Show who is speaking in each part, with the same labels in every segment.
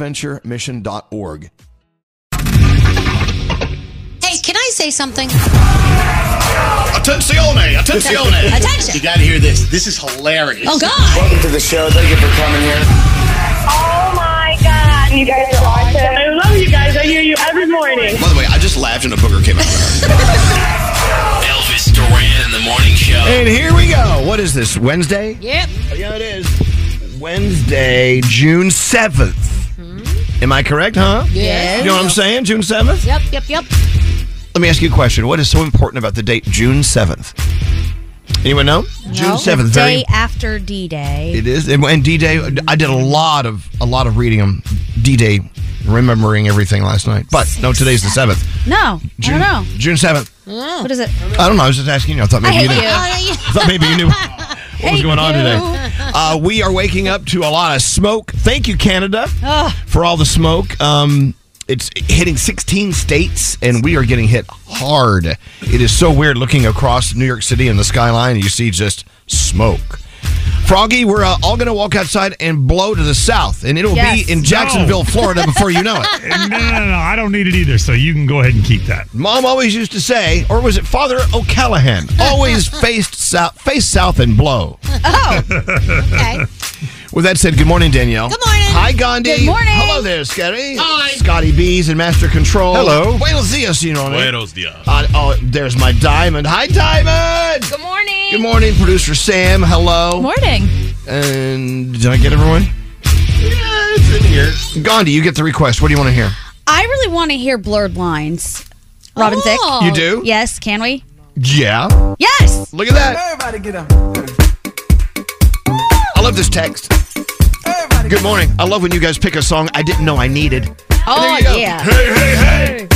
Speaker 1: adventuremission.org.
Speaker 2: Hey, can I say something?
Speaker 3: Attenzione! Attenzione!
Speaker 2: Attention.
Speaker 3: You gotta hear this. This is hilarious.
Speaker 2: Oh, God.
Speaker 4: Welcome to the show. Thank you for coming here.
Speaker 5: Oh my god, you guys are awesome. I love you guys. I hear you every morning.
Speaker 3: By the way, I just laughed and a booger came out of my arm. Elvis Duran in the morning show.
Speaker 1: And here we go. What is this, Wednesday?
Speaker 2: Yep.
Speaker 1: Yeah, it is. Wednesday, June 7th. Am I correct, huh?
Speaker 2: Yes.
Speaker 1: You know what I'm saying? June 7th?
Speaker 2: Yep, yep, yep.
Speaker 1: Let me ask you a question. What is so important about the date June 7th? Anyone know? June 7th. Very
Speaker 6: Day after D Day.
Speaker 1: It is, and, and D Day. I did a lot of a lot of reading on D Day, remembering everything last night. But no, today's the seventh.
Speaker 6: No,
Speaker 1: June,
Speaker 6: I don't know. Mm.
Speaker 1: June Oh, seventh.
Speaker 6: What is it?
Speaker 1: I don't know. I was just asking you. I thought maybe
Speaker 6: I
Speaker 1: you
Speaker 6: hate
Speaker 1: knew.
Speaker 6: you.
Speaker 1: I thought maybe you knew what was
Speaker 6: Hate
Speaker 1: going on
Speaker 6: you.
Speaker 1: today. Uh, we are waking up to a lot of smoke. Thank you, Canada,
Speaker 2: Ah.
Speaker 1: for all the smoke. Um, it's hitting 16 states, and we are getting hit hard. It is so weird looking across New York City and the skyline, and you see just smoke. Froggy, we're uh, all going to walk outside and blow to the south, and it'll
Speaker 6: Yes.
Speaker 1: be in Jacksonville, Florida before you know it.
Speaker 7: no, no, no, no. I don't need it either. So you can go ahead and keep that.
Speaker 1: Mom always used to say, or was it Father O'Callahan? Always faced south, face south and blow.
Speaker 2: Oh, Okay.
Speaker 1: With that said, good morning, Danielle.
Speaker 2: Good morning.
Speaker 1: Hi, Gandhi.
Speaker 6: Good morning.
Speaker 1: Hello there, Scary. Hi. Scotty Bees in Master Control.
Speaker 8: Hello.
Speaker 1: Buenos dias, you know what I mean?
Speaker 8: Buenos dias.
Speaker 1: Uh, oh, there's my diamond. Hi, Diamond. Good morning. Good morning, producer Sam. Hello.
Speaker 6: Morning.
Speaker 1: And did I get everyone? Yeah, it's in here. Gandhi, you get the request. What do you want to hear?
Speaker 6: I really want to hear blurred lines. Robin
Speaker 2: Oh.
Speaker 6: Thicke.
Speaker 1: You do?
Speaker 6: Yes, can we?
Speaker 1: Yeah.
Speaker 6: Yes.
Speaker 1: Look at that.
Speaker 4: Everybody get up.
Speaker 1: I love this text.
Speaker 4: Everybody
Speaker 1: Good morning. I love when you guys pick a song I didn't know I needed.
Speaker 6: Oh
Speaker 1: you go.
Speaker 6: yeah.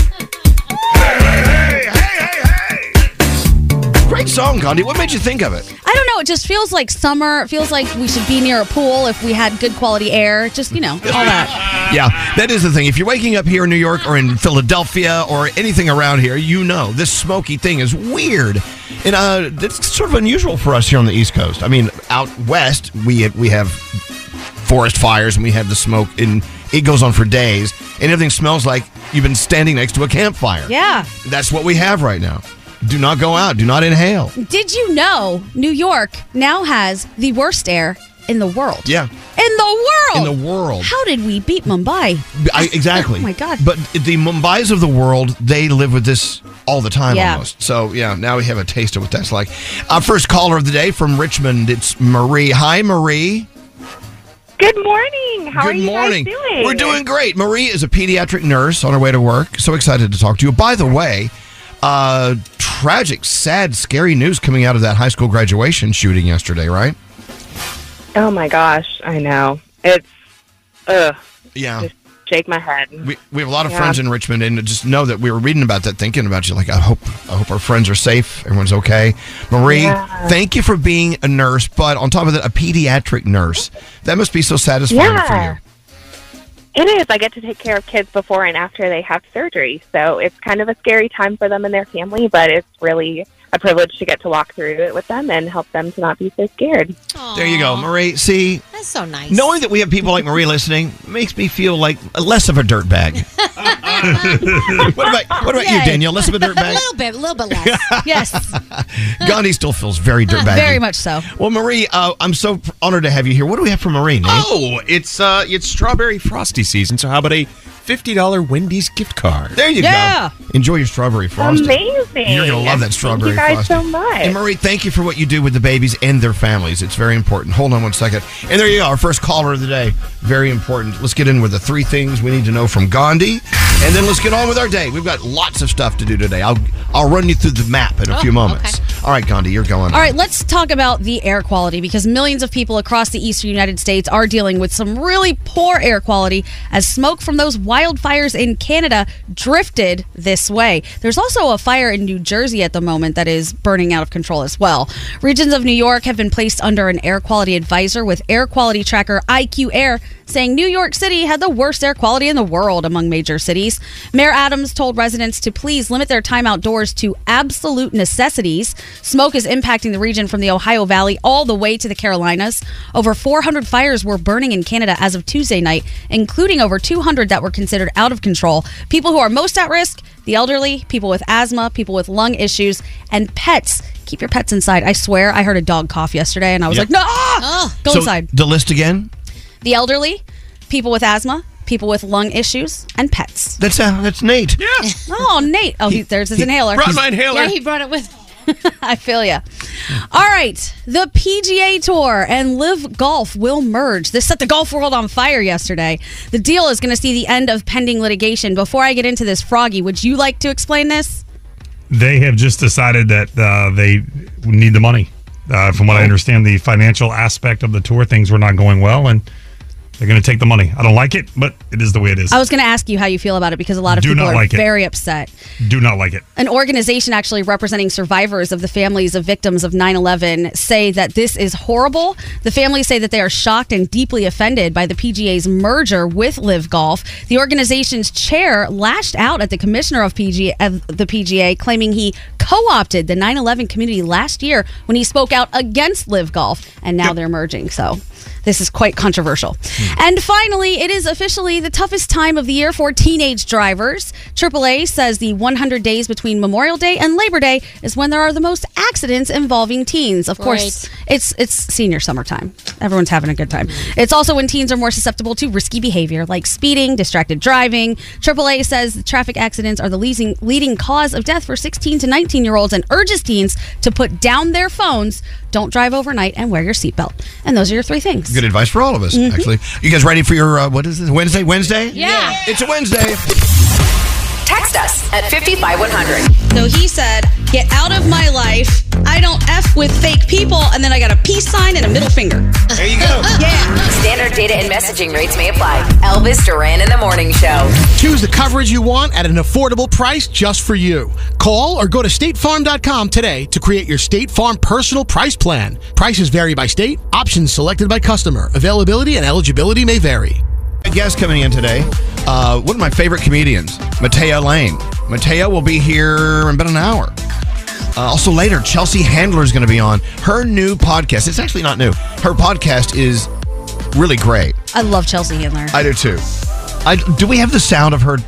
Speaker 1: Great song, Gandhi. What made you think of it?
Speaker 6: I don't know. It just feels like summer. It feels like we should be near a pool if we had good quality air. Just you know, all that.
Speaker 1: Yeah, that is the thing. If you're waking up here in New York or in Philadelphia or anything around here, you know this smoky thing is weird, and uh, that's sort of unusual for us here on the East Coast. I mean, out west we we have forest fires and we have the smoke, and it goes on for days, and everything smells like you've been standing next to a campfire.
Speaker 6: Yeah.
Speaker 1: that's what we have right now. Do not go out. Do not inhale.
Speaker 6: Did you know New York now has the worst air in the world?
Speaker 1: Yeah.
Speaker 6: In the world.
Speaker 1: In the world.
Speaker 6: How did we beat Mumbai?
Speaker 1: I, exactly.
Speaker 6: Oh, my God.
Speaker 1: But the Mumbai's of the world, they live with this all the time
Speaker 6: Yeah.
Speaker 1: almost. So yeah, now we have a taste of what that's like. Our first caller of the day from Richmond, it's Marie. Hi, Marie.
Speaker 5: Good morning. How
Speaker 1: Good
Speaker 5: are you
Speaker 1: morning.
Speaker 5: guys doing?
Speaker 1: We're doing great. Marie is a pediatric nurse on her way to work. So excited to talk to you. By the way, uh, tragic, sad, scary news coming out of that high school graduation shooting yesterday, right?
Speaker 5: Oh my gosh, I know. It's ugh.
Speaker 1: Yeah.
Speaker 5: Just shake my head.
Speaker 1: We, we have a lot of
Speaker 5: Yeah.
Speaker 1: friends in Richmond, and just know that we were reading about that, thinking about you. Like, I hope, I hope our friends are safe. Everyone's okay. Marie,
Speaker 5: Yeah.
Speaker 1: thank you for being a nurse, but on top of that, a pediatric nurse. That must be so satisfying
Speaker 5: Yeah.
Speaker 1: for
Speaker 5: It is. I get to take care of kids before and after they have surgery. So it's kind of a scary time for them and their family, but it's really a privilege to get to walk through it with them and help them to not be so scared.
Speaker 1: you. There you go, Marie. See,
Speaker 9: That's so nice.
Speaker 1: knowing that we have people like Marie listening makes me feel like less of a dirtbag. what about what about you,
Speaker 9: Yay.
Speaker 1: Danielle? Less of a
Speaker 9: A
Speaker 1: dirtbag?
Speaker 9: little bit, a little bit less.
Speaker 6: Yes,
Speaker 1: Gandhi still feels very dirtbag.
Speaker 6: very much so.
Speaker 1: Well, Marie, uh, I'm so honored to have you here. What do we have for Marie? Nate?
Speaker 8: Oh, it's uh, it's strawberry frosty season. So how about a fifty dollar Wendy's gift card?
Speaker 1: There you
Speaker 6: Yeah.
Speaker 1: go. Enjoy your strawberry frosty.
Speaker 5: Amazing.
Speaker 1: You're gonna love that strawberry
Speaker 5: Thank you guys
Speaker 1: frosty.
Speaker 5: so much.
Speaker 1: And Marie, thank you for what you do with the babies and their families. It's very important. Hold on one second. And there you are, our first caller of the day. Very important. Let's get in with the three things we need to know from Gandhi, and then let's get on with our day. We've got lots of stuff to do today. I'll I'll run you through the map in a
Speaker 9: Oh,
Speaker 1: few moments. All right, Gandhi, you're going.
Speaker 6: All right, let's talk about the air quality because millions of people across the eastern United States are dealing with some really poor air quality as smoke from those wildfires in Canada drifted this way. There's also a fire in New Jersey at the moment that is burning out of control as well. Regions of New York have been placed under an air quality advisor with air quality tracker IQ Air saying New York City had the worst air quality in the world among major cities. Mayor Adams told residents to please limit their time outdoors to absolute necessities. Smoke is impacting the region from the Ohio Valley all the way to the Carolinas. Over 400 fires were burning in Canada as of Tuesday night, including over 200 that were considered out of control. People who are most at risk the elderly, people with asthma, people with lung issues, and pets. Keep your pets inside. I swear, I heard a dog cough yesterday and I was
Speaker 1: Yep.
Speaker 6: like, no, ah! go
Speaker 1: so
Speaker 6: inside
Speaker 1: The list again.
Speaker 6: the elderly, people with asthma, people with lung issues, and pets.
Speaker 1: That's uh, that's Nate.
Speaker 8: Yeah,
Speaker 6: Oh, Nate. Oh, he, there's his inhaler.
Speaker 8: brought my inhaler.
Speaker 9: yeah, he brought it with.
Speaker 6: I feel ya. All right. The PGA Tour and Live Golf will merge. This set the golf world on fire yesterday. The deal is going to see the end of pending litigation. Before I get into this, Froggy, would you like to explain this?
Speaker 7: They have just decided that uh, they need the money. Uh, from
Speaker 1: Oh.
Speaker 7: what I understand, the financial aspect of the tour, things were not going well, and they're going to take the money. I don't like it, but it is the way it is.
Speaker 6: I was going to ask you how you feel about it because a lot of
Speaker 7: Do
Speaker 6: people
Speaker 7: not
Speaker 6: are
Speaker 7: like it.
Speaker 6: very upset.
Speaker 7: Do not like it.
Speaker 6: An organization actually representing survivors of the families of victims of 9 11 say that this is horrible. The families say that they are shocked and deeply offended by the PGA's merger with Live Golf. The organization's chair lashed out at the commissioner of, PGA, of the PGA, claiming he co opted the 9 11 community last year when he spoke out against Live Golf, and now they're merging. So. This is quite controversial. And finally, it is officially the toughest time of the year for teenage drivers. AAA says the 100 days between Memorial Day and Labor Day is when there are the most accidents involving teens. Of course, it's it's senior summertime. Everyone's having a good time. It's also when teens are more susceptible to risky behavior like speeding, distracted driving. AAA says traffic accidents are the leading leading cause of death for 16 to 19 year olds and urges teens to put down their phones, don't drive overnight, and wear your seatbelt. And those are your three things.
Speaker 1: Good advice for all of
Speaker 6: Mm-hmm.
Speaker 1: us. Actually, you guys ready for your uh, what is this Wednesday? Wednesday?
Speaker 9: Yeah.
Speaker 1: It's a Wednesday.
Speaker 10: Text us at 55100.
Speaker 6: So he said, Get out of my life. I don't F with fake people. And then I got a peace sign and a middle finger.
Speaker 1: There you go.
Speaker 10: Standard data and messaging rates may apply. Elvis Duran in the Morning Show.
Speaker 11: Choose the coverage you want at an affordable price just for you. Call or go to statefarm.com today to create your State Farm personal price plan. Prices vary by state, options selected by customer. Availability and eligibility may vary.
Speaker 1: A guest coming in today, uh, one of my favorite comedians, Mateo Lane. Mateo will be here in about an hour. Uh, also, later, Chelsea Handler is going to be on her new podcast. It's actually not new. Her podcast is really great.
Speaker 6: I love Chelsea Handler.
Speaker 1: I do too. I, do we have the sound of her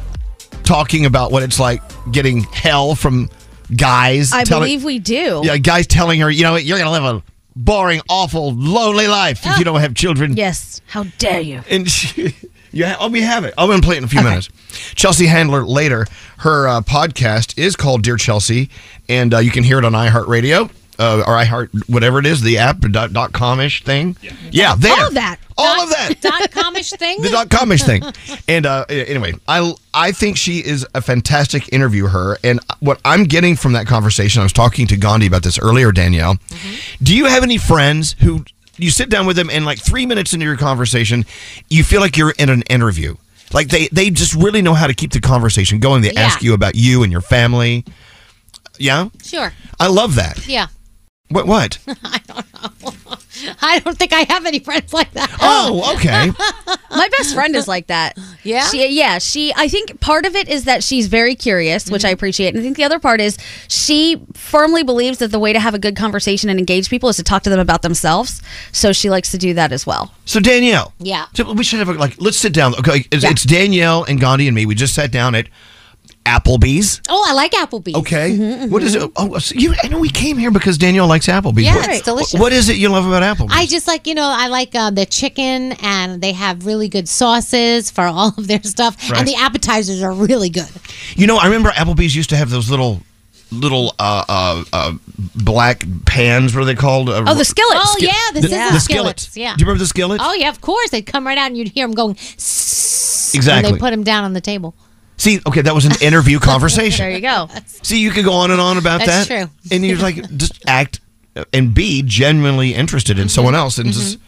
Speaker 1: talking about what it's like getting hell from guys?
Speaker 6: I
Speaker 1: telling-
Speaker 6: believe we do.
Speaker 1: Yeah, guys telling her, you know, what, you're going to live a boring, awful, lonely life if you don't have children.
Speaker 6: Yes. How dare you?
Speaker 1: And she, you ha- oh, we have it. I'm going to play it in a few minutes. Chelsea Handler later. Her uh, podcast is called Dear Chelsea, and uh, you can hear it on iHeartRadio uh, or iHeart, whatever it is, the app, dot, dot com ish thing. Yeah, there.
Speaker 6: of that.
Speaker 1: All of that.
Speaker 9: Comish thing?
Speaker 1: The dot comish thing. And uh, a- anyway, I I think she is a fantastic interviewer. And what I'm getting from that conversation, I was talking to Gandhi about this earlier, Danielle. Do you have any friends who you sit down with them and like three minutes into your conversation, you feel like you're in an interview? Like they they just really know how to keep the conversation going. They
Speaker 9: Yeah.
Speaker 1: ask you about you and your family. Yeah,
Speaker 9: Sure.
Speaker 1: I love that.
Speaker 9: Yeah.
Speaker 1: What what?
Speaker 9: I don't think I have any friends like that.
Speaker 1: Oh, okay.
Speaker 6: My best friend is like that.
Speaker 9: Yeah?
Speaker 6: She, yeah. She. I think part of it is that she's very curious, which I appreciate, and I think the other part is she firmly believes that the way to have a good conversation and engage people is to talk to them about themselves. So she likes to do that as well.
Speaker 1: So Danielle.
Speaker 6: Yeah.
Speaker 1: So we should have a, like let's sit down. Okay, it's, it's Danielle and Gandhi and me. We just sat down at Applebee's.
Speaker 9: Oh, I like Applebee's. Mm-hmm,
Speaker 1: Okay. What is it? Oh, so you, I know we came here because Danielle likes Applebee's.
Speaker 9: Yeah,
Speaker 1: What-
Speaker 9: it's delicious.
Speaker 1: What is it you love about Applebee's?
Speaker 9: I just like, you know, I like uh, the chicken and they have really good sauces for all of their stuff.
Speaker 1: Right.
Speaker 9: And the appetizers are really good.
Speaker 1: You know, I remember Applebee's used to have those little little uh, uh, uh, black pans. What are they called? Uh,
Speaker 9: Oh, the skillets. Oh, yeah, the sizzle
Speaker 1: the
Speaker 9: skillets,
Speaker 1: skillets.
Speaker 9: yeah.
Speaker 1: Do you remember the skillets?
Speaker 9: Oh, yeah, of course. They'd come right out and you'd hear them going,
Speaker 1: Exactly.
Speaker 9: And they put them down on the table.
Speaker 1: See, okay, that was an interview conversation.
Speaker 9: There you go.
Speaker 1: See, you could go on and on about that.
Speaker 9: That's true.
Speaker 1: And you're like, just act and be genuinely interested in
Speaker 9: Mm-hmm.
Speaker 1: someone else and just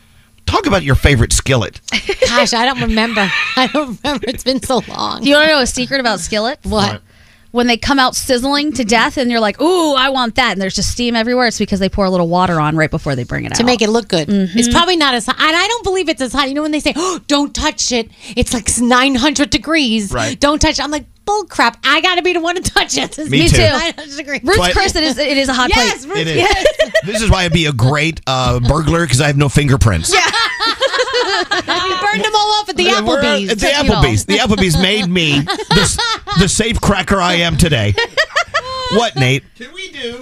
Speaker 1: talk about your favorite skillet.
Speaker 9: Gosh, I don't remember. I don't remember. It's been so long.
Speaker 6: Do you want to know a secret about skillets?
Speaker 9: What?
Speaker 6: When they come out sizzling to death, and you're like, "Ooh, I want that," and there's just steam everywhere. It's because they pour a little water on right before they bring it out Mm-hmm.
Speaker 9: To make it look good.
Speaker 6: Hmm.
Speaker 9: It's probably not as hot. And I don't believe it's as hot. You know when they say, oh, don't touch it. It's like 900 degrees.
Speaker 6: Right.
Speaker 9: Don't touch it. I'm like, bull crap. I got to be the one to touch it. This
Speaker 1: Me
Speaker 9: is
Speaker 1: too.
Speaker 9: 900 degrees.
Speaker 1: Ruth's But- cursed
Speaker 6: it is- it is a hot
Speaker 9: yes,
Speaker 6: plate.
Speaker 9: Ruth's
Speaker 1: It is. this is why I'd be a great uh, burglar because I have no fingerprints.
Speaker 9: Yeah. you burned them all off at the
Speaker 1: We're-
Speaker 9: Applebee's.
Speaker 1: at the
Speaker 9: Took it all.
Speaker 1: Applebee's. The Applebee's made me the, s- the safe cracker I am today. What, Nate?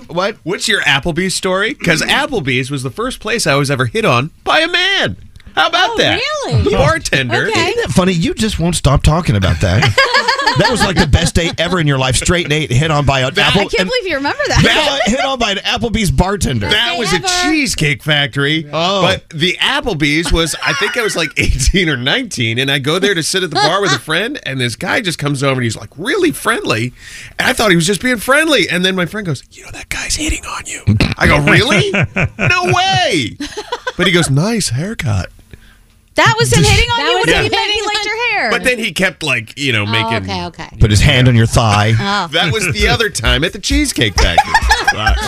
Speaker 1: What? Mm.
Speaker 8: What's your Applebee's story? Because Applebee's was the first place I was ever hit on by a man. How about
Speaker 1: Oh,
Speaker 8: that?
Speaker 9: Really?
Speaker 8: The bartender.
Speaker 1: Isn't that funny? You just won't stop talking about that. that was like the best day ever in your life. Straight Nate hit on by an apple.
Speaker 6: I can't
Speaker 1: an-
Speaker 6: believe you remember that.
Speaker 1: hit on by an Applebee's bartender.
Speaker 8: That was a cheesecake factory. Oh. But the Applebee's was, I think I was like 18 or 19, and I go there to sit at the bar with a friend, and this guy just comes over and he's like really friendly. And I thought he was just being friendly. And then my friend goes, You know, that guy's hitting on you. I go, Really? no way. But he goes, Nice haircut.
Speaker 6: That was him hitting on
Speaker 9: That
Speaker 6: you
Speaker 9: was
Speaker 6: with
Speaker 8: him
Speaker 6: he
Speaker 8: hitting
Speaker 6: he liked your hair.
Speaker 8: But then he kept like, you know, making.
Speaker 6: Oh, okay,
Speaker 9: okay.
Speaker 1: Put his hand on your thigh.
Speaker 6: Oh.
Speaker 8: That was the other time at the Cheesecake Factory.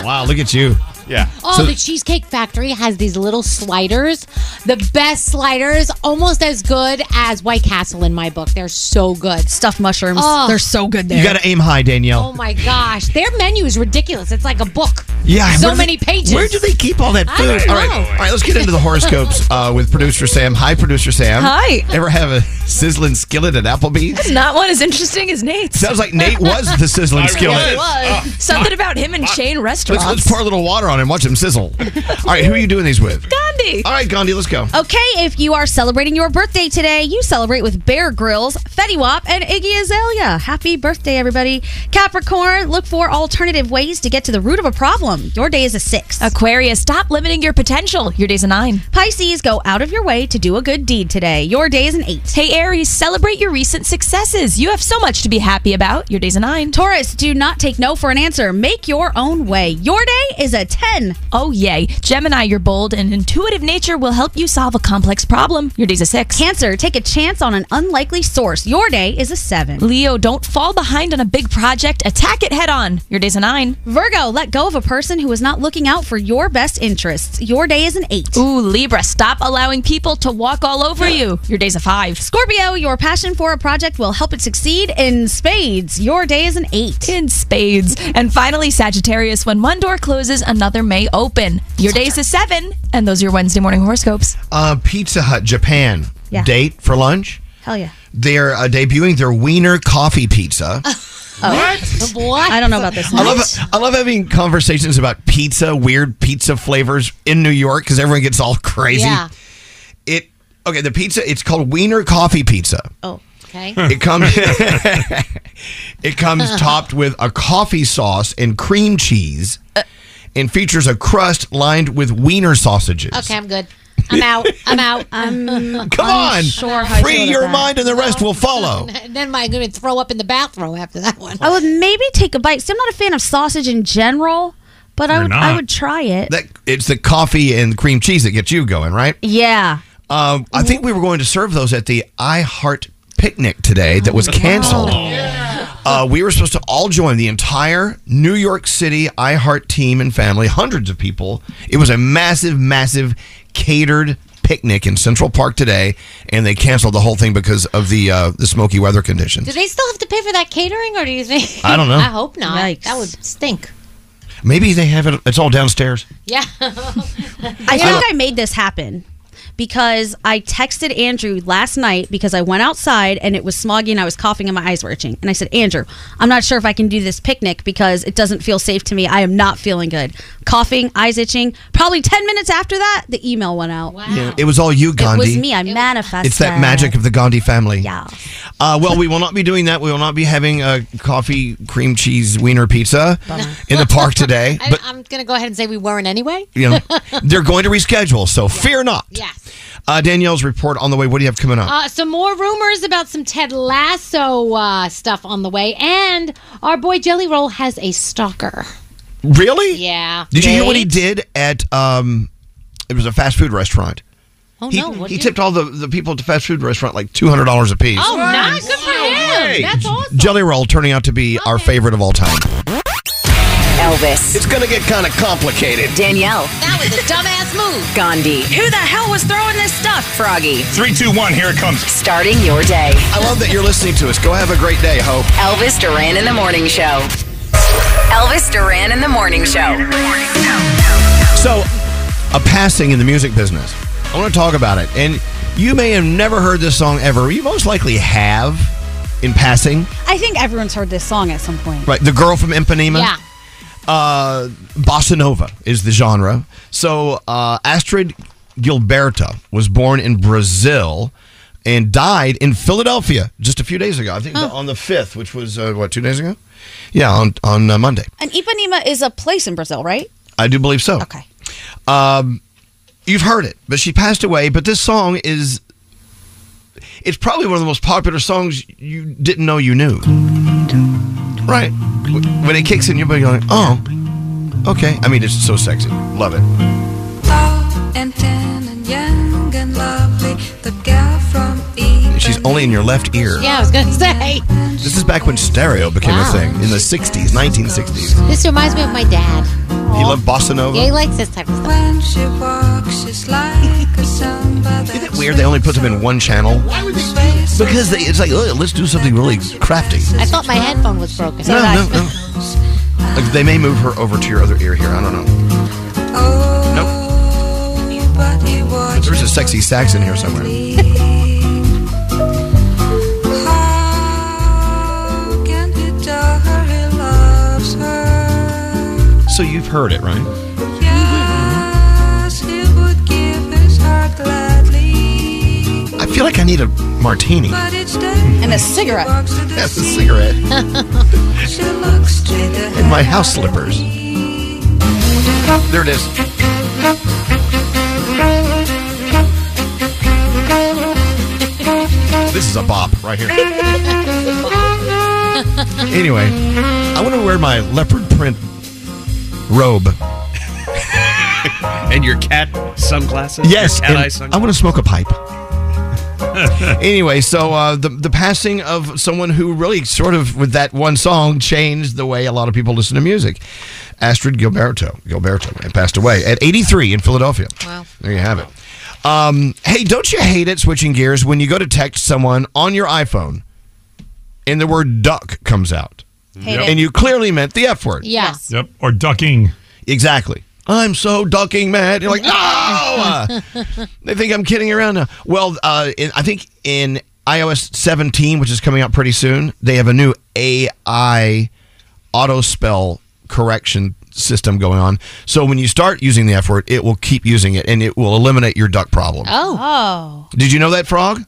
Speaker 1: wow, look at you.
Speaker 8: Yeah.
Speaker 9: Oh, the Cheesecake Factory has these little sliders. The best sliders, almost as good as White Castle in my book. They're so good.
Speaker 6: Stuffed mushrooms. They're so good there.
Speaker 1: You got to aim high, Danielle.
Speaker 9: Oh my gosh. Their menu is ridiculous. It's like a book.
Speaker 1: Yeah,
Speaker 9: So
Speaker 1: where do
Speaker 9: many
Speaker 1: they-
Speaker 9: pages.
Speaker 1: Where do they keep all that
Speaker 9: I
Speaker 1: food?
Speaker 9: don't
Speaker 1: all right,
Speaker 9: know.
Speaker 1: all right. Let's get into the horoscopes uh, with producer Sam. Hi, producer Sam.
Speaker 12: Hi.
Speaker 1: Ever have a sizzling skillet at Applebee's?
Speaker 12: That's not one as interesting as Nate's.
Speaker 1: Sounds like Nate was the sizzling skillet.
Speaker 12: It was. Something about him and chain
Speaker 1: Let's,
Speaker 12: restaurants.
Speaker 1: let's pour a little water on and watch him sizzle. All right, who are you doing these with?
Speaker 12: Gandhi.
Speaker 1: All right, Gandhi, let's go.
Speaker 9: Oh.
Speaker 6: Okay, if you are celebrating your birthday today, you celebrate with Bear Grylls, Fetty Wap, and Iggy Azalea. Happy birthday, everybody. Capricorn, look for alternative ways to get to the root of a problem. Your day is a six.
Speaker 12: Aquarius, stop limiting your potential. Your day's a nine.
Speaker 6: Pisces, go out of your way to do a good deed today. Your day is an eight.
Speaker 12: Hey, Aries, celebrate your recent successes. You have so much to be happy about. Your day's a nine.
Speaker 6: Taurus, do not take no for an answer. Make your own way. Your day is a 10.
Speaker 12: Oh, yay. Gemini, your bold and intuitive nature will help you solve a complex problem. Your day's a six.
Speaker 6: Cancer, take a chance on an unlikely source. Your day is a seven.
Speaker 12: Leo, don't fall behind on a big project. Attack it head on. Your day's a nine.
Speaker 6: Virgo, let go of a person who is not looking out for your best interests. Your day is an eight.
Speaker 12: Ooh, Libra, stop allowing people to walk all over you. Your day's a five.
Speaker 6: Scorpio, your passion for a project will help it succeed in spades. Your day is an eight.
Speaker 12: In spades. And finally, Sagittarius, when one door closes, another may open. Your day's a seven. And those are your Wednesday morning horoscopes.
Speaker 1: Uh, Pizza Hut, Japan.
Speaker 12: Yeah.
Speaker 1: Date for lunch.
Speaker 6: Hell yeah.
Speaker 1: They're uh, debuting their Wiener Coffee Pizza.
Speaker 6: Oh. What?
Speaker 9: What?
Speaker 6: I don't know about this.
Speaker 1: I love I love having conversations about pizza, weird pizza flavors in New York because everyone gets all crazy.
Speaker 9: Yeah.
Speaker 1: It okay. The pizza it's called Wiener Coffee Pizza.
Speaker 6: Oh,
Speaker 9: okay.
Speaker 1: It comes it comes topped with a coffee sauce and cream
Speaker 9: Uh.
Speaker 1: cheese, and features a crust lined with wiener sausages.
Speaker 9: Oh, Okay, I'm good. I'm out. I'm out. I'm
Speaker 1: Come on. Free your mind and the rest
Speaker 9: Oh,
Speaker 1: will follow.
Speaker 9: Then I'm going to throw up in the bathroom after that one.
Speaker 6: I would maybe take a bite. See, I'm not a fan of sausage in general, but I
Speaker 1: You're
Speaker 6: would I
Speaker 1: not.
Speaker 6: would try it.
Speaker 1: That it's the coffee and cream cheese that gets you going, right?
Speaker 6: yeah.
Speaker 1: Um, I think we were going to serve those at the I Heart picnic today that was canceled. Uh, we were supposed to all join the entire New York City I Heart team and family, hundreds of people. It was a massive, massive catered picnic in Central Park today, and they canceled the whole thing because of the uh, the smoky weather conditions.
Speaker 9: Do they still have to pay for that catering, or do you think?
Speaker 1: I don't know.
Speaker 9: I hope not. That would stink.
Speaker 1: Maybe they have it. It's all downstairs.
Speaker 9: Yeah.
Speaker 6: I
Speaker 1: Yeah.
Speaker 6: think I made this happen because I texted Andrew last night because I went outside and it was smoggy and I was coughing and my eyes were itching. And I said, Andrew, I'm not sure if I can do this picnic because it doesn't feel safe to me. I am not feeling good. Coughing, eyes itching. Probably 10 minutes after that, the email went out.
Speaker 1: Yeah, It was all you,
Speaker 6: It
Speaker 1: Gandhi.
Speaker 6: was me. I manifested.
Speaker 1: It's that magic of the Gandhi family. Yeah. Uh, well, we will not be doing that. We will not be having a coffee, cream cheese, wiener pizza in the park today.
Speaker 9: I,
Speaker 1: But
Speaker 9: I'm going to go ahead and say we weren't anyway.
Speaker 1: you know, they're going to reschedule, so fear not.
Speaker 9: Yes.
Speaker 1: Uh, Danielle's report on the way. What do you have coming up?
Speaker 9: Uh, some more rumors about some Ted Lasso uh, stuff on the way, and our boy Jelly Roll has a stalker.
Speaker 1: really?
Speaker 9: Yeah.
Speaker 1: Did you hear what he
Speaker 9: Dave?
Speaker 1: did at? Um, it was a fast food restaurant.
Speaker 9: Oh
Speaker 1: he,
Speaker 9: no! What
Speaker 1: he tipped all the, the people at the fast food restaurant like two hundred dollars a piece.
Speaker 9: Oh, nice. Good for him. That's awesome.
Speaker 1: Jelly roll turning out to be our favorite of all time.
Speaker 10: Elvis.
Speaker 3: It's gonna get kind of complicated.
Speaker 10: Danielle.
Speaker 9: That was a dumbass move.
Speaker 10: Gandhi. Who the hell was throwing this stuff? Froggy. Three, two, one. Here it comes. Starting your day.
Speaker 1: I love that you're listening to us. Go have a great day, Hope.
Speaker 10: Elvis Duran in the morning show. Elvis Duran in the morning show.
Speaker 1: So, a passing in the music business. I want to talk about it. And you may have never heard this song ever. You most likely have in passing.
Speaker 6: I think everyone's heard this song at some point.
Speaker 1: Right. The girl from Empanema. Yeah. Uh, bossa nova is the genre. So, uh, Astrid Gilberta was born in Brazil and died in Philadelphia just a few days ago. I think on the 5th, which was, uh, what, two days ago? Yeah, on, on uh, Monday.
Speaker 6: And Ipanema is a place in Brazil, right?
Speaker 1: I do believe so. Okay. Um, you've heard it, but she passed away. But this song is. It's probably one of the most popular songs you didn't know you knew. Right. Wh- When it kicks in, you're like, oh, okay. I mean, it's so sexy. Love it.
Speaker 13: Tall and tan and young and lovely, the gal from Eden.
Speaker 1: She's only in your left ear.
Speaker 9: Yeah, I was going to say.
Speaker 1: This is back when stereo became
Speaker 9: Wow.
Speaker 1: a thing in the 60s, 1960s.
Speaker 9: This reminds me of my dad.
Speaker 1: He loved bossa nova.
Speaker 9: Yeah, he likes this type of stuff.
Speaker 13: When she walks, she's like a samba
Speaker 1: Isn't it weird they only put them in one channel? Because they, it's like, "Ugh, let's do something really crafty.
Speaker 9: I thought my headphone was broken.
Speaker 1: No, no, no. Like, they may move her over to your other ear here. I don't know.
Speaker 13: Nobody watches
Speaker 1: There's a sexy sax in here somewhere.
Speaker 13: and he tell her he loves her.
Speaker 1: So you've heard it, right?
Speaker 13: Yes, he would give his heart gladly.
Speaker 1: I feel like I need a martini.
Speaker 13: But it's day
Speaker 6: And a cigarette.
Speaker 1: That's a cigarette.
Speaker 13: she looks straight ahead.
Speaker 1: And my house slippers. There it is. This is a bop right here. Anyway, I want to wear my leopard print robe.
Speaker 8: and your cat sunglasses?
Speaker 1: Yes,
Speaker 8: Your cat
Speaker 1: and
Speaker 8: eye
Speaker 1: I
Speaker 8: sunglasses?
Speaker 1: want to smoke a pipe. anyway, so uh, the the passing of someone who really sort of with that one song changed the way a lot of people listen to music. Astrid Gilberto, Gilberto, and passed away at 83 in Philadelphia. Wow, there you have it. Um, hey, don't you hate it switching gears when you go to text someone on your iPhone and the word duck comes out,
Speaker 7: Hate it.
Speaker 1: and you clearly meant the F word.
Speaker 9: Yes.
Speaker 7: Yep. Or ducking.
Speaker 1: Exactly. I'm so ducking mad. You're like, no. Uh, they think I'm kidding around now. Well, uh, in, I think in iOS 17, which is coming out pretty soon, they have a new AI auto spell correction system going on. So when you start using the F word, it will keep using it and it will eliminate your duck problem.
Speaker 6: Oh.
Speaker 1: Did you know that, Frog?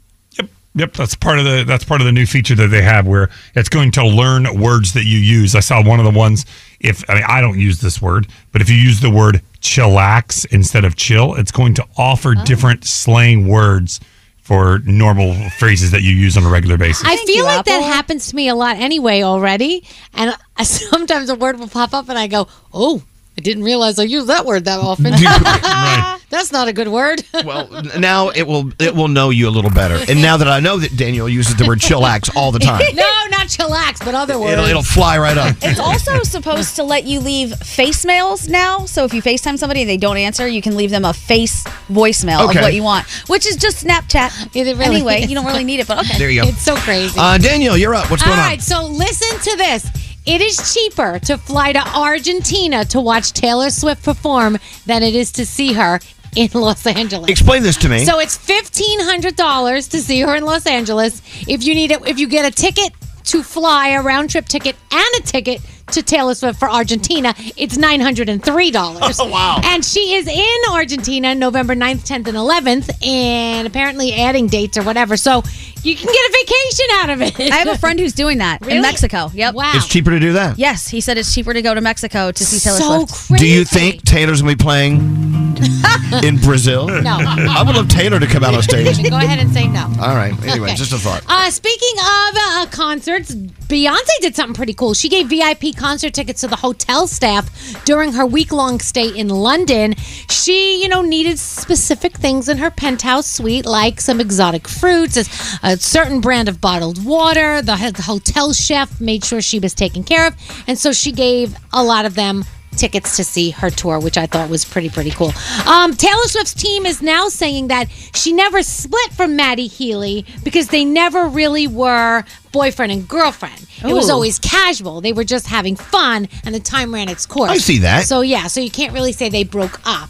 Speaker 7: Yep, that's part of the that's part of the new feature that they have where it's going to learn words that you use. I saw one of the ones if I mean I don't use this word, but if you use the word chillax instead of chill, it's going to offer different slang words for normal phrases that you use on a regular basis.
Speaker 9: I feel like that happens to me a lot anyway already. And I, sometimes a word will pop up and I go, oh, I didn't realize I used that word that often. That's not a good word.
Speaker 1: Well, now it will it will know you a little better. And now that I know that Daniel uses the word chillax all the time,
Speaker 9: no, not chillax, but other words.
Speaker 1: it'll, it'll fly right up.
Speaker 6: It's also supposed to let you leave face mails now. So if you FaceTime somebody and they don't answer, you can leave them a face voicemail
Speaker 1: Okay.
Speaker 6: of what you want, which is just Snapchat. anyway,
Speaker 9: is.
Speaker 6: you don't really need it, but okay.
Speaker 1: There you go.
Speaker 9: It's so crazy.
Speaker 1: Uh, Daniel, you're up. What's going
Speaker 9: All
Speaker 1: on?
Speaker 9: right, so listen to this. It is cheaper to fly to Argentina to watch Taylor Swift perform than it is to see her in Los Angeles.
Speaker 1: Explain this to me.
Speaker 9: So it's fifteen hundred dollars to see her in Los Angeles. If you need it, if you get a ticket to fly, a round trip ticket, and a ticket to Taylor Swift for Argentina, it's nine hundred and three dollars.
Speaker 14: Oh, wow.
Speaker 9: And she is in Argentina November 9th, 10th, and 11th, and apparently adding dates or whatever. So you can get a vacation out of it.
Speaker 6: I have a friend who's doing that in Mexico. Yep. Wow.
Speaker 1: It's cheaper to do that.
Speaker 6: Yes, he said it's cheaper to go to Mexico to see Taylor
Speaker 1: So
Speaker 6: Swift.
Speaker 1: Do you think Taylor's gonna be playing in Brazil?
Speaker 9: No.
Speaker 1: I would love Taylor to come out on stage.
Speaker 9: Go ahead and say no.
Speaker 1: All right. Anyway,
Speaker 9: Okay.
Speaker 1: just a thought.
Speaker 9: Uh, speaking of uh, concerts, Beyonce did something pretty cool. She gave VIP concert tickets to the hotel staff during her week long stay in London. She, you know, needed specific things in her penthouse suite, like some exotic fruits, a, a certain brand of bottled water. The, the hotel chef made sure she was taken care of. And so she gave a lot of them tickets to see her tour, which I thought was pretty, pretty cool. Um, Taylor Swift's team is now saying that she never split from Maddie Healy because they never really were boyfriend and girlfriend. It was
Speaker 1: Ooh.
Speaker 9: always casual. They were just having fun, and the time ran its course.
Speaker 1: I see that.
Speaker 9: So, yeah, so you can't really say they broke up.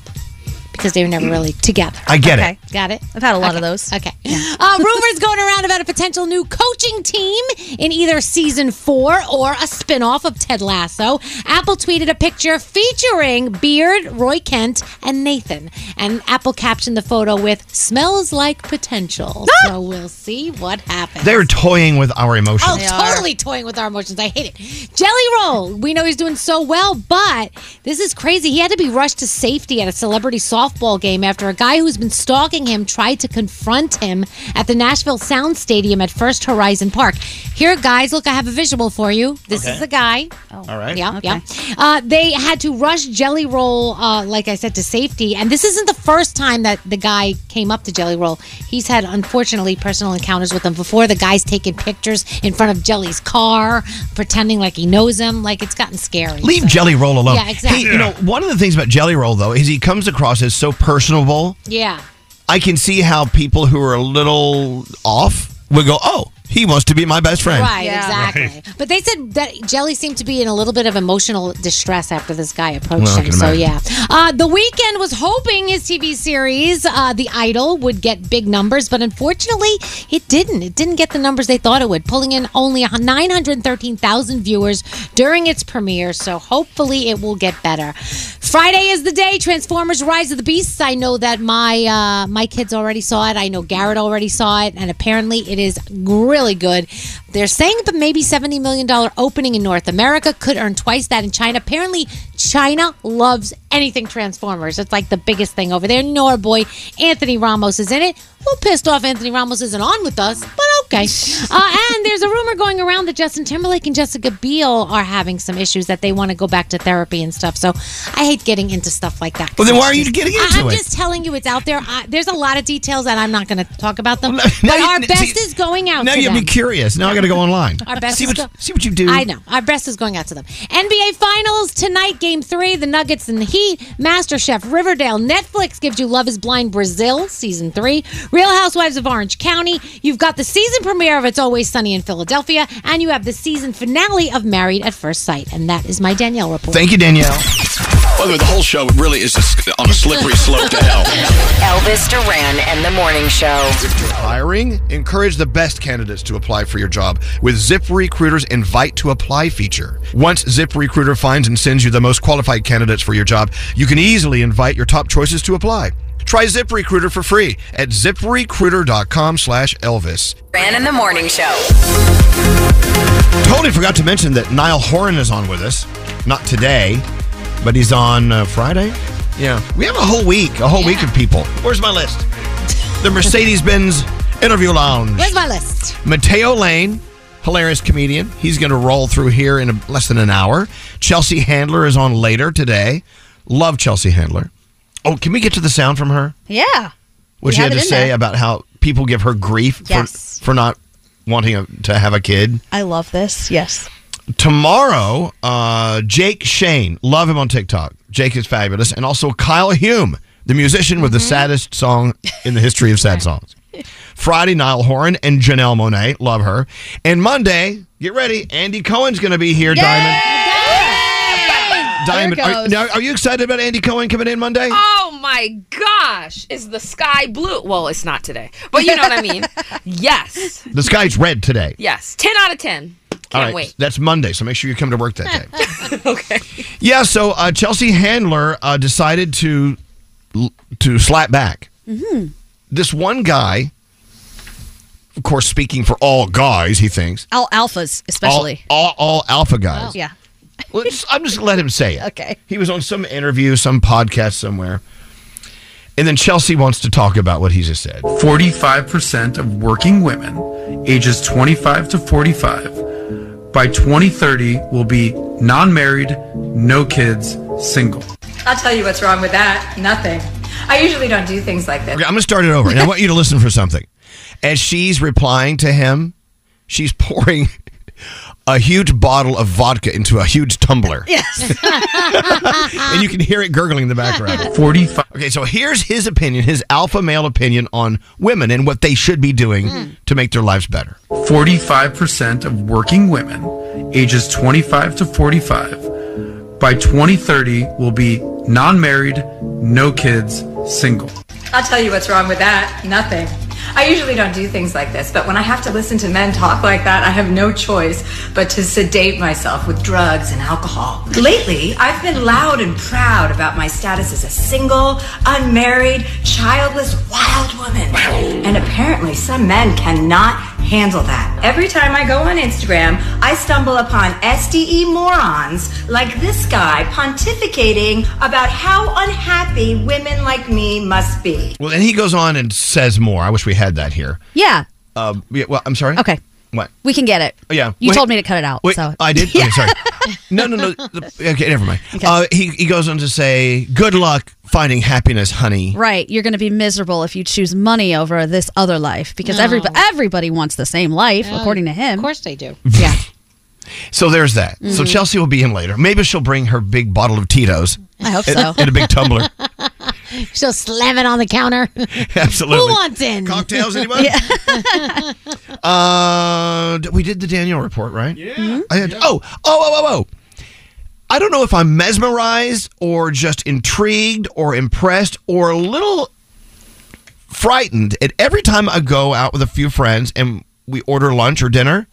Speaker 9: Because they were never really together.
Speaker 1: I get it.
Speaker 9: Got it?
Speaker 6: I've had a lot of those.
Speaker 9: Okay. Uh, rumors going around about a potential new coaching team in either season four or a spinoff of Ted Lasso. Apple tweeted a picture featuring Beard, Roy Kent, and Nathan. And Apple captioned the photo with smells like potential.
Speaker 6: Ah!
Speaker 9: so we'll see what happens.
Speaker 1: They're toying with our emotions.
Speaker 9: Oh, totally toying with our emotions. I hate it. Jelly Roll. We know he's doing so well, but this is crazy. He had to be rushed to safety at a celebrity softball game after a guy who's been stalking him tried to confront him at the Nashville Sound Stadium at First Horizon Park. Here, guys, look, I have a visual for you. This
Speaker 14: Okay.
Speaker 9: is the guy.
Speaker 14: All right.
Speaker 9: Oh. Yeah, yeah. Uh, they had to rush Jelly Roll, uh, like I said, to safety. And this isn't the first time that the guy came up to Jelly Roll. He's had, unfortunately, personal encounters with him before. The guy's taking pictures in front of Jelly's car, pretending like he knows him. Like it's gotten scary.
Speaker 1: Leave Jelly Roll alone.
Speaker 9: Yeah, exactly.
Speaker 1: He- you know, one of the things about Jelly Roll though is he comes across as so personable.
Speaker 9: Yeah.
Speaker 1: I can see how people who are a little off would go, "Oh, he wants to be my best friend."
Speaker 9: Right, exactly. But they said that Jelly seemed to be in a little bit of emotional distress after this guy approached
Speaker 14: Well, I
Speaker 9: him.
Speaker 14: can
Speaker 9: So,
Speaker 14: imagine.
Speaker 9: yeah. Uh, the weekend was hoping his TV series, uh, The Idol, would get big numbers, but unfortunately, it didn't. It didn't get the numbers they thought it would, pulling in only 913,000 viewers during its premiere. So, hopefully, it will get better. Friday is the day Transformers: Rise of the Beasts. I know that my uh, my kids already saw it. I know Garrett already saw it, and apparently, it is really good. They're saying that maybe seventy million dollar opening in North America could earn twice that in China. Apparently, China loves anything Transformers. It's like the biggest thing over there. Nor boy Anthony Ramos is in it. A little pissed off Anthony Ramos isn't on with us, but okay. Uh, and there's a rumor going around that Justin Timberlake and Jessica Biel are having some issues that they want to go back to therapy and stuff. So I hate getting into stuff like that.
Speaker 1: Well, then why are you getting into
Speaker 9: I, am
Speaker 1: it?
Speaker 9: just telling you it's out there. I, there's a lot of details, and I'm not going to talk about them.
Speaker 1: now
Speaker 9: but
Speaker 1: you-
Speaker 9: our
Speaker 1: now-
Speaker 9: best
Speaker 1: see-
Speaker 9: is going out.
Speaker 1: now
Speaker 9: to
Speaker 1: you
Speaker 9: them.
Speaker 1: be curious. Now I got to go online.
Speaker 9: Our best
Speaker 1: see
Speaker 9: is
Speaker 1: what
Speaker 9: go-
Speaker 1: see what you do.
Speaker 9: I know. Our best is going out to them. NBA Finals tonight, Game Three, the Nuggets and the Heat. MasterChef Riverdale. Netflix gives you Love Is Blind Brazil season three. Real Housewives of Orange County. You've got the season premiere of It's Always Sunny in Philadelphia, and you have the season finale of Married at First Sight. And that is my Danielle report.
Speaker 1: Thank you, Danielle.
Speaker 3: By the way, the whole show really is just on a slippery slope to hell.
Speaker 10: Elvis Duran and the Morning Show.
Speaker 1: Hiring? Encourage the best candidates to apply for your job with ZipRecruiter's Invite to Apply feature. Once ZipRecruiter finds and sends you the most qualified candidates for your job, you can easily invite your top choices to apply. Try ZipRecruiter for free at ziprecruiter.com slash Elvis.
Speaker 10: Duran and the Morning Show.
Speaker 1: Totally forgot to mention that Niall Horan is on with us. Not today, but he's on uh, Friday. Yeah. We have a whole week, a whole week of people. Where's my list? The Mercedes Benz Interview Lounge.
Speaker 9: Where's my list?
Speaker 1: Mateo Lane, hilarious comedian. He's going to roll through here in a, less than an hour. Chelsea Handler is on later today. Love Chelsea Handler. Oh, can we get to the sound from her?
Speaker 6: Yeah.
Speaker 1: What
Speaker 6: We
Speaker 1: she
Speaker 6: have
Speaker 1: had
Speaker 6: it
Speaker 1: to
Speaker 6: in
Speaker 1: say
Speaker 6: there.
Speaker 1: about how people give her grief
Speaker 6: Yes.
Speaker 1: for, for not wanting a- to have a kid.
Speaker 6: I love this. Yes.
Speaker 1: Tomorrow, uh, Jake Shane, love him on TikTok. Jake is fabulous. And also Kyle Hume, the musician
Speaker 14: Mm-hmm.
Speaker 1: with the saddest song in the history of sad songs. Friday, Niall Horan and Janelle Monet, love her. And Monday, get ready, Andy Cohen's going to be here, Diamond. Diamond,
Speaker 14: There it
Speaker 1: are,
Speaker 14: goes.
Speaker 1: now, are you excited about Andy Cohen coming in Monday?
Speaker 14: Oh my gosh, is the sky blue? Well, it's not today, but you know what I mean. yes,
Speaker 1: The sky's red today.
Speaker 14: yes, ten out of ten. Can't
Speaker 1: All right,
Speaker 14: wait.
Speaker 1: that's Monday, so make sure you come to work that day. okay. Yeah, so uh, Chelsea Handler uh, decided to to slap back.
Speaker 6: Mm-hmm.
Speaker 1: This one guy, of course, speaking for all guys, he thinks
Speaker 6: Al- alphas,
Speaker 1: all,
Speaker 6: especially. Oh,
Speaker 1: all, all alpha guys.
Speaker 6: Yeah.
Speaker 1: Well, just- I'm just gonna let him say it.
Speaker 6: Okay.
Speaker 1: He was on some interview, some podcast somewhere, and then Chelsea wants to talk about what he just said.
Speaker 15: 45% of working women ages 25 to 45 by 2030 will be non married, no kids, single.
Speaker 16: I'll tell you what's wrong with that. Nothing. I usually don't do things like this.
Speaker 1: Okay, I'm going to start it over. And I want you to listen for something. As she's replying to him, she's pouring a huge bottle of vodka into a huge tumbler.
Speaker 6: Yes.
Speaker 1: And you can hear it gurgling in the background.
Speaker 15: 45.
Speaker 1: Okay, so here's his opinion, his alpha male opinion on women and what they should be doing
Speaker 6: Hmm.
Speaker 1: to make their lives better.
Speaker 15: 45% of working women ages 25 to 45 by 2030 will be non married, no kids, single.
Speaker 16: I'll tell you what's wrong with that. Nothing. I usually don't do things like this, but when I have to listen to men talk like that, I have no choice but to sedate myself with drugs and alcohol. Lately, I've been loud and proud about my status as a single, unmarried, childless, wild woman. And apparently, some men cannot handle that. Every time I go on Instagram, I stumble upon SDE morons like this guy pontificating about how unhappy women like me must be.
Speaker 1: Well, and he goes on and says more. I wish we had that here.
Speaker 6: Yeah.
Speaker 1: Um, yeah, well, I'm sorry.
Speaker 6: Okay.
Speaker 1: What?
Speaker 6: We can get it.
Speaker 1: Oh, yeah.
Speaker 6: You
Speaker 1: Wait.
Speaker 6: told me to cut it out.
Speaker 1: Wait,
Speaker 6: so
Speaker 1: I did. Okay, sorry. No, no, no. The- Okay, never mind. Uh, he he goes on to say, "Good luck finding happiness, honey."
Speaker 6: Right. You're going to be miserable if you choose money over this other life because
Speaker 9: No.
Speaker 6: everybody, everybody wants the same life,
Speaker 9: No,
Speaker 6: according to him. Of course
Speaker 9: they do.
Speaker 6: Yeah.
Speaker 1: So there's that. So
Speaker 6: Mhm.
Speaker 1: Chelsea will be in later. Maybe she'll bring her big bottle of Tito's.
Speaker 9: I hope
Speaker 1: in-
Speaker 9: so.
Speaker 1: In a big tumbler.
Speaker 9: She'll slam it on the counter.
Speaker 1: Absolutely.
Speaker 9: Who wants in?
Speaker 1: Cocktails, anybody? Uh, d- we did the Daniel report, right? Yeah. I had, Oh, oh, oh, oh, oh. I don't know if I'm mesmerized or just intrigued or impressed or a little frightened at every time I go out with a few friends and we order lunch or dinner.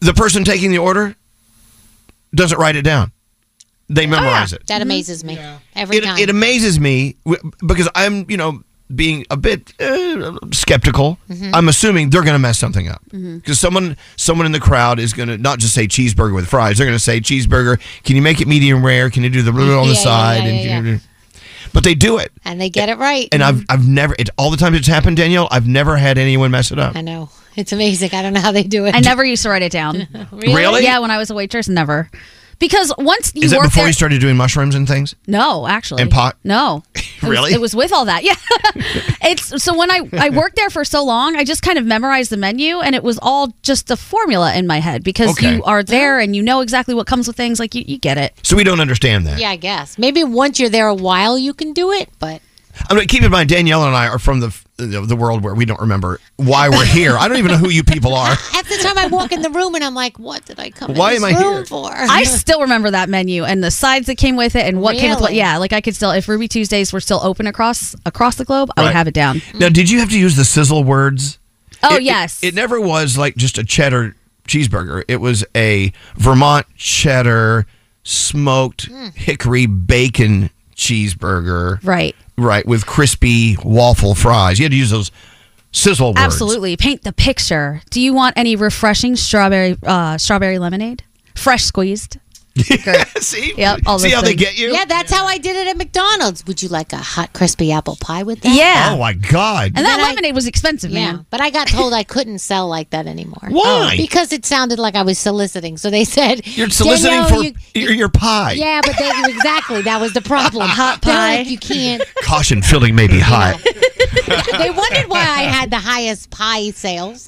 Speaker 1: The person taking the order doesn't write it down; they memorize it.
Speaker 9: That amazes me every
Speaker 1: It,
Speaker 9: time.
Speaker 1: it amazes me w- because I'm, you know, being a bit uh, skeptical.
Speaker 9: Mhm.
Speaker 1: I'm assuming they're going to mess something up
Speaker 9: Mhm.
Speaker 1: because someone someone in the crowd is going to not just say cheeseburger with fries. They're going to say cheeseburger. Can you make it medium rare? Can you do the blah, blah on the
Speaker 9: Yeah, yeah,
Speaker 1: side?
Speaker 9: yeah,
Speaker 1: and
Speaker 9: yeah,
Speaker 1: But they do it,
Speaker 9: and they get it right.
Speaker 1: and I've I've never it, all the times it's happened, Danielle. I've never had anyone mess it up.
Speaker 9: I know. It's amazing. I don't know how they do it.
Speaker 6: I never used to write it down.
Speaker 1: Really? Really?
Speaker 6: Yeah, when I was a waitress, never. Because once you
Speaker 1: Is that
Speaker 6: work
Speaker 1: before
Speaker 6: there,
Speaker 1: you started doing mushrooms and things?
Speaker 6: No, actually.
Speaker 1: And pot?
Speaker 6: No. It was-
Speaker 1: Really?
Speaker 6: It was, with all that. Yeah. it's so when I I worked there for so long, I just kind of memorized the menu and it was all just a formula in my head because
Speaker 1: Okay.
Speaker 6: you are there and you know exactly what comes with things like you, you get it.
Speaker 1: So we don't understand that.
Speaker 9: Yeah, I guess. Maybe once you're there a while, you can do it, but
Speaker 1: I mean, keep in mind, Danielle and I are from the the world where we don't remember why we're here. I don't even know who you people are.
Speaker 9: half the time I walk in the room and I'm like, what did I come
Speaker 1: Why
Speaker 9: in
Speaker 1: am
Speaker 9: this
Speaker 1: I
Speaker 9: room
Speaker 1: here?
Speaker 9: for?
Speaker 6: I still remember that menu and the sides that came with it and what came with what.
Speaker 9: Really?
Speaker 6: Yeah, like I could still if Ruby Tuesdays were still open across across the globe, I would
Speaker 1: Right.
Speaker 6: have it down.
Speaker 1: Now, did you have to use the sizzle words?
Speaker 6: Oh,
Speaker 1: It- it-
Speaker 6: yes.
Speaker 1: It, never was like just a cheddar cheeseburger. It was a Vermont cheddar smoked hickory bacon cheeseburger.
Speaker 6: Right.
Speaker 1: Right, with crispy waffle fries. You had to use those sizzle words.
Speaker 6: Absolutely. Paint the picture. Do you want any refreshing strawberry uh, strawberry lemonade? Fresh squeezed.
Speaker 1: See?
Speaker 9: Yep,
Speaker 1: all See those how they things. get you?
Speaker 9: Yeah, that's how I did it at McDonald's. Would you like a hot, crispy apple pie with that?
Speaker 1: Oh my God.
Speaker 9: And
Speaker 6: that
Speaker 9: lemonade
Speaker 6: was expensive,
Speaker 9: man. But I got told I couldn't sell like that anymore. Oh,
Speaker 1: Why?
Speaker 9: Because it sounded like I was soliciting. So they said
Speaker 1: You're soliciting
Speaker 9: "Danielle,
Speaker 1: for
Speaker 9: you-
Speaker 1: your, your pie.
Speaker 9: yeah, but they, exactly that was the problem. Hot
Speaker 6: pie.
Speaker 9: you can't.
Speaker 1: Caution, filling may be hot.
Speaker 9: They wondered why I had the highest pie sales.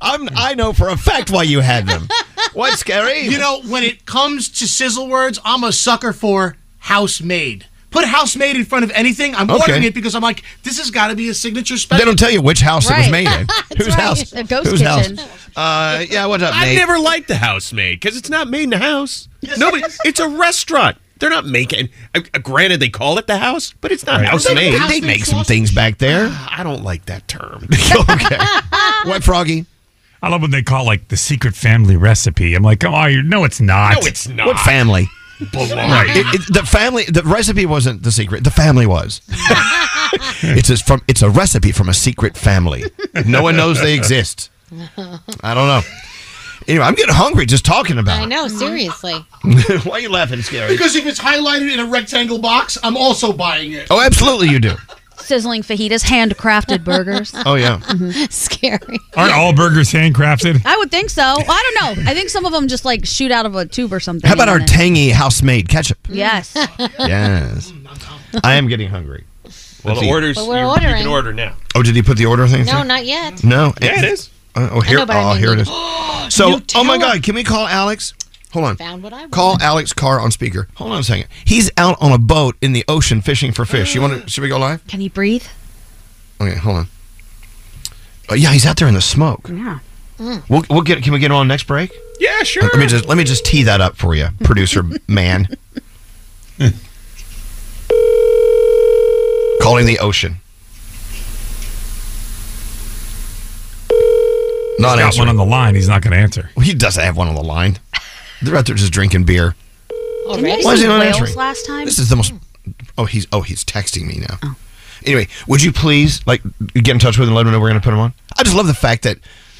Speaker 1: I'm, I know for a fact why you had them. What's scary?
Speaker 11: You know, when it comes to sizzle words, I'm a sucker for house made. Put house made in front of anything. I'm
Speaker 1: Okay.
Speaker 11: ordering it because I'm like, this has got to be a signature special.
Speaker 1: They don't tell you which house it was
Speaker 11: Right.
Speaker 1: made in.
Speaker 11: That's
Speaker 1: Whose
Speaker 11: right.
Speaker 1: house?
Speaker 11: A ghost
Speaker 1: Whose
Speaker 11: kitchen.
Speaker 1: house? Uh, yeah, what's up,
Speaker 8: I've
Speaker 1: mate?
Speaker 8: never liked the housemaid because it's not made in the house. Nobody. It's a restaurant. They're not making. Uh, granted, they call it the house, but it's not
Speaker 1: Right.
Speaker 8: housemaid.
Speaker 1: They- they make some things back there.
Speaker 8: I don't like that term.
Speaker 1: What, Froggy?
Speaker 7: I love when they call like the secret family recipe. I'm like, oh, you no, it's not.
Speaker 1: No, it's not. What family?
Speaker 7: Baloney.
Speaker 1: It- it- the family, the recipe wasn't the secret. The family was. it's a, from. It's a recipe from a secret family. No one knows they exist. I don't know. Anyway, I'm getting hungry just talking
Speaker 9: I
Speaker 1: about.
Speaker 9: know, seriously.
Speaker 1: it. Why are you laughing, Scary?
Speaker 11: Because if it's highlighted in a rectangle box, I'm also buying it.
Speaker 1: oh, absolutely, you do.
Speaker 6: Sizzling fajitas, handcrafted burgers.
Speaker 1: Oh yeah.
Speaker 6: Scary.
Speaker 7: Aren't all burgers handcrafted?
Speaker 6: I would think so. Well, I don't know. I think some of them just like shoot out of a tube or something.
Speaker 1: How about our
Speaker 6: and then-
Speaker 1: tangy house-made ketchup?
Speaker 6: Yes.
Speaker 1: Yes. I am getting hungry.
Speaker 8: Well,
Speaker 1: Let's
Speaker 8: the
Speaker 1: eat.
Speaker 8: orders.
Speaker 9: But we're
Speaker 8: you, you
Speaker 9: ordering.
Speaker 8: can order now.
Speaker 1: Oh, did he put the order thing?
Speaker 9: No, not yet.
Speaker 1: No,
Speaker 8: Yeah, it is.
Speaker 1: Uh, oh,
Speaker 9: I
Speaker 1: here,
Speaker 9: know, but I
Speaker 1: oh,
Speaker 9: mean
Speaker 1: here it
Speaker 9: you-
Speaker 1: is. So,
Speaker 9: You
Speaker 1: oh my
Speaker 9: tell
Speaker 1: God, can we call Alex? Hold on.
Speaker 9: Found what I want.
Speaker 1: Call Alex Carr on speaker. Hold on a second. He's out on a boat in the ocean fishing for fish. You want to? Should we go live?
Speaker 6: Can you breathe?
Speaker 1: Okay, hold on. Oh, yeah, he's out there in the smoke.
Speaker 6: Yeah. Mm.
Speaker 1: We'll, we'll get. Can we get on next break?
Speaker 8: Yeah, sure.
Speaker 1: Let me just let me just tee that up for you, producer man. Calling the ocean. Not
Speaker 7: He's got
Speaker 1: answering.
Speaker 7: one on the line. He's not going to answer.
Speaker 1: Well, he doesn't have one on the line. They're out there just drinking beer.
Speaker 6: Didn't
Speaker 1: Why
Speaker 6: you
Speaker 1: is he
Speaker 6: see
Speaker 1: not
Speaker 6: whales
Speaker 1: answering?
Speaker 6: last time? Oh.
Speaker 1: This is the most. Oh, he's oh he's texting me now. Anyway, would you please like get in touch with him and let him know we're going to put him on? I just love the fact that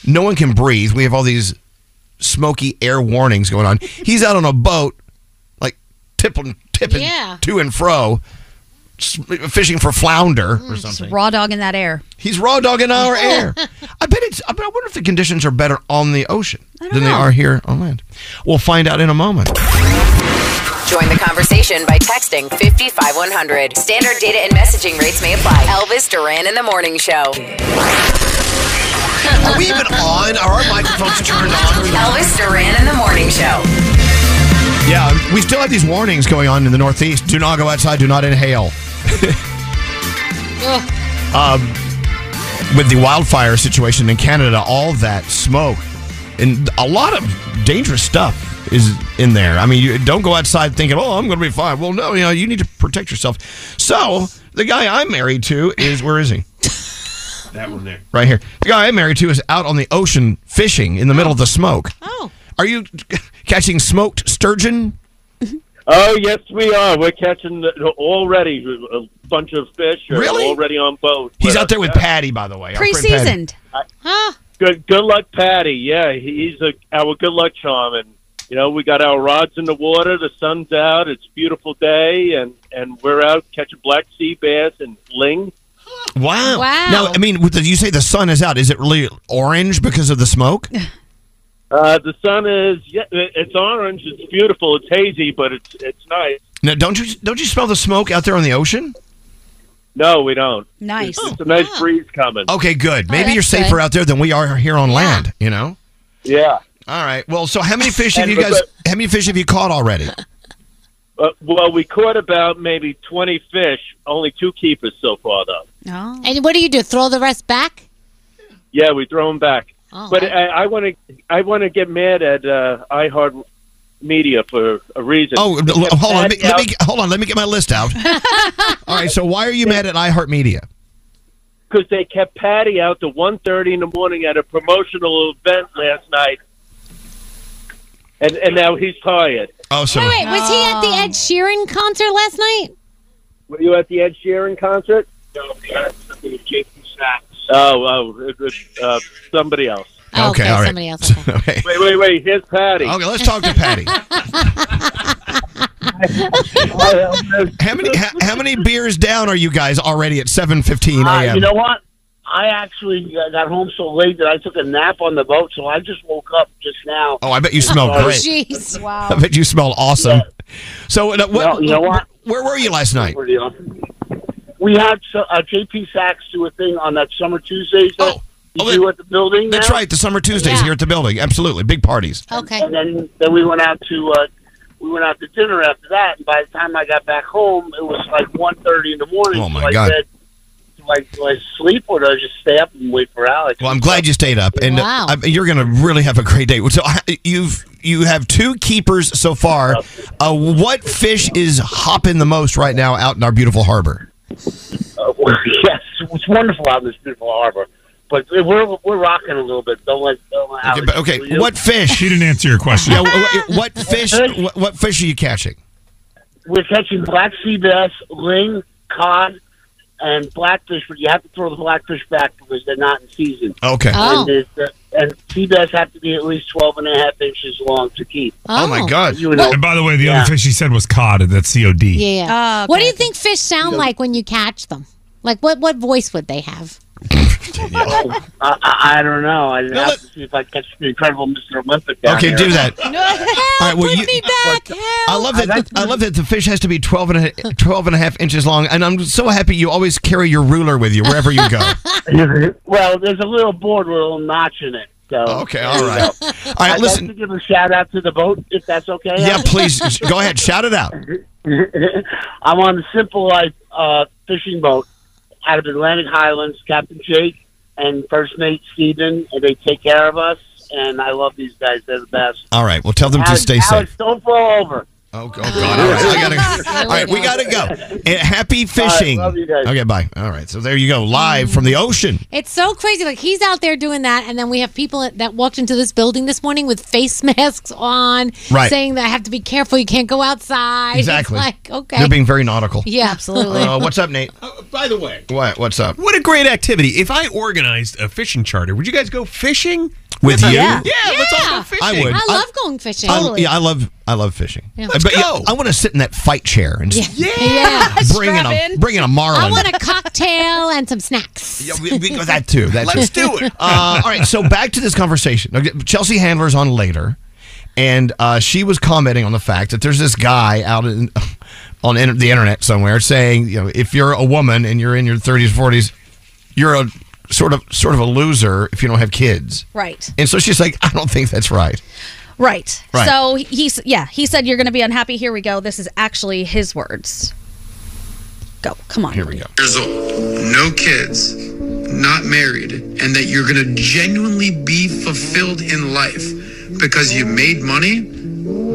Speaker 1: no one can breathe. We have all these smoky air warnings going on. He's out on a boat, like tipping tipping
Speaker 6: Yeah.
Speaker 1: to and fro, s- fishing for flounder or
Speaker 6: Just
Speaker 1: something.
Speaker 6: raw dog in that air.
Speaker 1: He's raw dogging our air. I bet it's. I, bet, I wonder if the conditions are better on the ocean than they are here on land. We'll find out in a moment.
Speaker 10: Join the conversation by texting 55100. Standard data and messaging rates may apply. Elvis Duran in the Morning Show.
Speaker 1: Are we even on? Are our microphones turned on?
Speaker 10: Elvis Duran in the Morning Show.
Speaker 1: Yeah, we still have these warnings going on in the Northeast. Do not go outside. Do not inhale. um, with the wildfire situation in Canada, all that smoke and a lot of dangerous stuff is in there. I mean, you don't go outside thinking, "Oh, I'm going to be fine." Well, no, you know, you need to protect yourself. So, the guy I'm married to is where is he?
Speaker 8: That one there.
Speaker 1: Right here. The guy I'm married to is out on the ocean fishing in the middle of the smoke. Oh. Are you catching smoked sturgeon?
Speaker 17: Oh yes, we are. We're catching the, already a bunch of fish. Are
Speaker 1: Really?
Speaker 17: Already on boat.
Speaker 1: He's out there with Patty, by the way. our friend Patty.
Speaker 17: Huh? Good. Good luck, Patty. Yeah, he- he's a, our good luck charm, and you know we got our rods in the water. The sun's out. It's a beautiful day, and and we're out catching black sea bass and ling.
Speaker 1: Wow.
Speaker 17: Wow.
Speaker 1: Now, I mean, with the, you say the sun is out. Is it really orange because of the smoke?
Speaker 17: Uh, the sun is yeah, it- it's orange. It's beautiful. It's hazy, but it's it's nice.
Speaker 1: Now, don't you don't you smell the smoke out there on the ocean?
Speaker 17: No, we don't.
Speaker 6: Nice.
Speaker 17: It's, it's a nice breeze coming.
Speaker 1: Okay, good.
Speaker 17: Oh,
Speaker 1: Maybe you're
Speaker 17: that's
Speaker 1: safer
Speaker 17: good.
Speaker 1: out there than we are here on land. You know.
Speaker 17: Yeah.
Speaker 1: All right. Well, so how many fish have
Speaker 17: And
Speaker 1: you
Speaker 17: but
Speaker 1: guys?
Speaker 17: the-
Speaker 1: How many fish have you caught already?
Speaker 17: Uh, well, we caught about maybe 20 fish, only two keepers so far, though.
Speaker 9: No. And what do you do? Throw the rest back?
Speaker 17: Yeah, we throw them back.
Speaker 9: Oh,
Speaker 17: but
Speaker 9: I-
Speaker 17: I want to I want to get mad at uh, iHeart Media for a reason.
Speaker 1: Oh,
Speaker 17: They
Speaker 1: l-
Speaker 17: kept
Speaker 1: hold on. Let me,
Speaker 17: adding
Speaker 1: let me
Speaker 17: out-
Speaker 1: get- hold on. Let me get my list out. All right. So why are you mad at iHeartMedia?
Speaker 17: because they kept Patty out to one thirty in the morning at a promotional event last night, and and now he's tired.
Speaker 1: Oh, so
Speaker 9: Wait, was he at the Ed Sheeran concert last night?
Speaker 17: Were you at the Ed Sheeran concert? No, we had something with Jason Sachs. Oh, oh, it was, uh, somebody else.
Speaker 1: Okay, all right. Okay.
Speaker 17: Wait, wait, wait. Here's Patty.
Speaker 1: Okay, let's talk to Patty. how many how, how many beers down are you guys already at 7:15
Speaker 18: Uh,
Speaker 1: a.m.?
Speaker 18: you know what? I actually uh, got home so late that I took a nap on the boat, so I just woke up just now.
Speaker 1: Oh, I bet you smell
Speaker 18: So-
Speaker 1: great.
Speaker 9: Jeez,
Speaker 1: I bet you smell awesome. So, uh, what,
Speaker 18: No, you know what?
Speaker 1: Where were you last night?
Speaker 18: Pretty awesome. We had so- uh, JP Sachs do a thing on that Summer Tuesdays that oh. you do at the building.
Speaker 1: That's
Speaker 18: now.
Speaker 1: right, the summer Tuesdays here at the building. Absolutely, big parties.
Speaker 18: Okay. And then then we went out to uh, we went out to dinner after that. And by the time I got back home, it was like one thirty in the morning.
Speaker 1: Oh, my
Speaker 18: so
Speaker 1: God.
Speaker 18: I said, do I, do I sleep or do I just stay up and wait for Alex?
Speaker 1: Well, I'm glad you stayed up, and uh,
Speaker 18: Wow.
Speaker 1: I- you're going to really have a great day. So I, you've you have two keepers so far. Uh, what fish is hopping the most right now out in our beautiful harbor?
Speaker 18: Uh, well, yes, it's wonderful out in this beautiful harbor. But we're we're rocking a little bit. Don't let don't let Alex.
Speaker 1: Okay, but- okay,
Speaker 18: fool you.
Speaker 1: what fish?
Speaker 7: She didn't answer your question.
Speaker 1: Yeah, what, what fish? What, what fish are you catching?
Speaker 18: We're catching black sea bass, ling, cod, and blackfish. But you have to throw the blackfish back because they're not in season.
Speaker 1: Okay.
Speaker 18: And, there's the- and sea bass have to be at least 12 and a half inches long to keep.
Speaker 1: Oh
Speaker 7: Oh.
Speaker 18: You know,
Speaker 7: And by the way, the other fish she said was cod. and That's C O D.
Speaker 9: Yeah. yeah. What do you think fish sound like when you catch them? Like what what voice would they have?
Speaker 18: I, I, I don't know. I have to see if I catch the incredible Mr. Olympic. down
Speaker 1: Okay,
Speaker 18: here.
Speaker 1: do that.
Speaker 9: All
Speaker 1: right, well, you, I love that. I love that the fish has to be 12 and, a, 12 and a half inches long, and I'm so happy you always carry your ruler with you wherever you go.
Speaker 18: Well, there's a little board with a little notch in it. So okay,
Speaker 1: Oh, all right. All right,
Speaker 18: I'd
Speaker 1: listen-
Speaker 18: Like to give a shout out to the boat, if that's okay.
Speaker 1: Yeah,
Speaker 18: Adam.
Speaker 1: please go ahead, shout it out.
Speaker 18: I'm on the Simple Life uh, fishing boat out of Atlantic Highlands. Captain Jake and first mate Steven, and they take care of us. And I love these guys; they're the best.
Speaker 1: All right, well, tell them to
Speaker 18: Alex-
Speaker 1: stay
Speaker 18: Alex,
Speaker 1: safe.
Speaker 18: don't fall over.
Speaker 1: Oh, God! All right, I gotta- all right, we gotta go. And happy fishing.
Speaker 18: love you guys.
Speaker 1: Okay, bye. All right, so there you go, live from the ocean.
Speaker 9: It's so crazy. Like he's out there doing that, and then we have people that walked into this building this morning with face masks on,
Speaker 1: Right.
Speaker 9: saying that I have to be careful, you can't go outside. It's
Speaker 1: Exactly.
Speaker 9: like okay,
Speaker 1: They're being very nautical.
Speaker 9: yeah, absolutely.
Speaker 1: Uh, what's up, Nate?
Speaker 8: By the way,
Speaker 1: What? What's up?
Speaker 8: what a great activity! If I organized a fishing charter, would you guys go fishing
Speaker 1: With you?
Speaker 8: Yeah,
Speaker 9: yeah,
Speaker 8: let's all go fishing.
Speaker 1: I would.
Speaker 9: I
Speaker 1: I-
Speaker 9: love going fishing.
Speaker 1: I- yeah, I love I love fishing.
Speaker 9: Yeah. Let's
Speaker 1: but yeah,
Speaker 9: go.
Speaker 1: I want to sit in that fight chair and just
Speaker 9: yeah.
Speaker 1: bring in a bring in a marlin.
Speaker 9: I want a cocktail and some snacks.
Speaker 1: Yeah, we, we, that too. That
Speaker 9: Let's
Speaker 1: too.
Speaker 9: do it.
Speaker 1: Uh, all right. So back to this conversation. Okay, Chelsea Handler's on later, and uh, she was commenting on the fact that there's this guy out in, on inter- the internet somewhere saying, you know, if you're a woman and you're in your 30s, 40s, you're a sort of sort of a loser if you don't have kids.
Speaker 6: Right.
Speaker 1: And so she's like, I don't think that's right.
Speaker 6: Right.
Speaker 1: Right.
Speaker 6: So he's yeah, he said you're going to be unhappy. Here we go. This is actually his words. Go. Oh, Come on. Here we go.
Speaker 15: years old, no kids, not married, and that you're going to genuinely be fulfilled in life because you made money.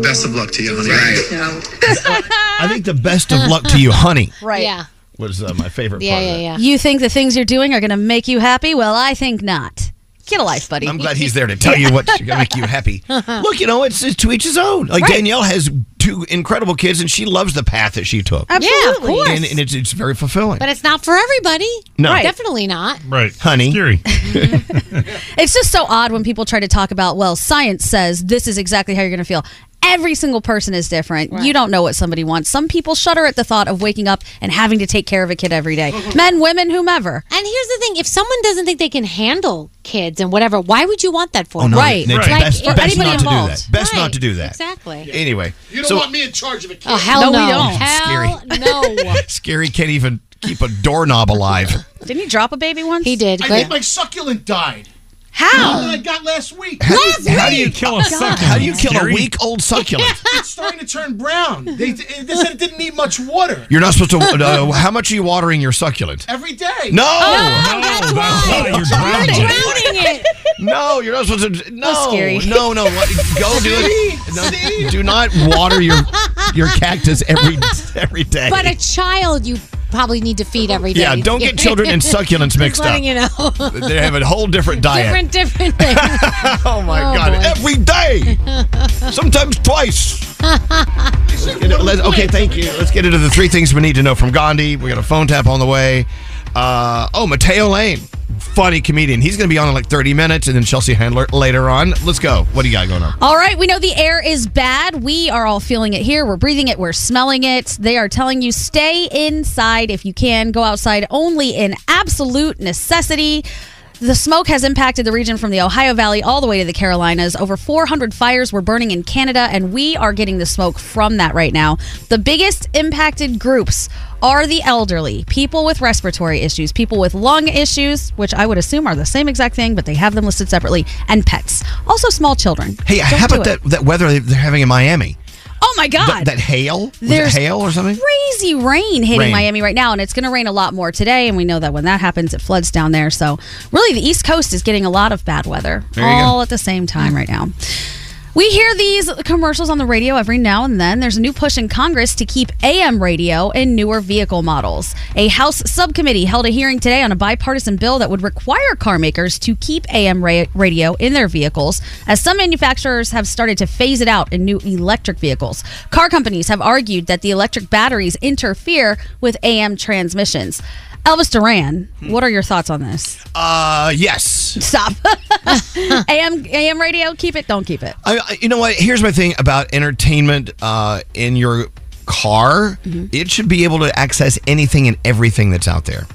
Speaker 15: Best of luck to you, honey.
Speaker 1: I think the best of luck to you, honey,
Speaker 6: Right. Yeah.
Speaker 1: was uh, my favorite part. of that.
Speaker 6: You think the things you're doing are going to make you happy? Well, I think not. Get a life, buddy.
Speaker 1: I'm glad he's there to tell you what's going to make you happy. Look, you know, it's, it's to each his own. Like
Speaker 6: Right.
Speaker 1: Danielle has two incredible kids, and she loves the path that she took.
Speaker 9: Absolutely. Yeah, of course.
Speaker 1: And, and it's, it's very fulfilling.
Speaker 9: But it's not for everybody.
Speaker 1: No. Right.
Speaker 9: definitely not.
Speaker 1: Right. Honey. Scary.
Speaker 6: It's just so odd when people try to talk about, well, science says this is exactly how you're going to feel. Every single person is different. You don't know what somebody wants. Some people shudder at the thought of waking up and having to take care of a kid every day. Men, women, whomever.
Speaker 9: And here's the thing: if someone doesn't think they can handle kids and whatever, why would you want that for?
Speaker 1: Oh, no,
Speaker 9: them?
Speaker 1: Right. it's
Speaker 9: Like,
Speaker 1: best-
Speaker 9: for
Speaker 1: best
Speaker 9: anybody
Speaker 1: not to do
Speaker 9: involved.
Speaker 1: that. Best not to do that.
Speaker 9: Exactly.
Speaker 1: Anyway.
Speaker 11: You don't
Speaker 1: so-
Speaker 11: want me in charge of a kid.
Speaker 9: Oh hell no! Hell no!
Speaker 1: Scary can't even keep a doorknob alive.
Speaker 6: Didn't he drop a baby once?
Speaker 9: He did.
Speaker 11: I think my succulent died.
Speaker 6: How?
Speaker 11: One that I got last week.
Speaker 1: How do you, how do you
Speaker 9: Oh,
Speaker 1: kill a succulent? How do you kill a week old succulent?
Speaker 11: it's starting to turn brown. They, they said it didn't need much water
Speaker 1: You're not supposed to. Uh, how much are you watering your succulent?
Speaker 11: every day.
Speaker 1: No!
Speaker 6: Oh,
Speaker 11: that's
Speaker 1: why.
Speaker 11: You're
Speaker 1: drowning it.
Speaker 9: it.
Speaker 1: No, you're not supposed to. No,
Speaker 11: That's scary.
Speaker 1: no, no. What, go do it. No, do not water your your cactus every every day.
Speaker 9: But a child, you probably need to feed every day.
Speaker 1: Yeah, don't get children and succulents
Speaker 9: Just
Speaker 1: mixed up.
Speaker 9: letting You know,
Speaker 6: uh,
Speaker 1: they have a whole different diet.
Speaker 9: different, different things.
Speaker 1: oh my God! Every day, sometimes twice. You know, let- okay, thank you. Let's get into the three things we need to know from Gandhi. We got a phone tap on the way. Uh, oh, Mateo Lane funny comedian. He's going to be on in like 30 minutes, and then Chelsea Handler later on. Let's go. What do you got going on?
Speaker 6: All right, we know the air is bad. We are all feeling it here. We're breathing it, we're smelling it. They are telling you stay inside if you can, go outside only in absolute necessity. The smoke has impacted the region from the Ohio Valley all the way to the Carolinas. Over 400 fires were burning in Canada, and we are getting the smoke from that right now. The biggest impacted groups are the elderly, people with respiratory issues, people with lung issues, which I would assume are the same exact thing, but they have them listed separately, and pets. Also, small children.
Speaker 1: Hey,
Speaker 6: Don't
Speaker 1: how
Speaker 6: do
Speaker 1: about
Speaker 6: it.
Speaker 1: that, that weather they- they're having in Miami?
Speaker 6: Oh my God.
Speaker 1: That, that hail? Was
Speaker 6: There's
Speaker 1: it hail or something?
Speaker 6: Crazy rain hitting
Speaker 1: Rain.
Speaker 6: Miami right now, and it's going to rain a lot more today. And we know that when that happens, it floods down there. So, really, the East Coast is getting a lot of bad weather
Speaker 19: There you go.
Speaker 6: all at the same time right now. We hear these commercials on the radio every now and then. There's a new push in Congress to keep AM radio in newer vehicle models. A House subcommittee held a hearing today on a bipartisan bill that would require car makers to keep AM ra- radio in their vehicles, as some manufacturers have started to phase it out in new electric vehicles. Car companies have argued that the electric batteries interfere with AM transmissions. Elvis Duran,
Speaker 19: Hmm.
Speaker 6: what are your thoughts on this?
Speaker 1: Uh, yes.
Speaker 6: Stop. AM AM radio, keep it, don't keep it.
Speaker 1: I, I- you know what? Here's my thing about entertainment uh, in your car.
Speaker 6: Mm-hmm.
Speaker 1: It should be able to access anything and everything that's out there.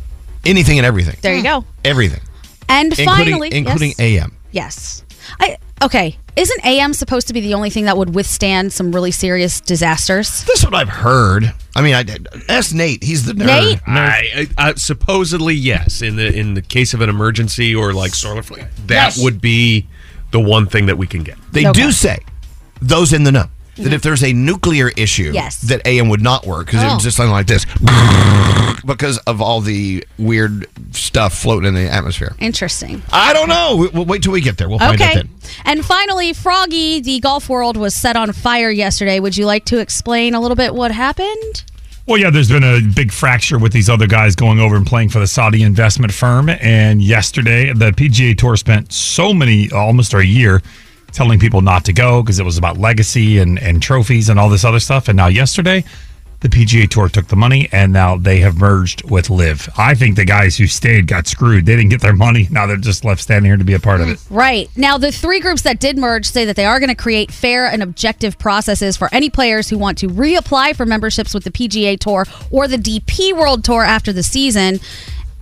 Speaker 1: Anything and everything.
Speaker 6: There you go.
Speaker 1: Everything.
Speaker 6: And
Speaker 1: including,
Speaker 6: finally,
Speaker 1: including
Speaker 6: yes,
Speaker 1: AM.
Speaker 6: Yes. I okay. Isn't AM supposed to be the only thing that would withstand some really serious disasters?
Speaker 1: That's what I've heard. I mean, I ask Nate. He's the nerd.
Speaker 6: Nate?
Speaker 8: I, I, I, supposedly yes. In the in the case of an emergency or like solar flare, that
Speaker 1: Yes.
Speaker 8: would be the one thing that we can get.
Speaker 1: They do say those in the know that if there's a nuclear issue,
Speaker 8: Yes.
Speaker 1: that AM would not work because it
Speaker 8: Oh.
Speaker 1: would just sound like this because of all the weird stuff floating in the atmosphere.
Speaker 6: Interesting.
Speaker 1: I don't know. We- We'll wait till we get there. We'll find out
Speaker 6: okay.
Speaker 1: then.
Speaker 6: And finally, Froggy, the golf world was set on fire yesterday. Would you like to explain a little bit what happened?
Speaker 7: Well, yeah, there's been a big fracture with these other guys going over and playing for the Saudi investment firm. And yesterday, the PGA Tour spent so many, almost a year, telling people not to go because it was about legacy and, and trophies and all this other stuff. And now, yesterday, the PGA Tour took the money and now they have merged with Live. I think the guys who stayed got screwed. They didn't get their money. Now they're just left standing here to be a part of it.
Speaker 6: Right. Now, the three groups that did merge say that they are going to create fair and objective processes for any players who want to reapply for memberships with the PGA Tour or the DP World Tour after the season.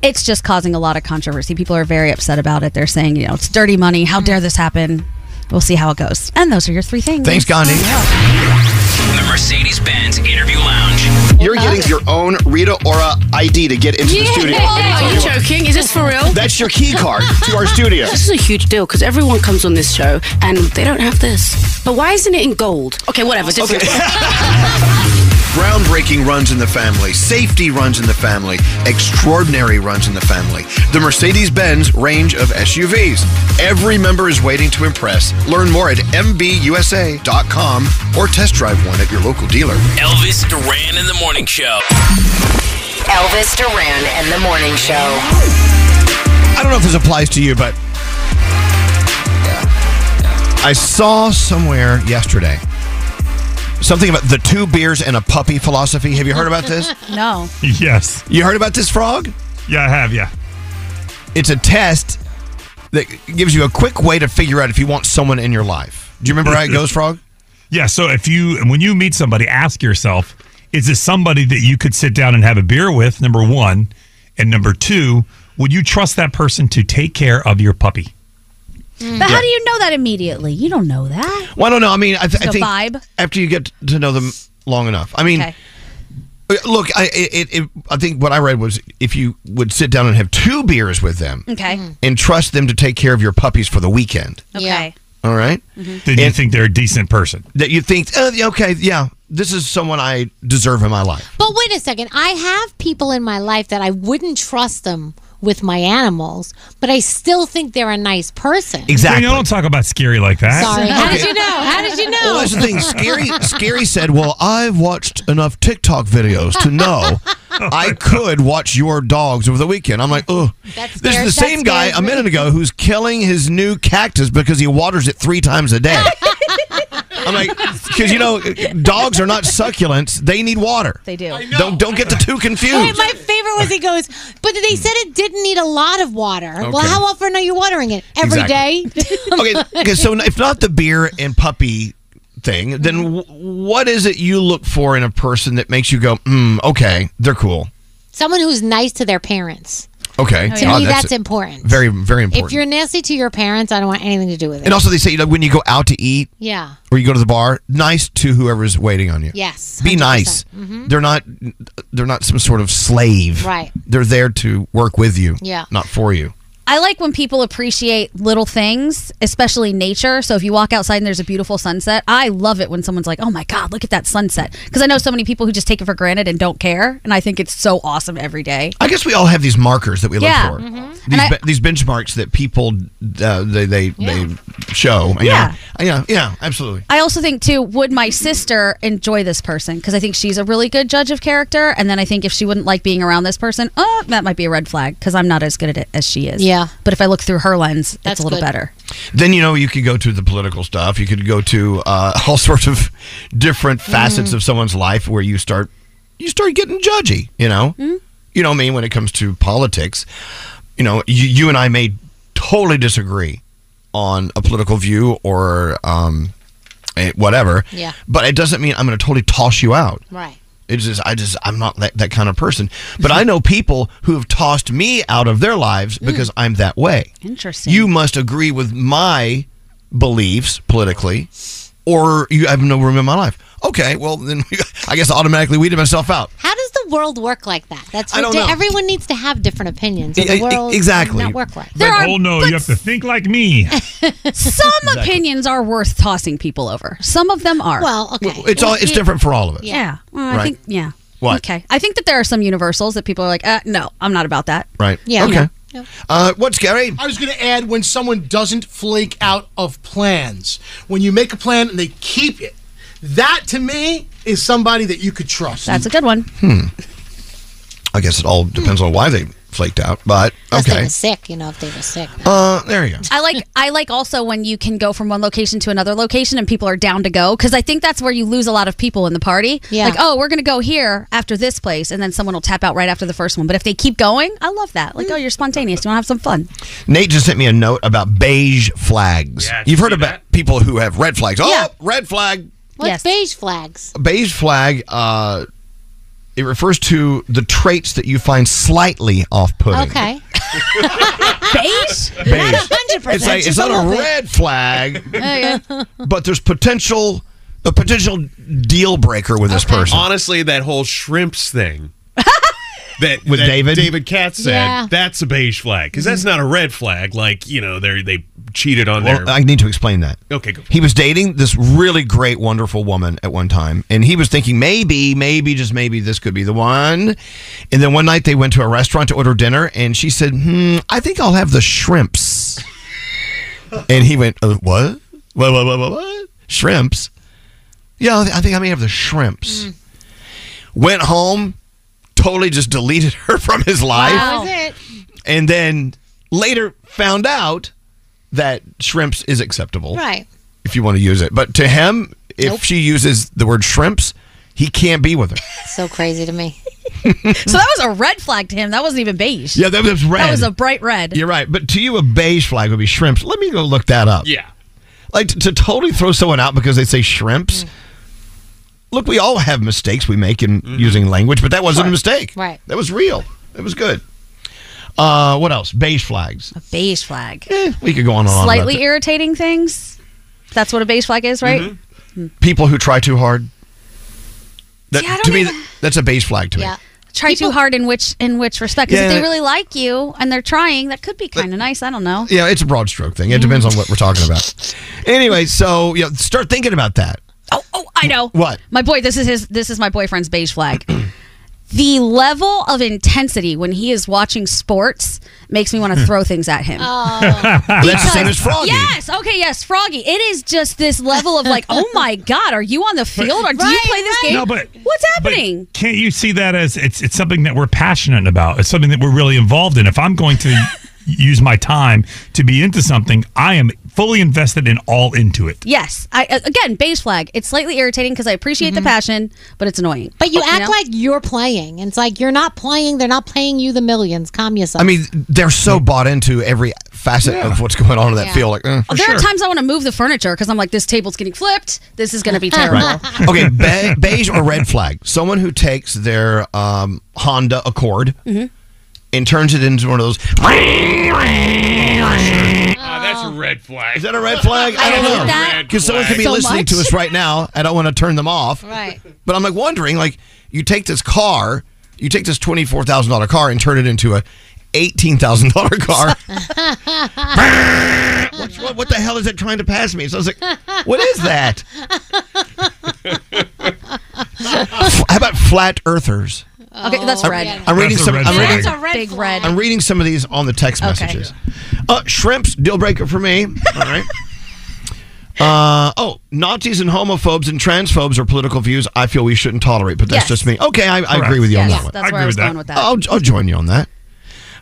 Speaker 6: It's just causing a lot of controversy. People are very upset about it. They're saying, you know, it's dirty money. How dare this happen? We'll see how it goes. And those are your three things.
Speaker 1: Thanks, Gandhi.
Speaker 3: The Mercedes Benz Interview Lounge.
Speaker 1: You're getting your own Rita Ora ID to get into the
Speaker 3: Yeah.
Speaker 1: studio.
Speaker 3: Are you
Speaker 20: joking? Is this for real?
Speaker 1: That's your key card to our studio.
Speaker 20: This is a huge deal because everyone comes on this show and they don't have this. But why isn't it in gold? Okay, whatever. different.
Speaker 1: Groundbreaking runs in the family, safety runs in the family, extraordinary runs in the family. The Mercedes Benz range of SUVs. Every member is waiting to impress. Learn more at MBUSA.com or test drive one at your local dealer.
Speaker 3: Elvis Duran in the Morning Show.
Speaker 10: Elvis Duran and the Morning Show.
Speaker 1: I don't know if this applies to you, but I saw somewhere yesterday something about the two beers and a puppy philosophy. Have you heard about this?
Speaker 6: no.
Speaker 7: Yes.
Speaker 1: You heard about this frog?
Speaker 7: Yeah, I have, yeah.
Speaker 1: It's a test that gives you a quick way to figure out if you want someone in your life. Do you remember how it goes, Frog?
Speaker 7: Yeah. So if you when you meet somebody, ask yourself: Is this somebody that you could sit down and have a beer with? Number one, and number two, would you trust that person to take care of your puppy?
Speaker 6: But
Speaker 1: Yeah.
Speaker 6: how do you know that immediately? You don't know that.
Speaker 1: Well, I don't know. I mean, I, th-
Speaker 6: Just
Speaker 1: I
Speaker 6: a
Speaker 1: think
Speaker 6: vibe?
Speaker 1: after you get to know them long enough. I mean, uh,
Speaker 6: Okay.
Speaker 1: look, I it, it, I think what I read was if you would sit down and have two beers with them
Speaker 6: Okay.
Speaker 9: Mm-hmm.
Speaker 1: and trust them to take care of your puppies for the weekend.
Speaker 6: Okay.
Speaker 1: All right.
Speaker 6: Mhm.
Speaker 7: Then you think they're a decent person.
Speaker 1: That you think, oh, okay, yeah, this is someone I deserve in my life.
Speaker 9: But wait a second. I have people in my life that I wouldn't trust them with my animals, but I still think they're a nice person.
Speaker 7: You don't talk about scary like that.
Speaker 9: Sorry. How did you know? How did you know?
Speaker 1: Well, that's the thing. Scary, Scary said, "Well, I've watched enough TikTok videos to know I could watch your dogs over the weekend." I'm like, "Oh, this is the
Speaker 3: scares-
Speaker 1: same
Speaker 3: that
Speaker 1: guy
Speaker 3: scares
Speaker 1: a
Speaker 3: me.
Speaker 1: minute ago who's killing his new cactus because he waters it three times a day." I'm like, because you know, dogs are not succulents; they need water.
Speaker 6: They do.
Speaker 1: Don't don't get the two
Speaker 9: Wait,
Speaker 1: confused.
Speaker 9: my favorite was he goes, but they said it didn't need a lot of water. Well,
Speaker 1: Hmm. Okay.
Speaker 9: how often are you watering it? Every day?
Speaker 1: Exactly. okay, okay, so if not the beer and puppy thing, then w- what is it you look for in a person that makes you go, mm, okay, they're cool.
Speaker 9: Someone who's nice to their parents.
Speaker 1: Okay,
Speaker 9: To
Speaker 1: Oh,
Speaker 9: me, that's, important.
Speaker 1: Very, very important.
Speaker 9: If you're nasty to your parents, I don't want anything to do with it.
Speaker 1: and also, they say you know, when you go out to eat
Speaker 9: yeah.
Speaker 1: or you go to the bar, nice to whoever's waiting on you.
Speaker 9: Yes, Mm-hmm.
Speaker 1: be nice. They're not. They're not some sort of slave.
Speaker 6: Right.
Speaker 1: They're there to work with you.
Speaker 6: Yeah.
Speaker 1: Not for you.
Speaker 6: I like when people appreciate little things, especially nature. So if you walk outside and there's a beautiful sunset, I love it when someone's like, "Oh my god, look at that sunset." Because I know so many people who just take it for granted and don't care, and I think it's so awesome every day.
Speaker 1: I guess we all have these markers that we
Speaker 6: Yeah.
Speaker 1: look for.
Speaker 9: Mm-hmm.
Speaker 6: Mhm. And
Speaker 1: These,
Speaker 6: I-
Speaker 1: be- these benchmarks that people uh, they they, they show. you
Speaker 6: Yeah.
Speaker 1: know. Yeah. Yeah. Absolutely.
Speaker 6: I also think too, would my sister enjoy this person? Because I think she's a really good judge of character, and then I think if she wouldn't like being around this person, oh, that might be a red flag because I'm not as good at it as she is.
Speaker 9: Yeah.
Speaker 6: But if I look through her lens, that's
Speaker 9: That's
Speaker 6: a little
Speaker 9: good.
Speaker 6: better.
Speaker 1: Then you know you could go to the political stuff. You could go to uh, all sorts of different facets
Speaker 6: Mhm.
Speaker 1: of someone's life where you start you start getting judgy. You know, you know what I mean when it comes to politics. You know, you, you and I may totally disagree on a political view or um, eh, whatever.
Speaker 9: Yeah.
Speaker 1: But it doesn't mean I'm going to totally toss you out.
Speaker 9: Right.
Speaker 1: It's just I just I'm not that, that kind of person. But I know people who have tossed me out of their lives because I'm that way.
Speaker 6: Interesting.
Speaker 1: You must agree with my beliefs politically, or you have no room in my life. Okay, well then I guess I automatically weeded myself out.
Speaker 9: How does the world work like that? That's
Speaker 1: I don't
Speaker 9: ridic-
Speaker 1: know.
Speaker 9: Everyone needs to have different opinions. Or
Speaker 1: E-
Speaker 9: the
Speaker 1: e-
Speaker 9: world
Speaker 1: exactly.
Speaker 9: does not work like that.
Speaker 6: There are-
Speaker 7: oh no, you have to think like me.
Speaker 6: Some
Speaker 1: Exactly.
Speaker 6: opinions are worth tossing people over. Some of them are.
Speaker 9: Well, okay.
Speaker 1: It's all it's different for all of us.
Speaker 6: Yeah. Well, I
Speaker 1: Right.
Speaker 6: think yeah.
Speaker 1: What?
Speaker 6: Okay. I think that there are some universals that people are like, uh, no, I'm not about that.
Speaker 1: Right.
Speaker 6: Yeah.
Speaker 1: Okay.
Speaker 6: Yeah.
Speaker 1: Uh, what's Gary?
Speaker 11: I was going to add when someone doesn't flake out of plans. When you make a plan and they keep it, that to me is somebody that you could trust.
Speaker 6: That's a good one.
Speaker 1: Hmm. I guess it all depends on why they flaked out, but
Speaker 9: Unless they
Speaker 1: okay.
Speaker 9: were sick, you know, if they were sick.
Speaker 1: Uh, there you go.
Speaker 6: I like I like also when you can go from one location to another location and people are down to go because I think that's where you lose a lot of people in the party.
Speaker 9: Yeah.
Speaker 6: Like, oh, we're gonna go here after this place, and then someone will tap out right after the first one. But if they keep going, I love that. Like,
Speaker 9: Mm.
Speaker 6: oh, you're spontaneous. You want to have some fun?
Speaker 1: Nate just sent me a note about beige flags.
Speaker 3: Yeah, did
Speaker 1: You've
Speaker 3: you
Speaker 1: heard
Speaker 3: see
Speaker 1: about people who have red flags. Oh, red flag.
Speaker 9: What's beige flags?
Speaker 1: A beige flag uh it refers to the traits that you find slightly off-putting.
Speaker 9: Okay.
Speaker 6: beige?
Speaker 1: Beige.
Speaker 9: Not 100%.
Speaker 1: It's, like, it's
Speaker 9: just
Speaker 1: not a
Speaker 9: little bit.
Speaker 1: red flag,
Speaker 9: Yeah, yeah.
Speaker 1: but there's potential a potential deal breaker with this person.
Speaker 8: Honestly, that whole shrimps thing. That
Speaker 1: With
Speaker 8: that
Speaker 1: David?
Speaker 8: David Katz said
Speaker 1: Yeah.
Speaker 8: that's a beige flag because that's not a red flag. Like you know, they they cheated on
Speaker 1: Well,
Speaker 8: their
Speaker 1: I need to explain that.
Speaker 8: Okay, go.
Speaker 1: He was dating this really great, wonderful woman at one time, and he was thinking maybe, maybe, just maybe this could be the one. And then one night they went to a restaurant to order dinner, and she said, "Hmm, I think I'll have the shrimps." and he went, uh, "What? What? What? What? What? what? Shrimps? Yeah, I thi- I think I may have the shrimps." Went home, totally just deleted her from his life
Speaker 9: That was it.
Speaker 1: and then later found out that shrimps is acceptable
Speaker 9: Right.
Speaker 1: if you want to use it. But to him, if
Speaker 9: Nope.
Speaker 1: she uses the word shrimps, he can't be with her.
Speaker 9: So crazy to me.
Speaker 6: so that was a red flag to him. That wasn't even beige.
Speaker 1: Yeah, that was red.
Speaker 6: That was a bright red.
Speaker 1: You're right. But to you, a beige flag would be shrimps. Let me go look that up.
Speaker 8: Yeah.
Speaker 1: Like to, to totally throw someone out because they say shrimps.
Speaker 6: Mm.
Speaker 1: Look, we all have mistakes we make in using language, but that wasn't a mistake.
Speaker 9: Right.
Speaker 1: That was real. That was good. Uh, what else? Beige flags.
Speaker 6: A beige flag.
Speaker 1: We could go on and on. about
Speaker 6: Slightly
Speaker 1: that.
Speaker 6: irritating things. That's what a beige flag is, right?
Speaker 1: Mm-hmm. people who try too hard. That,
Speaker 6: See, I don't
Speaker 1: to me, that's a beige flag to me.
Speaker 6: Try too hard in which in which respect? Because
Speaker 1: Yeah.
Speaker 6: if they really like you and they're trying, that could be kind of nice. I don't know.
Speaker 1: Yeah, it's a broad stroke thing. It depends on what we're talking about. Anyway, so yeah, start thinking about that.
Speaker 6: Oh, I know.
Speaker 1: What?
Speaker 6: My boy, this is his this is my boyfriend's beige flag. the level of intensity when he is watching sports makes me want to throw things at him.
Speaker 1: Hmm.
Speaker 3: Oh.
Speaker 1: Ah,
Speaker 9: Oh.
Speaker 1: That's the same as froggy.
Speaker 6: Yes. Okay. Yes. Froggy. It is just this level of like, oh my god, are you on the field or do you play this game?
Speaker 7: No, but-
Speaker 6: what's happening?
Speaker 7: Can't you see that as it's it's something that we're passionate about? It's something that we're really involved in. If I'm going to use my time to be into something, I am fully invested and all into it.
Speaker 6: Yes. I uh, again, beige flag. It's slightly irritating because I appreciate the passion, but it's annoying.
Speaker 9: Mm-hmm. But you act
Speaker 6: know?
Speaker 9: like you're playing. It's like you're not playing. They're not paying you the millions. Calm yourself.
Speaker 1: I mean, they're so bought into every facet of what's going on in that
Speaker 6: Yeah.
Speaker 1: field. Like, eh,
Speaker 6: Oh, there are times I want to move the furniture because I'm like, this table's getting flipped. This is going to be terrible.
Speaker 1: Right. okay, be- beige or red flag. Someone who takes their um, Honda Accord
Speaker 6: Mhm.
Speaker 1: and turns it into one of those. Ah.
Speaker 8: that's a red flag.
Speaker 1: Is that Oh, a red flag? I, don't know. Because someone could be listening to us right now. I don't want to turn them off.
Speaker 9: Right.
Speaker 1: But I'm like wondering, like, you take this car, you take this twenty four thousand dollar car and turn it into a eighteen thousand dollar car. What's- what, what the hell is it trying to pass me? So I was like, what is that? How about flat earthers?
Speaker 6: Okay, that's
Speaker 9: Oh,
Speaker 1: I'm-
Speaker 6: red.
Speaker 1: I'm reading some. I'm reading,
Speaker 6: big red.
Speaker 1: I'm reading some of these on the text
Speaker 6: Okay.
Speaker 1: messages. Uh, shrimps, deal breaker for me. All right. Uh, oh, Nazis and homophobes and transphobes are political views I feel we shouldn't tolerate, but that's
Speaker 6: Yes.
Speaker 1: just me. Okay, I, I agree
Speaker 6: Correct.
Speaker 1: with you on
Speaker 6: Yes,
Speaker 1: that one.
Speaker 6: that's I where I agree was with going that. with that.
Speaker 1: I'll, I'll join you on that.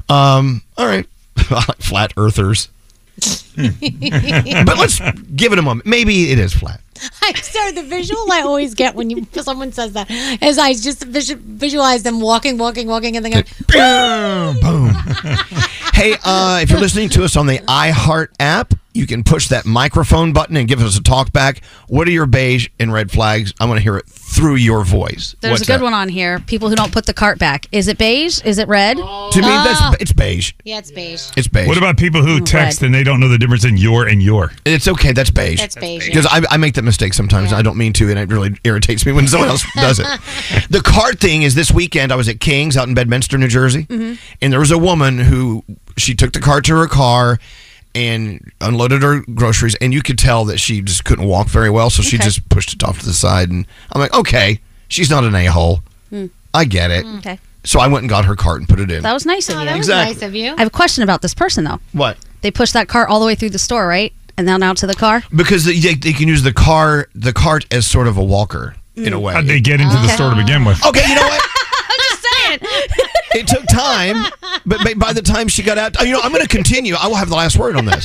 Speaker 1: Um, all right. I like flat earthers. but let's give it a moment. Maybe it is flat.
Speaker 9: I sorry, the visual I always get when you someone says that is I just visu- visualize them walking, walking, walking, and then going,
Speaker 1: Boom! Boom. hey, uh, if you're listening to us on the iHeart app, you can push that microphone button and give us a talk back. What are your beige and red flags? I want to hear it through your voice.
Speaker 6: There's
Speaker 1: What's
Speaker 6: a good
Speaker 1: that?
Speaker 6: one on here. People who don't put the cart back. Is it beige? Is it red?
Speaker 1: To me, that's it's beige.
Speaker 9: Uh, Yeah, it's beige.
Speaker 1: It's beige.
Speaker 7: What about people who
Speaker 6: Mm,
Speaker 7: text
Speaker 6: red.
Speaker 7: and they don't know the difference in your and your?
Speaker 1: It's okay. That's beige.
Speaker 9: That's beige,
Speaker 1: Because I, I make that mistake sometimes. I don't mean to, and it really irritates me when someone else does it. The card thing is this weekend. I was at King's out in Bedminster, New Jersey,
Speaker 6: Mm-hmm.
Speaker 19: Mhm.
Speaker 1: and there was a woman who she took the cart to her car and unloaded her groceries, and you could tell that she just couldn't walk very well, so she
Speaker 6: Okay.
Speaker 1: just pushed it off to the side. And I'm like, okay, she's not an a hole.
Speaker 6: Hmm.
Speaker 1: I get it.
Speaker 6: Okay.
Speaker 1: So I went and got her cart and put it in.
Speaker 6: That was
Speaker 9: Oh,
Speaker 6: nice of you.
Speaker 1: that was Exactly. nice
Speaker 9: of you.
Speaker 6: I have a question about this person though.
Speaker 1: what?
Speaker 6: They pushed that cart all the way through the store, right? And then out to the car.
Speaker 1: Because they, they can use the car, the cart as sort of a walker in a
Speaker 7: Mm.
Speaker 1: way.
Speaker 7: How'd they get into the store to begin with?
Speaker 1: Okay, you know what? It took time, but ba- by the time she got out, uh, you know, I'm going to continue. I will have the last word on this.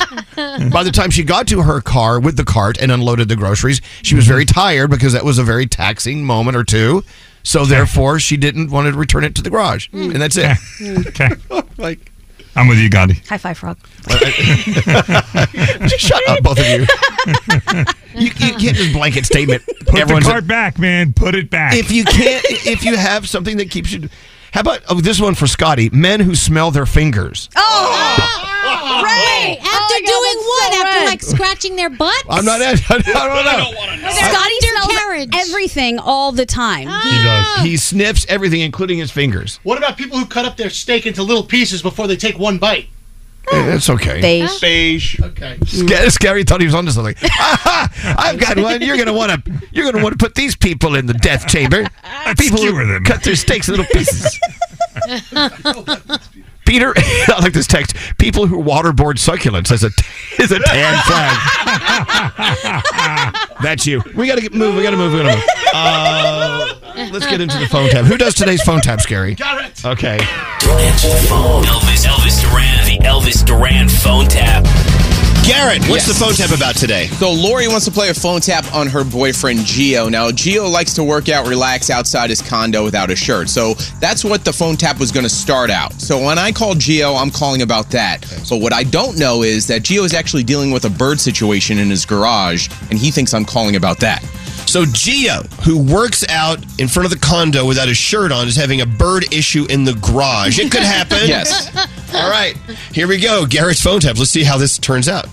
Speaker 1: By the time she got to her car with the cart and unloaded the groceries, she was very
Speaker 7: Mm-hmm.
Speaker 1: tired because that was a very taxing moment or two. So therefore, she didn't want to return it to the garage, and that's it.
Speaker 7: Okay.
Speaker 1: like,
Speaker 7: I'm with you, Gandhi.
Speaker 6: High five, frog.
Speaker 1: shut up, Uh, both of you. You, you can't just blanket statement.
Speaker 7: Put the cart back, man. Put it back.
Speaker 1: If you can't, if you have something that keeps you. How about oh, this one for Scotty? Men who smell their fingers.
Speaker 9: oh, right. After doing what? After like scratching their butt?
Speaker 1: I'm not. I don't know.
Speaker 6: Scotty smells everything all the time.
Speaker 9: Ah.
Speaker 1: He does. He sniffs everything, including his fingers.
Speaker 21: What about people who cut up their steak into little pieces before they take one bite?
Speaker 1: Eh, That's okay.
Speaker 21: Beige.
Speaker 1: Beige.
Speaker 21: Okay.
Speaker 1: Sca- Scary thought he was onto something. Aha, I've got one. You're gonna want to. You're gonna want to put these people in the death chamber. people who cut their steaks in little pieces. Peter, I like this text. People who waterboard succulents is a is a tan flag. That's you. We gotta get, move. We gotta move. We gotta move. Uh, let's get into the phone tab. Who does today's phone tab, Scary? Garrett. Okay.
Speaker 3: Don't answer the phone. Elvis, Elvis Duran, the Elvis Duran phone tap.
Speaker 22: Garrett,
Speaker 3: what's the phone tap
Speaker 22: about today? So Lori wants to play a phone tap on her boyfriend Gio. Now Gio likes to work out, relax outside his condo without a shirt. So that's what the phone tap was going to start out. So when I call Gio, I'm calling about that. But what I don't know is that Gio is actually dealing with a bird situation in his garage, and he thinks I'm calling about that.
Speaker 1: So Gio, who works out in front of the condo without his shirt on, is having a bird issue in the garage. It could happen.
Speaker 22: Yes.
Speaker 1: All right. Here we go. Garrett's phone tap. Let's see how this turns out.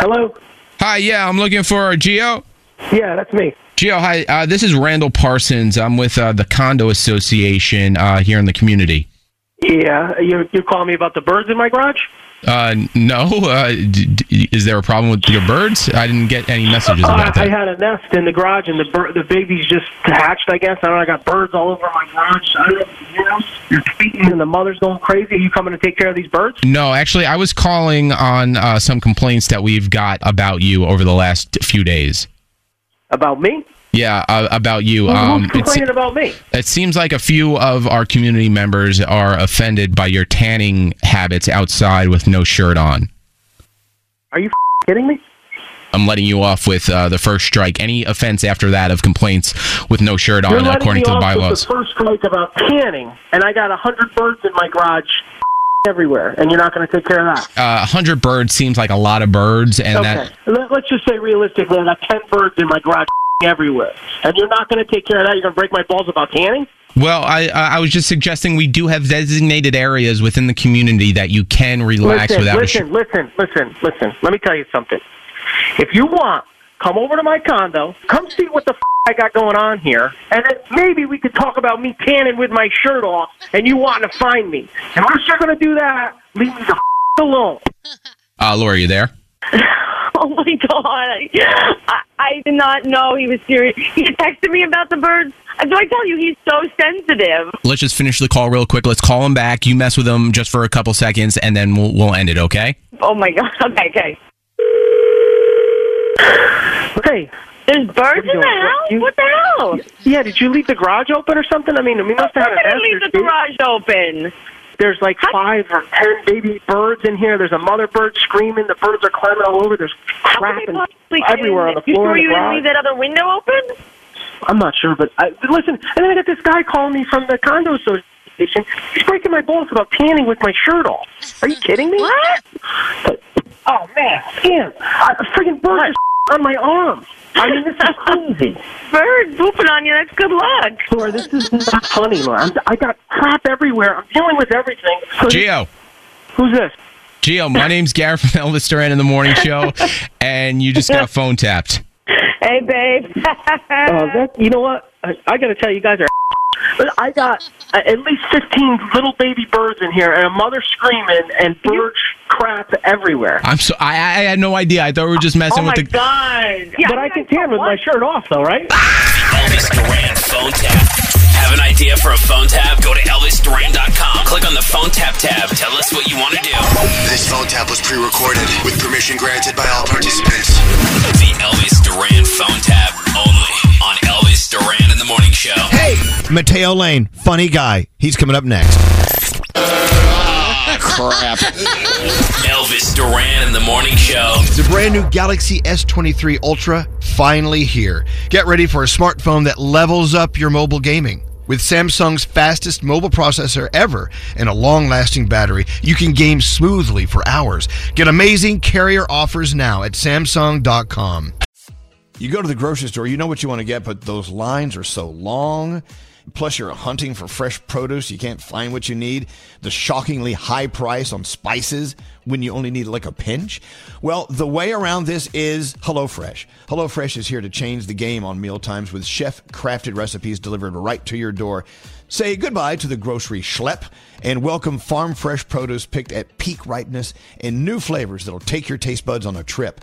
Speaker 22: Hello. Hi. Yeah, I'm looking for Geo.
Speaker 23: Yeah, that's me.
Speaker 22: Geo, hi. Uh, this is Randall Parsons. I'm with uh, the Condo Association uh, here in the community.
Speaker 23: Yeah, you you call me about the birds in my garage?
Speaker 22: Uh, no, uh, d- d- is there a problem with your birds? I didn't get any messages
Speaker 23: Uh,
Speaker 22: about
Speaker 23: I
Speaker 22: that.
Speaker 23: had a nest in the garage, and the bir- the babies just hatched. I guess I don't. know, I got birds all over my garage. I don't know if you know, You're tweeting, and the mother's going crazy. Are you coming to take care of these birds?
Speaker 22: No, actually, I was calling on uh, some complaints that we've got about you over the last few days.
Speaker 23: About me?
Speaker 24: Yeah, uh, about you.
Speaker 23: Well,
Speaker 24: Um,
Speaker 23: who's
Speaker 24: it's-
Speaker 23: complaining about me?
Speaker 24: it seems like a few of our community members are offended by your tanning habits outside with no shirt on.
Speaker 23: Are you f- kidding me?
Speaker 24: I'm letting you off with uh, the first strike. Any offense after that of complaints with no shirt
Speaker 23: You're
Speaker 24: on,
Speaker 23: letting
Speaker 24: according
Speaker 23: me
Speaker 24: to the
Speaker 23: off with
Speaker 24: bylaws.
Speaker 23: The first strike about tanning, and I got a hundred birds in my garage everywhere, and you're not going to take care of that.
Speaker 24: Uh, 100 birds seems like a lot of birds, and
Speaker 23: okay.
Speaker 24: that
Speaker 23: Let, us just say realistically, I got ten birds in my garage everywhere, and you're not going to take care of that. You're going to break my balls about tanning.
Speaker 24: Well, I I was just suggesting we do have designated areas within the community that you can relax
Speaker 23: listen,
Speaker 24: without a
Speaker 23: listen, listen, listen, listen. Let me tell you something. If you want, come over to my condo. Come see what the f- I got going on here, and then maybe we could talk about me tanning with my shirt off, and you wanting to find me. Unless you're going to do that, leave me the f- alone.
Speaker 24: sh- uh, Laura, are you there?
Speaker 2: Oh my god! I, I, I did not know he was serious. He texted me about the birds. Do I tell you he's so sensitive?
Speaker 24: Let's just finish the call real quick. Let's call him back. You mess with him just for a couple seconds, and then we'll we'll end it. Okay?
Speaker 2: Oh my god! Okay, okay.
Speaker 23: Okay.
Speaker 2: There's birds in the house. what the hell?
Speaker 23: Yeah, did you leave the garage open or something? I mean, we must have had an
Speaker 2: I didn't leave the
Speaker 23: after-
Speaker 2: garage open.
Speaker 23: There's like five or ten baby birds in here. There's a mother bird screaming. The birds are climbing all over. There's crap and
Speaker 2: Like,
Speaker 23: everywhere on the
Speaker 2: you
Speaker 23: floor.
Speaker 2: sure
Speaker 23: in
Speaker 2: you
Speaker 23: the
Speaker 2: didn't
Speaker 23: garage.
Speaker 2: leave that other window open?
Speaker 23: I'm not sure, but I, but listen. And then I got this guy calling me from the condo association. He's breaking my balls about tanning with my shirt off. Are you kidding me? what? oh man, damn! I, a freaking bird just on my arm. I mean, this is crazy.
Speaker 2: Bird pooping on you. That's good luck.
Speaker 23: Laura, this is not funny, Laura. I'm, I got crap everywhere. I'm dealing with everything. So
Speaker 24: Geo.
Speaker 23: Who's this?
Speaker 24: Geo, my name's Garrett from Elvis Duran in the Morning Show, and you just got phone tapped.
Speaker 2: Hey, babe.
Speaker 23: Uh, that, you know what? I, I got to tell you, you guys are. But I got uh, at least 15 little baby birds in here, and a mother screaming, and bird crap everywhere.
Speaker 24: I'm so I, I had no idea. I thought we were just messing with the.
Speaker 23: Oh god! but I can tan with my shirt off, though, right?
Speaker 3: Elvis Duran phone tap. Have an idea for a phone tap? Go to ElvisDuran.com. Click on the phone tap tab. Tell us what you want to do.
Speaker 4: This phone tap was pre-recorded with permission granted by all participants.
Speaker 3: The Elvis Duran phone tap only on Elvis Duran in the Morning Show. Hey!
Speaker 1: Mateo Lane, funny guy. He's coming up next.
Speaker 3: Crap. Elvis Duran in the Morning Show.
Speaker 1: The brand new Galaxy S23 Ultra finally here. Get ready for a smartphone that levels up your mobile gaming. With Samsung's fastest mobile processor ever and a long lasting battery, you can game smoothly for hours. Get amazing carrier offers now at Samsung.com. You go to the grocery store, you know what you want to get, but those lines are so long. Plus, you're hunting for fresh produce. You can't find what you need. The shockingly high price on spices when you only need like a pinch. Well, the way around this is HelloFresh. HelloFresh is here to change the game on mealtimes with chef crafted recipes delivered right to your door. Say goodbye to the grocery schlep and welcome farm fresh produce picked at peak ripeness and new flavors that'll take your taste buds on a trip.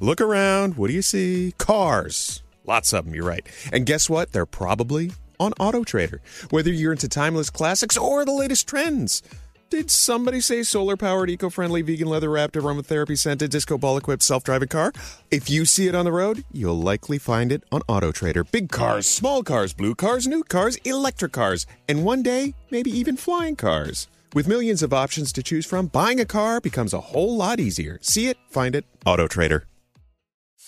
Speaker 8: Look around. What do you see? Cars. Lots of them, you're right. And guess what? They're probably on Auto Trader. Whether you're into timeless classics or the latest trends. Did somebody say solar powered, eco friendly, vegan leather wrapped, aromatherapy scented, disco ball equipped, self driving car? If you see it on the road, you'll likely find it on Auto Trader. Big cars, small cars, blue cars, new cars, electric cars, and one day, maybe even flying cars. With millions of options to choose from, buying a car becomes a whole lot easier. See it, find it, Auto Trader.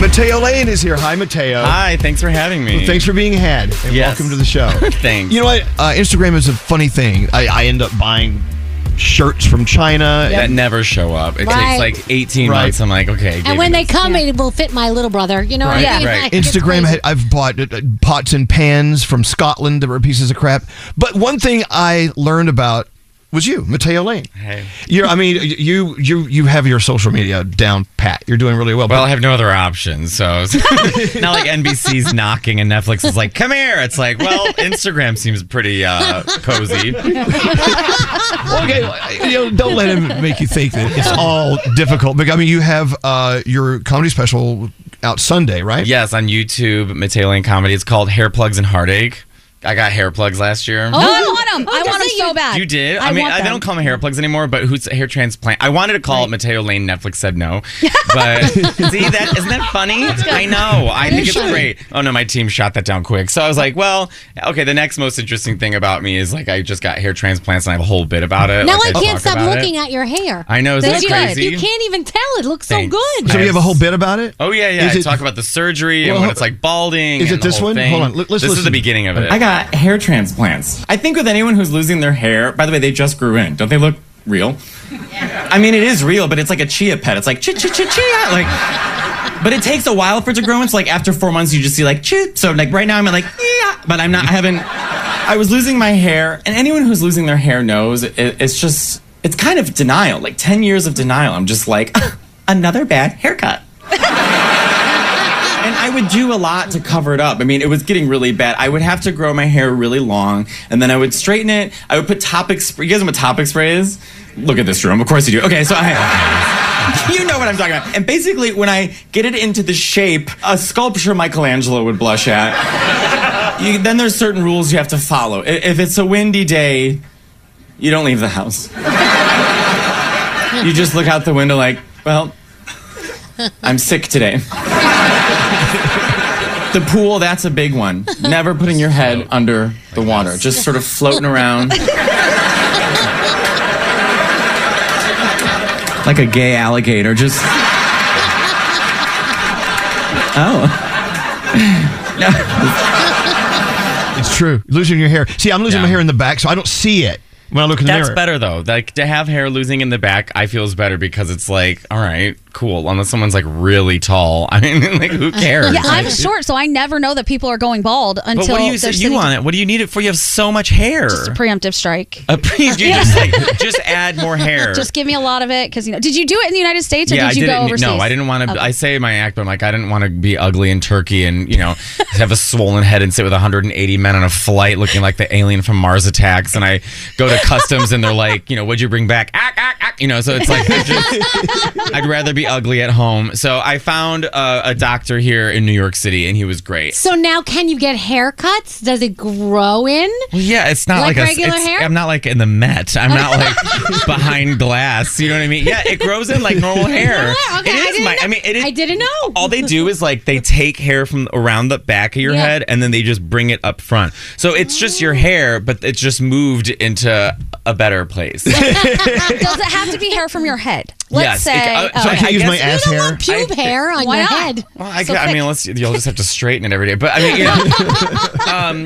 Speaker 1: Mateo Lane is here. Hi, Mateo.
Speaker 5: Hi, thanks for having me.
Speaker 1: Thanks for being had. And
Speaker 5: Yes.
Speaker 1: welcome to the show.
Speaker 5: Thanks.
Speaker 1: You know what? Uh, Instagram is a funny thing. I, I end up buying shirts from China.
Speaker 5: That never show up. It
Speaker 9: Right.
Speaker 5: takes like 18
Speaker 1: Right.
Speaker 5: months. I'm like, okay. give
Speaker 9: And
Speaker 5: me
Speaker 9: when they come, it will fit my little brother. You know
Speaker 5: Right,
Speaker 9: what I mean?
Speaker 5: right.
Speaker 9: Like, it's
Speaker 1: Instagram,
Speaker 9: crazy.
Speaker 1: had, I've bought uh, uh, pots and pans from Scotland that were pieces of crap. But one thing I learned about was you, Mateo Lane.
Speaker 5: Hey.
Speaker 1: You're, I mean, you you you have your social media down pat. You're doing really well.
Speaker 5: Well, I have no other options, so it's not like NBC's knocking and Netflix is like, "Come here." It's like, well, Instagram seems pretty uh, cozy.
Speaker 1: okay, you know, don't let him make you think that it's all difficult. But I mean, you have uh, your comedy special out Sunday, right?
Speaker 5: Yes, on YouTube, Mateo Lane Comedy. It's called Hair Plugs and Heartache. I got hair plugs last year.
Speaker 6: Oh, I want them. I want them so bad.
Speaker 5: You did. I,
Speaker 6: I
Speaker 5: mean,
Speaker 6: want
Speaker 5: I, they
Speaker 6: them.
Speaker 5: don't call them hair plugs anymore, but who's hair transplant? I wanted to call it Mateo Lane. Netflix said no. But see, that isn't that funny? I know. I
Speaker 12: It
Speaker 5: think
Speaker 12: is
Speaker 5: it's
Speaker 12: funny.
Speaker 5: great. Oh no, my team shot that down quick. So I was like, well, okay. The next most interesting thing about me is like I just got hair transplants, and I have a whole bit about it.
Speaker 9: Now
Speaker 5: uh, like,
Speaker 9: I can't
Speaker 5: talk
Speaker 9: stop
Speaker 5: about
Speaker 9: looking
Speaker 5: it.
Speaker 9: at your hair.
Speaker 5: I know, isn't
Speaker 9: That's
Speaker 5: it
Speaker 9: good.
Speaker 5: crazy?
Speaker 9: You can't even tell. It looks
Speaker 5: Thanks.
Speaker 9: so good.
Speaker 5: So
Speaker 1: So you have a whole bit about it.
Speaker 5: Oh yeah, yeah.
Speaker 1: Is
Speaker 5: I
Speaker 1: it-
Speaker 5: talk about the surgery
Speaker 1: Well,
Speaker 5: and when
Speaker 1: hold-
Speaker 5: it's like balding.
Speaker 1: Is
Speaker 5: and
Speaker 1: it
Speaker 5: the
Speaker 1: this
Speaker 5: whole
Speaker 1: one?
Speaker 5: thing.
Speaker 1: Hold on, let- let's
Speaker 5: this is the
Speaker 1: listen.
Speaker 5: beginning of it.
Speaker 13: I got hair transplants. I think with anyone who's losing their hair, by the way, they just grew in. Don't they look real? I mean, it is real, but it's like a chia pet. It's like chia chia chia chia. Like, but it takes a while for it to grow. It's like after four months, you just see like chia. So like right now, I'm at like yeah, but I'm not. I haven't. I was losing my hair, and anyone who's losing their hair knows it, it's just it's kind of denial. Like ten years of denial. I'm just like another bad haircut and I would do a lot to cover it up. I mean, it was getting really bad. I would have to grow my hair really long, and then I would straighten it. I would put topic spray. You guys know what topic spray is? Look at this room. Of course you do. Okay, so I. You know what I'm talking about. And basically, when I get it into the shape a sculpture Michelangelo would blush at, you, then there's certain rules you have to follow. I- If it's a windy day, you don't leave the house. You just look out the window like, well, I'm sick today. The pool, that's a big one. Never putting your head under the water, just sort of floating around. like a gay alligator, just.
Speaker 1: Oh. it's true. Losing your hair. See, I'm losing my hair in the back, so I don't see it when I look in the
Speaker 5: That's
Speaker 1: mirror.
Speaker 5: better though. Like to have hair losing in the back, I feel is better because it's like, all right, cool. Unless someone's like really tall, I mean, like who cares?
Speaker 6: Yeah, I'm
Speaker 5: Like,
Speaker 6: short, so I never know that people are going bald until
Speaker 5: But what do you
Speaker 6: they're
Speaker 5: say
Speaker 6: sitting-
Speaker 5: you want it? What do you need it for? You have so much hair.
Speaker 6: Just a preemptive strike.
Speaker 5: A pre- you just like just add more hair.
Speaker 6: Just give me a lot of it, because you know. Did you do it in the United States or
Speaker 5: yeah,
Speaker 6: did you
Speaker 5: I didn't.
Speaker 6: go overseas?
Speaker 5: No, I didn't want to.
Speaker 6: Okay.
Speaker 5: I say my act, but I'm like, I didn't want to be ugly in Turkey and you know have a swollen head and sit with 180 men on a flight looking like the alien from Mars Attacks. And I go to customs and they're like, you know, what'd you bring back? Ack, ack, ack. You know, so it's like I just, I'd rather be ugly at home. So I found a, a doctor here in New York City, and he was great.
Speaker 9: So now, can you get haircuts? Does it grow in?
Speaker 5: Well, yeah, it's not
Speaker 9: Like
Speaker 5: like, a,
Speaker 9: regular
Speaker 5: it's-
Speaker 9: hair?
Speaker 5: I'm not like in the Met. I'm not like behind glass. You know what I mean? Yeah, it grows in like normal hair.
Speaker 9: Okay,
Speaker 5: it
Speaker 9: I
Speaker 5: is
Speaker 9: didn't
Speaker 5: my.
Speaker 9: know.
Speaker 5: I mean, it is.
Speaker 9: I didn't know.
Speaker 5: All they do is like they take hair from around the back of your
Speaker 9: Yeah.
Speaker 5: head and then they just bring it up front. So it's just your hair, but it's just moved into a better place.
Speaker 6: Does it have to be hair from your head? Let's
Speaker 5: Yes,
Speaker 6: say.
Speaker 5: it- uh, so I can't use my You ass don't hair? want
Speaker 6: pube
Speaker 9: hair on
Speaker 6: Why
Speaker 9: your
Speaker 6: not?
Speaker 9: head.
Speaker 6: Well,
Speaker 5: I, I mean, let's, you'll just have to straighten it every day. But I mean, you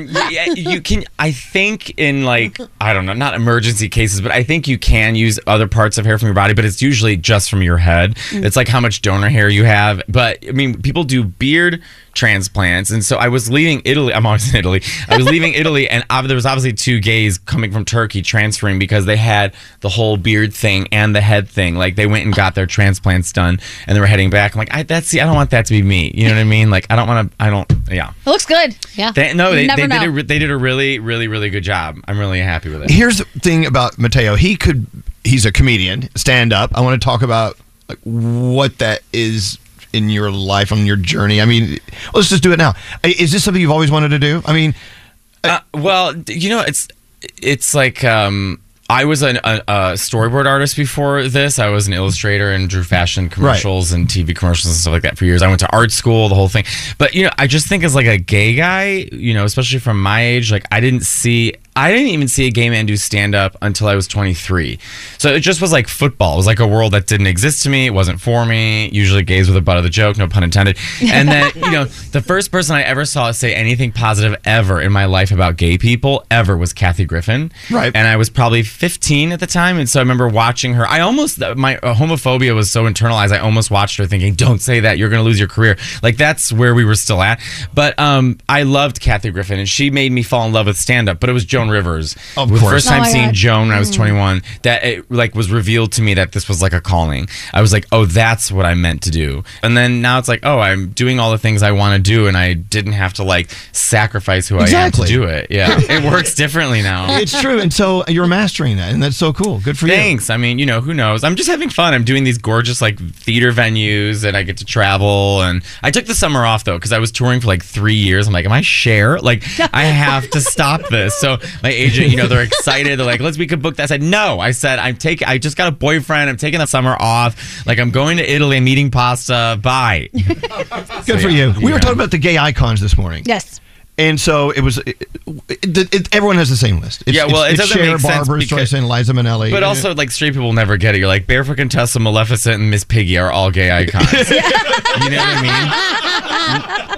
Speaker 5: know, um, yeah, you can. I think in like I don't know, not emergency cases, but I think you can use other parts of hair from your body, but it's usually just from your head.
Speaker 13: Mm.
Speaker 5: It's like how much donor hair you have. But I mean, people do beard transplants, and so I was leaving Italy. I'm always in Italy. I was leaving Italy, and ob- there was obviously two gays coming from Turkey transferring because they had the whole beard thing and the head thing. Like they went and got their transplants done, and they were heading back. I'm like, I, that's see, I don't want that to be me. You know what I mean? Like I don't want to. I don't. Yeah.
Speaker 6: It looks good.
Speaker 9: Yeah.
Speaker 5: They, no,
Speaker 6: You
Speaker 5: they,
Speaker 6: never
Speaker 5: they did
Speaker 6: know.
Speaker 5: a, re- they did a really, really, really good job. I'm really happy with it.
Speaker 1: Here's the thing about Mateo. He could. He's a comedian, stand up. I want to talk about like, what that is in your life, on your journey. I mean, let's just do it now. I- Is this something you've always wanted to do? I mean,
Speaker 5: Uh, well, d- you know, it's it's like um, I was an, a, a storyboard artist before this. I was an illustrator and drew fashion commercials and TV commercials and stuff like that for years. I went to art school, the whole thing. But you know, I just think as like a gay guy, you know, especially from my age, like I didn't see. I didn't even see a gay man do stand up until I was 23. So it just was like football. It was like a world that didn't exist to me. It wasn't for me. Usually gays were the butt of the joke, no pun intended. And then, you know, the first person I ever saw say anything positive ever in my life about gay people ever was Kathy Griffin. Right. And I was probably 15 at the time. And so I remember watching her. I almost, uh, my homophobia was so internalized. I almost watched her thinking, don't say that. You're going to lose your career. Like that's where we were still at. But um, I loved Kathy Griffin and she made me fall in love with stand up. But it was Joan Rivers.
Speaker 1: Of
Speaker 5: The
Speaker 1: course.
Speaker 5: first
Speaker 1: Oh
Speaker 5: time
Speaker 1: my
Speaker 5: seeing
Speaker 1: God.
Speaker 5: Joan when I was
Speaker 1: Mm.
Speaker 5: 21 that it like was revealed to me that this was like a calling. I was like, "Oh, that's what I meant to do." And then now it's like, "Oh, I'm doing all the things I want to do and I didn't have to like sacrifice who
Speaker 1: Exactly.
Speaker 5: I am to do it." Yeah. it works differently now.
Speaker 1: it's true. And so you're mastering that, and that's so cool. Good for you.
Speaker 5: Thanks. I mean, you know, who knows? I'm just having fun. I'm doing these gorgeous like theater venues and I get to travel and I took the summer off though cuz I was touring for like 3 years. I'm like, am I share? Like I have to stop this. So my agent, you know, they're excited. They're like, "Let's we could book that." I said, "No." I said, "I'm taking I just got a boyfriend. I'm taking the summer off. Like I'm going to Italy. I'm eating pasta. Bye."
Speaker 1: Good for you. We were talking about the gay icons this morning.
Speaker 6: Yes.
Speaker 1: And so it was. It, it, it- everyone has the same list. It's,
Speaker 5: Yeah, well,
Speaker 1: it's,
Speaker 5: it
Speaker 1: it's
Speaker 5: doesn't
Speaker 1: Cher,
Speaker 5: make sense
Speaker 1: Barbara
Speaker 5: because-
Speaker 1: Streisand, Liza Minnelli.
Speaker 5: But also, like straight people never get it. You're like Barefoot Contessa, Maleficent, and Miss Piggy are all gay icons. You know what I mean?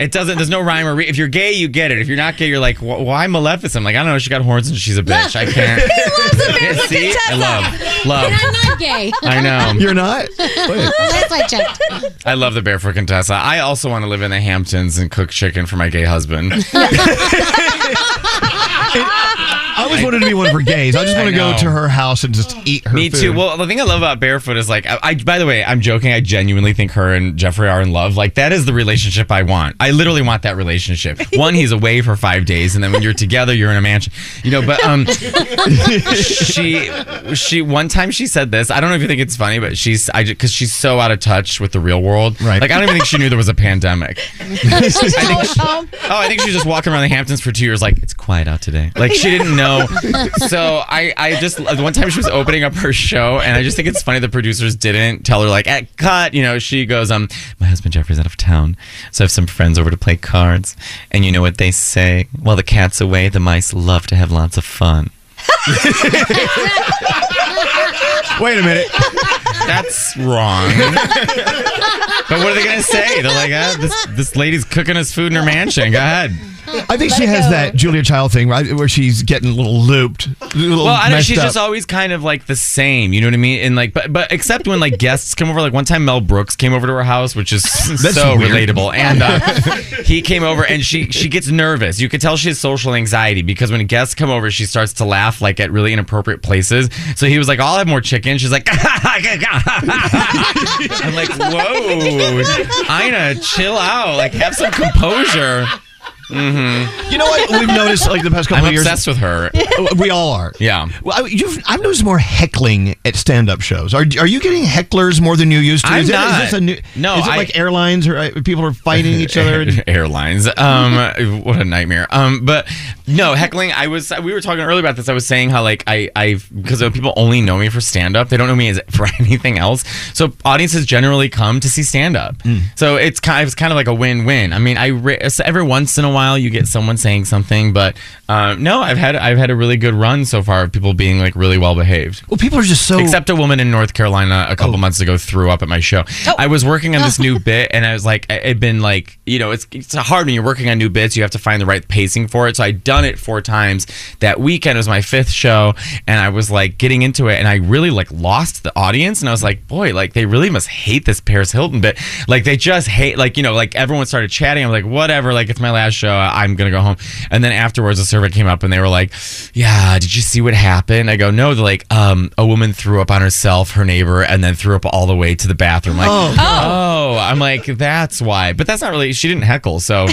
Speaker 5: It doesn't. There's no rhyme or re- if you're gay, you get it. If you're not gay, you're like, "Wh- why Maleficent? I'm like, I don't know. She got horns and she's a bitch. I can't. See, I love, love.
Speaker 9: And I'm not gay.
Speaker 5: I know. You're not? Wait.
Speaker 9: That's why I checked.
Speaker 5: I love the Barefoot Contessa. I also want to live in the Hamptons and cook chicken for my gay husband.
Speaker 1: I always wanted to be one for gays. I just want
Speaker 5: I
Speaker 1: to go
Speaker 5: know.
Speaker 1: to her house and just eat her.
Speaker 5: Me
Speaker 1: food.
Speaker 5: too. Well, the thing I love about Barefoot is like, I, I. By the way, I'm joking. I genuinely think her and Jeffrey are in love. Like that is the relationship I want. I literally want that relationship. One, he's away for five days, and then when you're together, you're in a mansion. You know, but um, she she one time she said this. I don't know if you think it's funny, but she's I because she's so out of touch with the real world. Right. Like I don't even think she knew there was a pandemic. I think she- oh, I think she was just walking around the Hamptons for two years. Like it's quiet out today. Like she didn't know. So I I just one time she was opening up her show, and I just think it's funny the producers didn't tell her like at cut. You know, she goes um my husband Jeffrey's out of town, so I have some friends over to play cards, and you know what they say? While the cat's away, the mice love to have lots of fun. Wait a minute. That's wrong. but what are they going to say? They're like, ah, this, this lady's cooking us food in her mansion. Go ahead.
Speaker 1: I think she has that Julia Child thing, right? Where she's getting a little looped. a little
Speaker 5: Well, I know
Speaker 1: messed
Speaker 5: she's
Speaker 1: up.
Speaker 5: just always kind of like the same. You know what I mean? And like, but but except when like guests come over. Like one time, Mel Brooks came over to her house, which is
Speaker 1: That's
Speaker 5: so
Speaker 1: weird.
Speaker 5: relatable. And uh, he came over, and she she gets nervous. You could tell she has social anxiety because when guests come over, she starts to laugh like at really inappropriate places. So he was like, "I'll have more chicken." She's like, "I'm like, whoa, Ina, chill out. Like, have some composure." Mm-hmm.
Speaker 1: You know what we've noticed like the past couple
Speaker 5: I'm
Speaker 1: of years? Uh,
Speaker 5: obsessed with her.
Speaker 1: we all are.
Speaker 5: Yeah.
Speaker 1: Well, I, you've, I've noticed more heckling at stand-up shows. Are, are you getting hecklers more than you used to?
Speaker 5: I'm
Speaker 1: is, it- is
Speaker 5: not.
Speaker 1: this a new?
Speaker 5: No,
Speaker 1: Is it
Speaker 5: I-
Speaker 1: like airlines or uh, people are fighting each other? and-
Speaker 5: airlines um what a nightmare um but no heckling i was we were talking earlier about this i was saying how like i i because people only know me for stand up they don't know me as for anything else so audiences generally come to see stand up
Speaker 1: Hmm.
Speaker 5: so it's kind of, it's kind of like a win-win i mean i re- so every once in a while you get someone saying something but um no i've had i've had a really good run so far of people being like really well behaved
Speaker 1: well people are just so Oh.
Speaker 5: except a woman in north carolina a couple months ago threw up at my show i was working on this new bit and i was like it had been like you know it's, it's hard when you're working on new bits you have to find the right pacing for it so i'd done it four times that weekend was my fifth show and i was like getting into it and i really like lost the audience and i was like boy like they really must hate this paris hilton bit like they just hate like you know like everyone started chatting i'm like whatever like it's my last show I- i'm gonna go home and then afterwards a server came up and they were like yeah did you see what happened i go no they're like um a woman threw up on herself her neighbor and then threw up all the way to the bathroom like
Speaker 3: Oh.
Speaker 5: oh, i'm like that's why but that's not really she didn't heckle so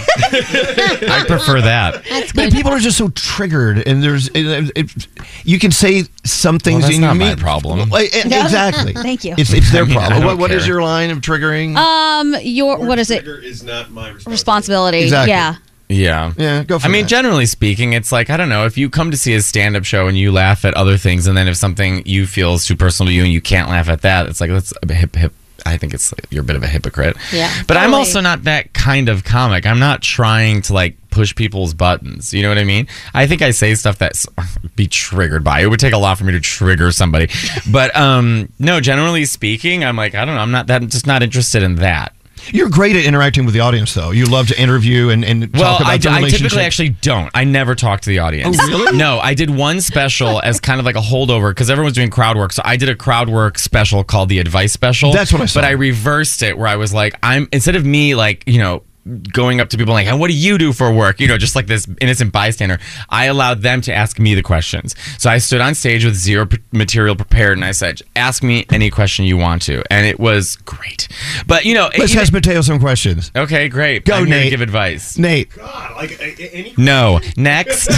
Speaker 5: i prefer that
Speaker 1: But people are just so triggered, and there's it, it, you can say some things.
Speaker 5: that's
Speaker 1: and you
Speaker 5: not my
Speaker 1: mean-
Speaker 5: problem.
Speaker 1: Well, e-
Speaker 6: No.
Speaker 1: Exactly.
Speaker 6: Thank you.
Speaker 1: It's, it's their
Speaker 5: I mean, I
Speaker 1: problem.
Speaker 5: don't
Speaker 1: What- what is
Speaker 5: care.
Speaker 1: your line of triggering?
Speaker 6: Um, your what is it?
Speaker 8: Is not my
Speaker 6: responsibility.
Speaker 5: Exactly.
Speaker 6: Yeah.
Speaker 5: Yeah.
Speaker 1: Yeah, go for
Speaker 5: I mean,
Speaker 1: that.
Speaker 5: generally speaking, it's like, I don't know, if you come to see a stand up show and you laugh at other things, and then if something you feel is too personal to you and you can't laugh at that, it's like, that's a hip, hip. I think it's like, you're a bit of a hypocrite.
Speaker 3: Yeah,
Speaker 5: But I'm
Speaker 3: totally.
Speaker 5: also not that kind of comic. I'm not trying to like push people's buttons. You know what I mean? I think I say stuff that's be triggered by. It would take a lot for me to trigger somebody. But um no, generally speaking, I'm like, I don't know, I'm not that just not interested in that.
Speaker 1: You're great at interacting with the audience, though. You love to interview and, and
Speaker 5: Well,
Speaker 1: talk about
Speaker 5: I,
Speaker 1: the
Speaker 5: I
Speaker 1: relationship.
Speaker 5: typically actually don't. I never talk to the audience.
Speaker 1: Oh, really?
Speaker 5: No, I did one special as kind of like a holdover because everyone's doing crowd work. So I did a crowd work special called the Advice Special.
Speaker 1: That's what I saw.
Speaker 5: But I reversed it where I was like, I'm instead of me like you know going up to people like, "And what do you do for work?" You know, just like this innocent bystander. I allowed them to ask me the questions. So I stood on stage with zero p- material prepared, and I said, "Ask me any question you want to," and it was great. But you know, it-
Speaker 1: Let's
Speaker 5: you know-
Speaker 1: ask Mateo some questions.
Speaker 5: okay, great.
Speaker 1: Go,
Speaker 5: I'm here to
Speaker 1: Nate.
Speaker 5: give advice.
Speaker 1: Nate,
Speaker 5: No. Next.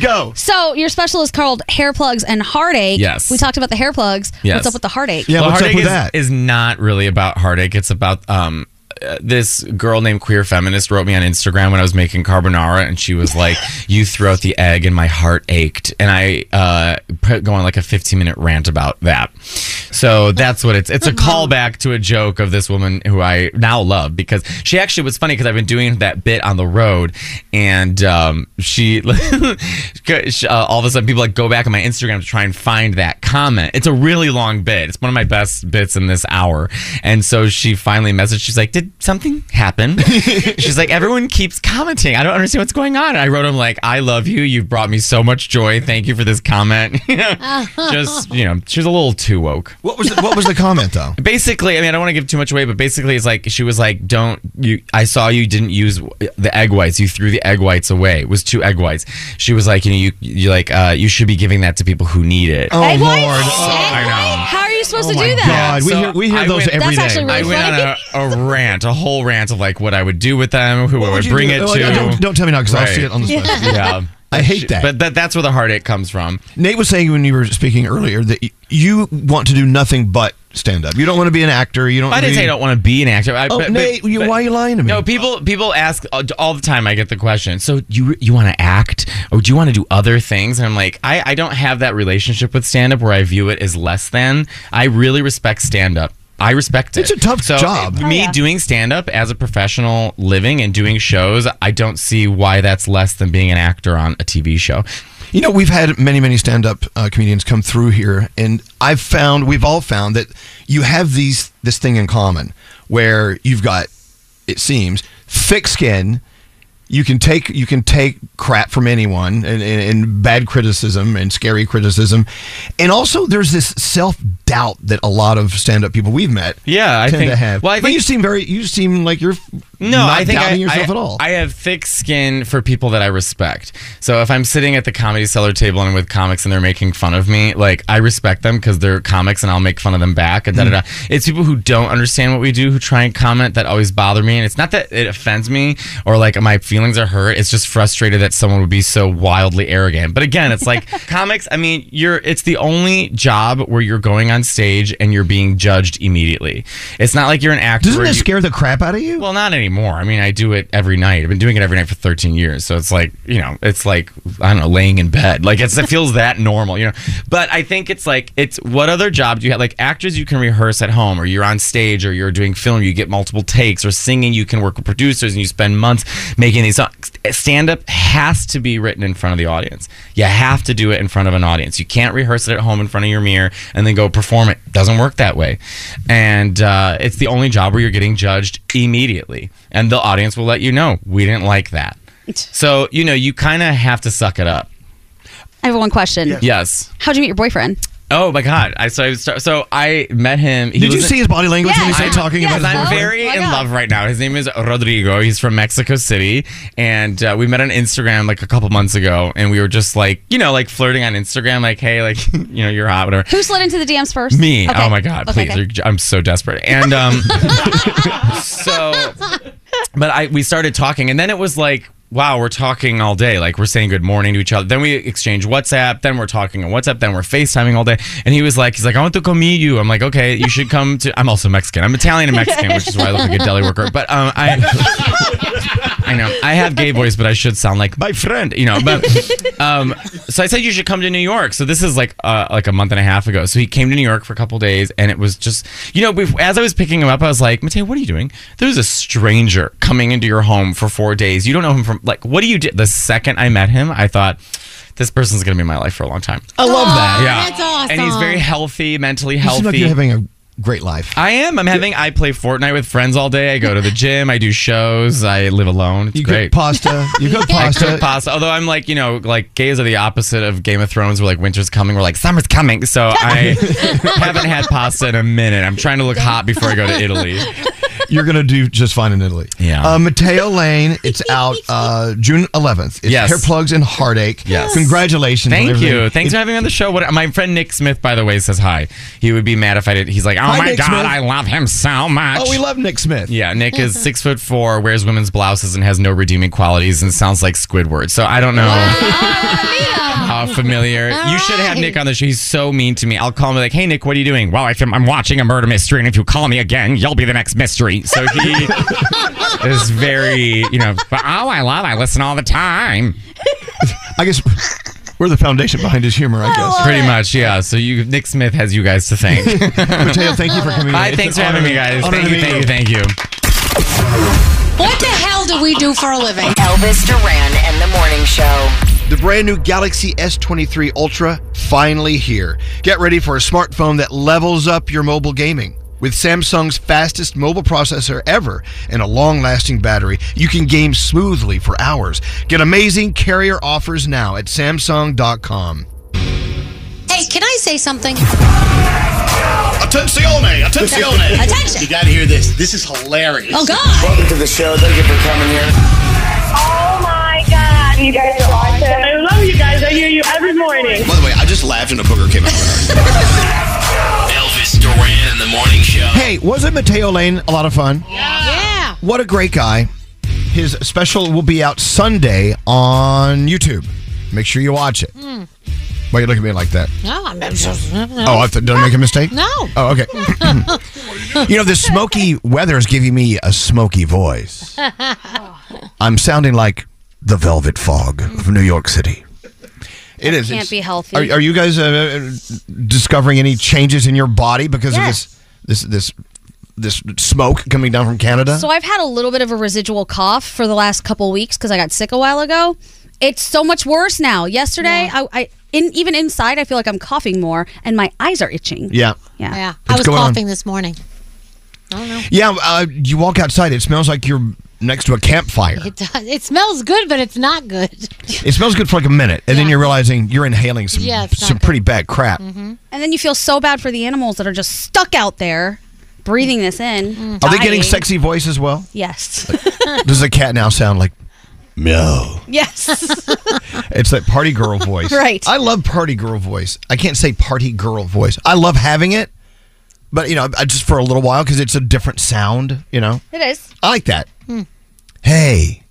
Speaker 1: Go.
Speaker 6: So your special is called Hair Plugs and Heartache.
Speaker 5: Yes.
Speaker 6: We talked about the hair plugs.
Speaker 5: Yes.
Speaker 6: What's up with the heartache?
Speaker 5: Well, heartache is, is not really about heartache. It's about um uh, this girl named Queer Feminist wrote me on Instagram when I was making carbonara, and she was like, "You threw out the egg, and my heart ached." And I uh, put- go on like a 15 minute rant about that. So that's what it's. It's a callback to a joke of this woman who I now love because she actually was funny because I've been doing that bit on the road, and um, she uh, all of a sudden people like go back on my Instagram to try and find that comment. It's a really long bit. It's one of my best bits in this hour. And so she finally messaged. She's like, "Did something happen?" She's like, "Everyone keeps commenting. I don't understand what's going on." And I wrote him like, "I love you. You've brought me so much joy. Thank you for this comment." Just you know, she was a little too woke.
Speaker 1: What was the, what was the comment though?
Speaker 5: Basically, I mean, I don't want to give too much away, but basically, it's like she was like, "Don't you? I saw you didn't use the egg whites. You threw the egg whites away. It was two egg whites." She was like, "You know, you you like uh, you should be giving that to people who need it."
Speaker 1: Oh,
Speaker 6: egg whites?
Speaker 5: I know.
Speaker 6: How are you supposed
Speaker 5: Oh
Speaker 6: to
Speaker 5: my
Speaker 6: do that?
Speaker 5: God,
Speaker 1: we hear- we hear
Speaker 5: I
Speaker 1: those
Speaker 5: went-
Speaker 1: every That's
Speaker 6: actually day.
Speaker 5: I
Speaker 6: really
Speaker 5: went on a, a rant, a whole rant of like what I would do with them, who I would
Speaker 1: you
Speaker 5: bring
Speaker 1: do?
Speaker 5: it
Speaker 1: Oh,
Speaker 5: to.
Speaker 1: yeah, don't- don't tell me now, 'cause I'll see it on the spot.
Speaker 5: yeah.
Speaker 1: I hate that.
Speaker 5: But that, that's where the heartache comes from.
Speaker 1: Nate was saying when you were speaking earlier that y- you want to do nothing but stand up. You don't want to be an actor. You don't.
Speaker 5: I didn't
Speaker 1: be-
Speaker 5: say I don't want to be an actor. I,
Speaker 1: Oh, Nate, you- why are you lying to me?
Speaker 5: No, people people ask all- all the time. I get the question. So you you want to act, or do you want to do other things? And I'm like, I, I don't have that relationship with stand up where I view it as less than. I really respect stand up. I respect
Speaker 1: It's
Speaker 5: it.
Speaker 1: a tough
Speaker 5: so
Speaker 1: job.
Speaker 5: Me doing stand up as a professional living and doing shows, I don't see why that's less than being an actor on a TV show.
Speaker 1: You know, we've had many, many stand up uh, comedians come through here, and I've found, we've all found that you have these this thing in common where you've got, it seems, thick skin. You can take you can take crap from anyone and, and, and bad criticism and scary criticism, and also there's this self doubt that a lot of stand up people we've met
Speaker 5: Yeah, I
Speaker 1: tend
Speaker 5: think-
Speaker 1: to have.
Speaker 5: well, I
Speaker 1: but you seem very you seem like you're
Speaker 5: No,
Speaker 11: not
Speaker 5: I think
Speaker 11: doubting
Speaker 5: I,
Speaker 11: yourself
Speaker 5: I-
Speaker 11: at all.
Speaker 5: I have thick skin for people that I respect. So if I'm sitting at the comedy cellar table and with comics and they're making fun of me, like I respect them because they're comics and I'll make fun of them back.
Speaker 11: Hmm.
Speaker 5: And da, da, da. It's people who don't understand what we do who try and comment that always bother me. And it's not that it offends me or like my feelings are hurt. It's just frustrated that someone would be so wildly arrogant. But again, it's like comics. I mean, you're it's the only job where you're going on stage and you're being judged immediately. It's not like you're an actor.
Speaker 12: Doesn't
Speaker 5: where
Speaker 12: it
Speaker 5: you-
Speaker 12: scare the crap out of you?
Speaker 5: well, not anymore. I mean, I do it every night. I've been doing it every night for 13 years. So it's like, you know, it's like, I don't know, laying in bed. Like, it's, it feels that normal, you know? But I think it's like, it's what other job do you have? Like, actors, you can rehearse at home, or you're on stage, or you're doing film, you get multiple takes, or singing, you can work with producers, and you spend months making these songs. Stand up eh, has to be written in front of the audience. You have to do it in front of an audience. You can't rehearse it at home in front of your mirror and then go perform it. Doesn't work that way. And uh, it's the only job where you're getting judged immediately, and the audience will let you know we didn't like that. So you know you kind of have to suck it up.
Speaker 6: I have one question.
Speaker 5: Yes.
Speaker 6: How'd you meet your boyfriend?
Speaker 5: Oh my God! I so I start, so I met him.
Speaker 1: Did you see his body language when he started
Speaker 5: I'm-
Speaker 1: talking about his
Speaker 5: I'm
Speaker 1: boyfriend?
Speaker 5: very
Speaker 1: Why
Speaker 5: in
Speaker 1: not?
Speaker 5: love right now. His name is Rodrigo. He's from Mexico City, and uh, we met on Instagram like a couple months ago, and we were just like you know like flirting on Instagram, like hey, like you know you're hot, whatever.
Speaker 6: Who slid into the DMs first?
Speaker 5: Me.
Speaker 6: Okay.
Speaker 5: Oh my God!
Speaker 6: Okay,
Speaker 5: Please,
Speaker 6: okay.
Speaker 5: You're- I'm so desperate. And um, so, but I we started talking, and then it was like. Wow, we're talking all day. Like we're saying good morning to each other. Then we exchange WhatsApp. Then we're talking on WhatsApp. Then we're FaceTiming all day. And he was like, he's like, I want to come meet you. I'm like, okay, you should come to. I'm also Mexican. I'm Italian and Mexican, which is why I look like a deli worker. But um, I, I know I have gay voice, but I should sound like my friend, you know. But um, so I said you should come to New York. So this is like uh, like a month and a half ago. So he came to New York for a couple days, and it was just you know bef- as I was picking him up, I was like, Mateo, what are you doing? There's a stranger coming into your home for four days. You don't know him from like what do you do? The second I met him, I thought this person's gonna be in my life for a long time.
Speaker 12: I love that.
Speaker 5: yeah, and he's very healthy, mentally healthy.
Speaker 12: You seem like you're having a great life.
Speaker 5: I am. I'm having. I play Fortnite with friends all day. I go to the gym. I do shows. I live alone. It's
Speaker 12: You
Speaker 5: great.
Speaker 12: cook pasta. You cook
Speaker 5: I
Speaker 12: pasta.
Speaker 5: cook pasta. Although I'm like, you know, like gays are the opposite of Game of Thrones. We're like winter's coming. We're like summer's coming. So I haven't had pasta in a minute. I'm trying to look hot before I go to Italy.
Speaker 12: You're gonna do just fine in Italy.
Speaker 5: Yeah.
Speaker 12: Uh, Mateo Lane. It's out uh, June 11th. It's
Speaker 5: Yes.
Speaker 12: Hair plugs and heartache.
Speaker 5: Yes.
Speaker 12: Congratulations. on
Speaker 5: Thank
Speaker 12: everything.
Speaker 5: you. Thanks for having me on the show. What my friend Nick Smith, by the way, says hi. He would be mad if I did. He's like, oh
Speaker 12: Hi,
Speaker 5: my
Speaker 12: Nick
Speaker 5: god,
Speaker 12: Smith.
Speaker 5: I love him so much.
Speaker 12: Oh, we love Nick Smith.
Speaker 5: Yeah, Nick is six foot four, wears women's blouses, and has no redeeming qualities, and sounds like Squidward. So I don't know how familiar. you should have Nick on the show. He's so mean to me. I'll call him like, "Hey, Nick, what are you doing?" Well, if I'm, I'm watching a murder mystery, and if you call me again, you'll be the next mystery. So he is very, you know. But oh, I love. I listen all the time.
Speaker 12: I guess we're the foundation behind his humor. I guess.
Speaker 5: Pretty much, yeah. So you, Nick Smith has you guys to thank.
Speaker 12: Mateo, thank you for coming.
Speaker 5: Hi,
Speaker 12: It's
Speaker 5: thanks for
Speaker 12: an
Speaker 5: having
Speaker 12: honor-
Speaker 5: me, guys.
Speaker 12: honor
Speaker 5: Thank
Speaker 12: to
Speaker 5: you,
Speaker 12: meet
Speaker 5: thank you, thank you.
Speaker 9: What the hell do we do for a living?
Speaker 10: Elvis Duran and the Morning Show.
Speaker 1: The brand new Galaxy S23 Ultra finally here. Get ready for a smartphone that levels up your mobile gaming. With Samsung's fastest mobile processor ever and a long lasting battery, you can game smoothly for hours. Get amazing carrier offers now at Samsung.com.
Speaker 9: Hey, can I say something?
Speaker 21: Attenzione! Attenzione!
Speaker 9: Attention.
Speaker 21: You gotta hear this. This is hilarious.
Speaker 9: Oh, God.
Speaker 21: Welcome to the show. Thank you for coming here.
Speaker 2: Oh my God, you guys are awesome. I love you guys. I hear you every morning.
Speaker 4: By the way, I just laughed and a booger came out.
Speaker 3: Elvis Duran and the Morning Show.
Speaker 12: Hey, wasn't Mateo Lane a lot of fun?
Speaker 9: Yeah.
Speaker 12: What a great guy. His special will be out Sunday on YouTube. Make sure you watch it.
Speaker 9: Hmm.
Speaker 12: Why you look at me like that?
Speaker 9: No, I'm just.
Speaker 12: Oh, I th- did I make a mistake?
Speaker 9: No.
Speaker 12: Oh, okay. you know, this smoky weather is giving me a smoky voice. I'm sounding like the velvet fog of New York City. It is.
Speaker 6: Can't
Speaker 12: It's-
Speaker 6: be healthy.
Speaker 12: Are, are you guys uh, uh, discovering any changes in your body because
Speaker 6: Yeah.
Speaker 12: of this this this this smoke coming down from Canada?
Speaker 6: So I've had a little bit of a residual cough for the last couple weeks because I got sick a while ago. It's so much worse now. Yesterday, I, I in, even inside, I feel like I'm coughing more, and my eyes are itching.
Speaker 12: yeah.
Speaker 6: Yeah.
Speaker 9: Yeah. I
Speaker 12: What's
Speaker 9: was
Speaker 12: going on?
Speaker 9: coughing this morning. I don't know.
Speaker 12: Yeah, uh, you walk outside, it smells like you're next to a campfire.
Speaker 9: It does. It smells good, but it's not good.
Speaker 12: It smells good for like a minute, and then you're realizing you're inhaling some
Speaker 6: Yeah, it's not Mm-hmm.
Speaker 12: some pretty bad crap.
Speaker 6: And then you feel so bad for the animals that are just stuck out there. breathing this in.
Speaker 9: Mm.
Speaker 1: Are they getting
Speaker 6: dying.
Speaker 1: sexy voice as well?
Speaker 6: Yes.
Speaker 1: Does the cat now sound like meow?
Speaker 6: yes.
Speaker 1: It's that party girl voice.
Speaker 6: Right.
Speaker 1: I love party girl voice. I can't say party girl voice. I love having it, but you know, I just for a little while because it's a different sound. You know,
Speaker 6: It is.
Speaker 1: I like that.
Speaker 6: Hmm.
Speaker 1: Hey,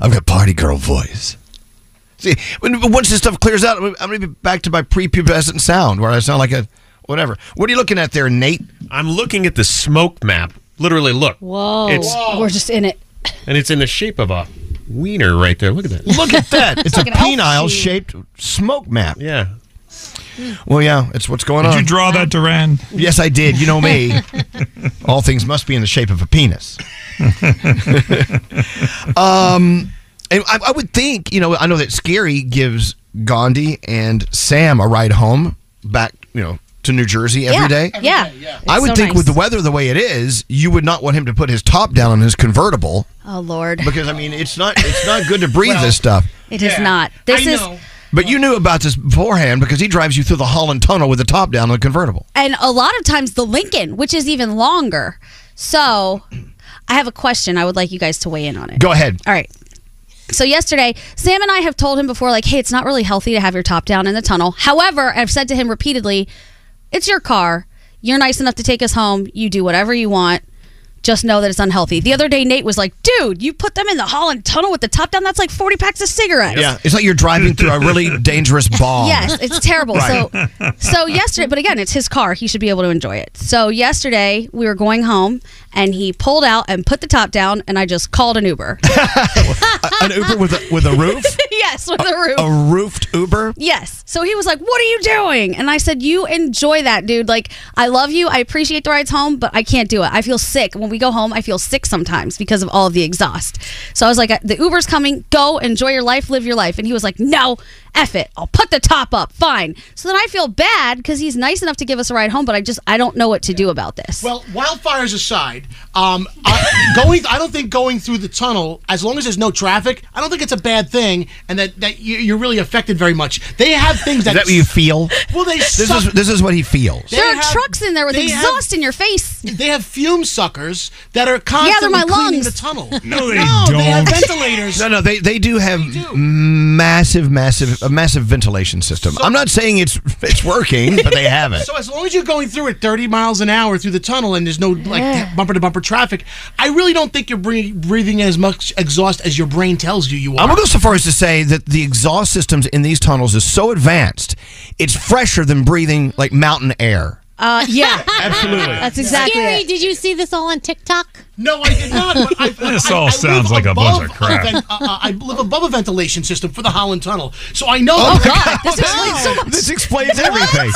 Speaker 1: I've got party girl voice. See, when, when- once this stuff clears out, I'm going to be back to my prepubescent sound where I sound like a whatever. What are you looking at there, Nate?
Speaker 8: I'm looking at the smoke map. Literally, look.
Speaker 6: Whoa.
Speaker 8: It's,
Speaker 6: We're just in it.
Speaker 8: And it's in the shape of a wiener right there. Look at that.
Speaker 1: Look at that. It's,
Speaker 6: It's
Speaker 1: a
Speaker 6: like an elf
Speaker 1: penile
Speaker 6: shoe.
Speaker 1: shaped smoke map.
Speaker 8: Yeah.
Speaker 1: Well, yeah, it's what's going
Speaker 7: Did
Speaker 1: on.
Speaker 7: you draw that, Duran?
Speaker 1: Yes, I did. You know me. All things must be in the shape of a penis. um, and I, I would think, you know, I know that Scary gives Gandhi and Sam a ride home back, you know, to New Jersey every day.
Speaker 6: yeah.
Speaker 1: I
Speaker 6: It's
Speaker 1: would
Speaker 6: so
Speaker 1: think
Speaker 6: nice.
Speaker 1: with the weather the way it is, you would not want him to put his top down on his convertible
Speaker 6: Oh Lord.
Speaker 1: because I mean it's not it's not good to breathe this stuff.
Speaker 6: It is not. This is
Speaker 1: But you knew about this beforehand because he drives you through the Holland Tunnel with the top down on a convertible.
Speaker 6: and a lot of times the Lincoln, which is even longer. So, I have a question. I would like you guys to weigh in on it.
Speaker 1: Go ahead.
Speaker 6: All right. So yesterday, Sam and I have told him before, like, hey, it's not really healthy to have your top down in the tunnel. However, I've said to him repeatedly, it's your car. You're nice enough to take us home. You do whatever you want. Just know that it's unhealthy. The other day, Nate was like, dude, you put them in the Holland tunnel with the top down? That's like 40 packs of cigarettes.
Speaker 1: Yeah, it's like you're driving through a really dangerous bomb.
Speaker 6: Yes, it's terrible. So so yesterday, but again, it's his car. He should be able to enjoy it. So yesterday, we were going home, and he pulled out and put the top down, and I just called an Uber.
Speaker 1: an Uber with a, with a roof,
Speaker 6: yes, with a roof.
Speaker 1: a roofed Uber.
Speaker 6: Yes. So he was like, "What are you doing?" And I said, "You enjoy that, dude. Like, I love you. I appreciate the rides home, but I can't do it. I feel sick when we go home. I feel sick sometimes because of all of the exhaust." So I was like, "Uh, "The Uber's coming. Go enjoy your life. Live your life." And he was like, "No, eff it. I'll put the top up. Fine." So then I feel bad because he's nice enough to give us a ride home, but I just I don't know what to do about this.
Speaker 21: Well, wildfires aside, um, I, going I don't think going through the tunnel, as long as there's no traffic, I don't think it's a bad thing, and that, that you, you're really affected very much. They have things
Speaker 1: Is
Speaker 21: that
Speaker 1: that what you feel?
Speaker 21: Well, they
Speaker 1: this
Speaker 21: suck.
Speaker 1: is this is what he feels.
Speaker 21: They
Speaker 6: there are
Speaker 21: have-
Speaker 6: trucks in there with
Speaker 21: they
Speaker 6: exhaust in your face.
Speaker 21: They have fume suckers that are
Speaker 6: Yeah,
Speaker 21: constantly
Speaker 6: they're my
Speaker 21: cleaning
Speaker 6: lungs.
Speaker 21: the tunnel.
Speaker 6: No,
Speaker 21: they No, Oh, they have don't. ventilators.
Speaker 1: No, no, they they do have massive, massive, a massive ventilation system. I'm not saying it's it's working, but they have it.
Speaker 21: So as long as you're going through at 30 miles an hour through the tunnel and there's no like bumper to bumper traffic, I really don't think you're bre- breathing in as much exhaust as your brain tells you you are.
Speaker 1: I'm gonna go so far as to say that the exhaust systems in these tunnels is so advanced, it's fresher than breathing like mountain air.
Speaker 6: Uh, yeah,
Speaker 1: Absolutely.
Speaker 6: That's exactly
Speaker 9: Scary.
Speaker 6: it.
Speaker 9: Did you see this all on TikTok?
Speaker 21: No, I did not. But I,
Speaker 7: This all sounds like a bunch of crap.
Speaker 21: Ven- uh, uh, I live above a ventilation system for the Holland Tunnel, so I know.
Speaker 1: Oh,
Speaker 21: that-
Speaker 1: God.
Speaker 21: This
Speaker 1: explains so much. This explains everything.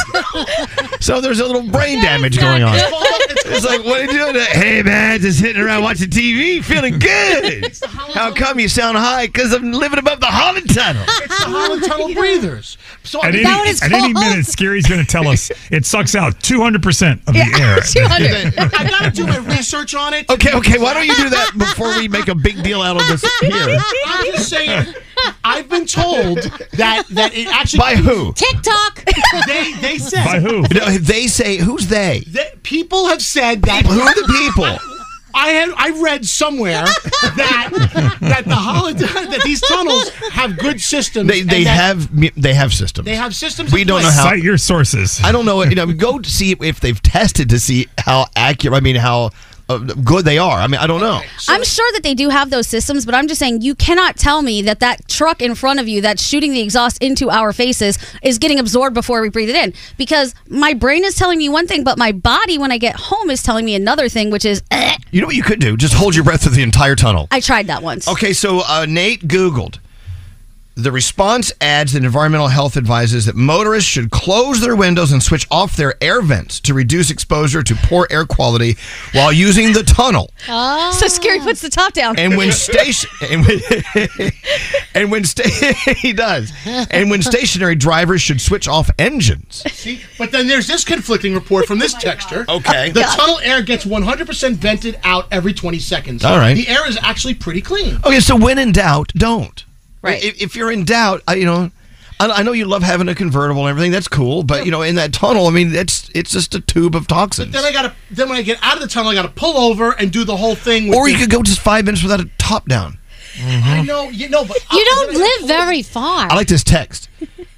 Speaker 1: So there's a little brain damage
Speaker 21: not
Speaker 1: going on.
Speaker 21: good.
Speaker 1: It's like, what are you doing? Hey, man, just hitting around watching TV, feeling good. How come you sound high? Because I'm living above the Holland Tunnel.
Speaker 21: It's the Holland Tunnel breathers. So I
Speaker 7: At any, at any minute, Scary's going to tell us it sucks out 200% of the air.
Speaker 21: I gotta do my research on it.
Speaker 1: Okay, okay, why don't you do that before we make a big deal out of this here?
Speaker 21: I'm just saying. I've been told that that it actually
Speaker 1: By who?
Speaker 21: TikTok. They they said
Speaker 1: No, they say, who's they?
Speaker 21: that people have said that
Speaker 1: Who are the people?
Speaker 21: I had I read somewhere that that the holiday that these tunnels have good systems.
Speaker 1: They, they
Speaker 21: and that
Speaker 1: have they have systems.
Speaker 21: they have systems.
Speaker 1: We
Speaker 21: in
Speaker 1: don't know
Speaker 21: place.
Speaker 1: how.
Speaker 7: Cite your sources.
Speaker 1: I don't know. You know, go to see if they've tested to see how accurate. I mean, how uh, good they are. I mean, I don't know.
Speaker 6: I'm sure that they do have those systems, but I'm just saying you cannot tell me that that truck in front of you that's shooting the exhaust into our faces is getting absorbed before we breathe it in. Because my brain is telling me one thing, but my body when I get home is telling me another thing, which is eh.
Speaker 1: You know what you could do? Just hold your breath through the entire tunnel.
Speaker 6: I tried that once.
Speaker 1: Okay, so uh, Nate Googled. The response adds that environmental health advises that motorists should close their windows and switch off their air vents to reduce exposure to poor air quality while using the tunnel.
Speaker 6: Oh. So Scary puts the top down.
Speaker 1: And when station and when, and when sta- he does. And when stationary drivers should switch off engines.
Speaker 21: See, but then there's this conflicting report from
Speaker 9: Oh
Speaker 21: this texture.
Speaker 1: Okay.
Speaker 21: the
Speaker 1: Yeah.
Speaker 21: tunnel air gets 100% vented out every 20 seconds.
Speaker 1: All right.
Speaker 21: the air is actually pretty clean.
Speaker 1: Okay, so when in doubt, don't.
Speaker 6: Right.
Speaker 1: If, if you're in doubt, I, you know, I, I know you love having a convertible and everything. That's cool, but you know, in that tunnel, I mean, that's it's just a tube of toxins.
Speaker 21: Then I gotta. Then when I get out of the tunnel, I gotta pull over and do the whole thing. With
Speaker 1: Or you
Speaker 21: the-
Speaker 1: could go just five minutes without a top down.
Speaker 5: Mm-hmm.
Speaker 21: I know. You know, but
Speaker 9: You don't live very far.
Speaker 1: I like this text.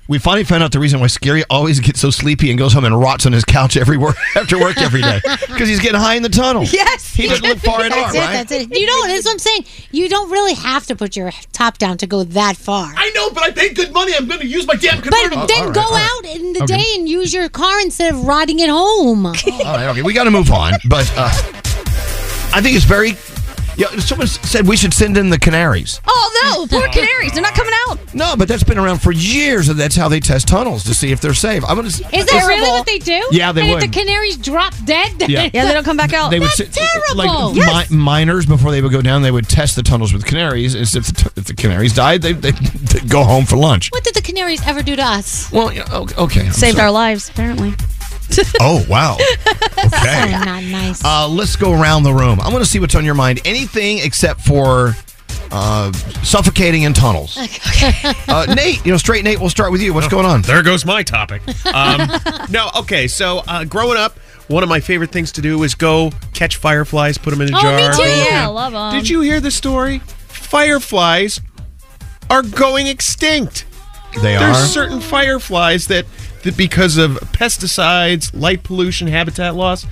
Speaker 1: We finally found out the reason why Scary always gets so sleepy and goes home and rots on his couch every work after work every day because he's getting high in the tunnel.
Speaker 9: Yes,
Speaker 1: he doesn't live far at all,
Speaker 9: That's it.
Speaker 1: right?
Speaker 9: That's it. You know, that's what I'm saying. You don't really have to put your top down to go that far.
Speaker 21: I know, but I paid good money. I'm gonna use my damn convertible.
Speaker 9: But
Speaker 1: Oh,
Speaker 9: then go out in the
Speaker 1: Okay.
Speaker 9: day and use your car instead of rotting at home.
Speaker 1: All right, okay, we got to move on. But uh, I think it's very. Yeah, someone said we should send in the canaries.
Speaker 6: Oh no, poor canaries. They're not coming out.
Speaker 1: No, but that's been around for years, and that's how they test tunnels to see if they're safe. I'm gonna. Is
Speaker 9: Is that really what they do?
Speaker 1: Yeah, they
Speaker 9: and
Speaker 1: would.
Speaker 9: If the canaries drop dead,
Speaker 1: Yeah. Yeah, they don't
Speaker 6: come back
Speaker 1: They would
Speaker 9: That's
Speaker 1: sit,
Speaker 9: terrible.
Speaker 1: Like mi- miners, before they would go down, they would test the tunnels with canaries. And if the, t- if the canaries died, they they they'd go home for lunch.
Speaker 9: what did the canaries ever do to us?
Speaker 1: Well, yeah, okay. okay I'm
Speaker 6: Saved
Speaker 1: sorry.
Speaker 6: our lives, apparently.
Speaker 1: Oh wow. Okay.
Speaker 9: Not nice.
Speaker 1: Uh, let's go around the room. I want to see what's on your mind. Anything except for uh, suffocating in tunnels. Uh, Nate, you know, straight Nate, we'll start with you. What's going on?
Speaker 8: There goes my topic. Um, no, okay. So uh, growing up, one of my favorite things to do was go catch fireflies, put them in a
Speaker 6: Oh,
Speaker 8: jar.
Speaker 6: me too. Oh, yeah, love 'em.
Speaker 8: Did you hear the story? Fireflies are going extinct.
Speaker 1: They
Speaker 8: There's
Speaker 1: are?
Speaker 8: certain fireflies that, that because of pesticides, light pollution, habitat loss,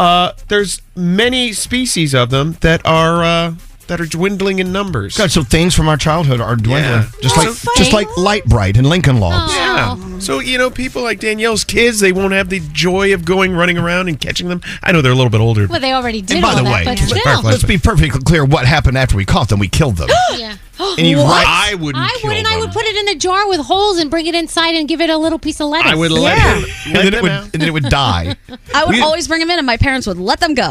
Speaker 8: uh, there's many species of them that are uh, that are dwindling in numbers.
Speaker 1: God, so things from our childhood are dwindling,
Speaker 8: Yeah.
Speaker 1: just
Speaker 8: Oh,
Speaker 1: like just like light bright and Lincoln logs.
Speaker 8: Yeah. So, you know, people like Danielle's kids, they won't have the joy of going running around and catching them. I know they're a little bit older.
Speaker 9: Well, they already did
Speaker 1: And by
Speaker 9: all
Speaker 1: the
Speaker 9: that,
Speaker 1: way,
Speaker 9: but
Speaker 1: let's-
Speaker 9: still.
Speaker 1: let's be perfectly clear what happened after we caught them. We killed them.
Speaker 9: yeah.
Speaker 1: And you-
Speaker 9: What?
Speaker 1: I wouldn't
Speaker 9: I
Speaker 1: kill
Speaker 9: wouldn't. I
Speaker 1: them.
Speaker 9: would put it in a jar with holes and bring it inside and give it a little piece of lettuce.
Speaker 1: I would let Yeah. it- And let then it them would- out. and then it would die.
Speaker 6: I would
Speaker 1: We-
Speaker 6: always bring them in, and my parents would let them go.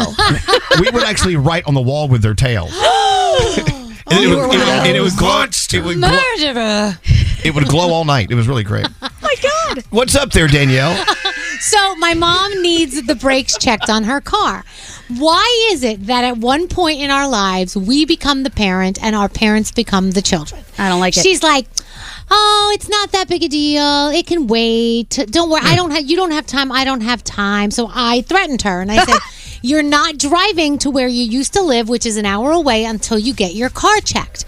Speaker 1: we would actually write on the wall with their tails.
Speaker 9: Oh,
Speaker 1: And it, would, it, would- and it would glow, it, would glow,
Speaker 9: Murderer.
Speaker 1: it would glow all night. It was really great.
Speaker 9: Oh my God.
Speaker 1: What's up there, Danielle?
Speaker 9: So my mom needs the brakes checked on her car. Why is it that at one point in our lives we become the parent and our parents become the children? I don't
Speaker 6: like it.
Speaker 9: She's like, "Oh, it's not that big a deal. It can wait. Don't
Speaker 6: Hmm.
Speaker 9: worry. I don't have you don't have time. I don't have time." So I threatened her and I said, "You're not driving to where you used to live, which is an hour away until you get your car checked."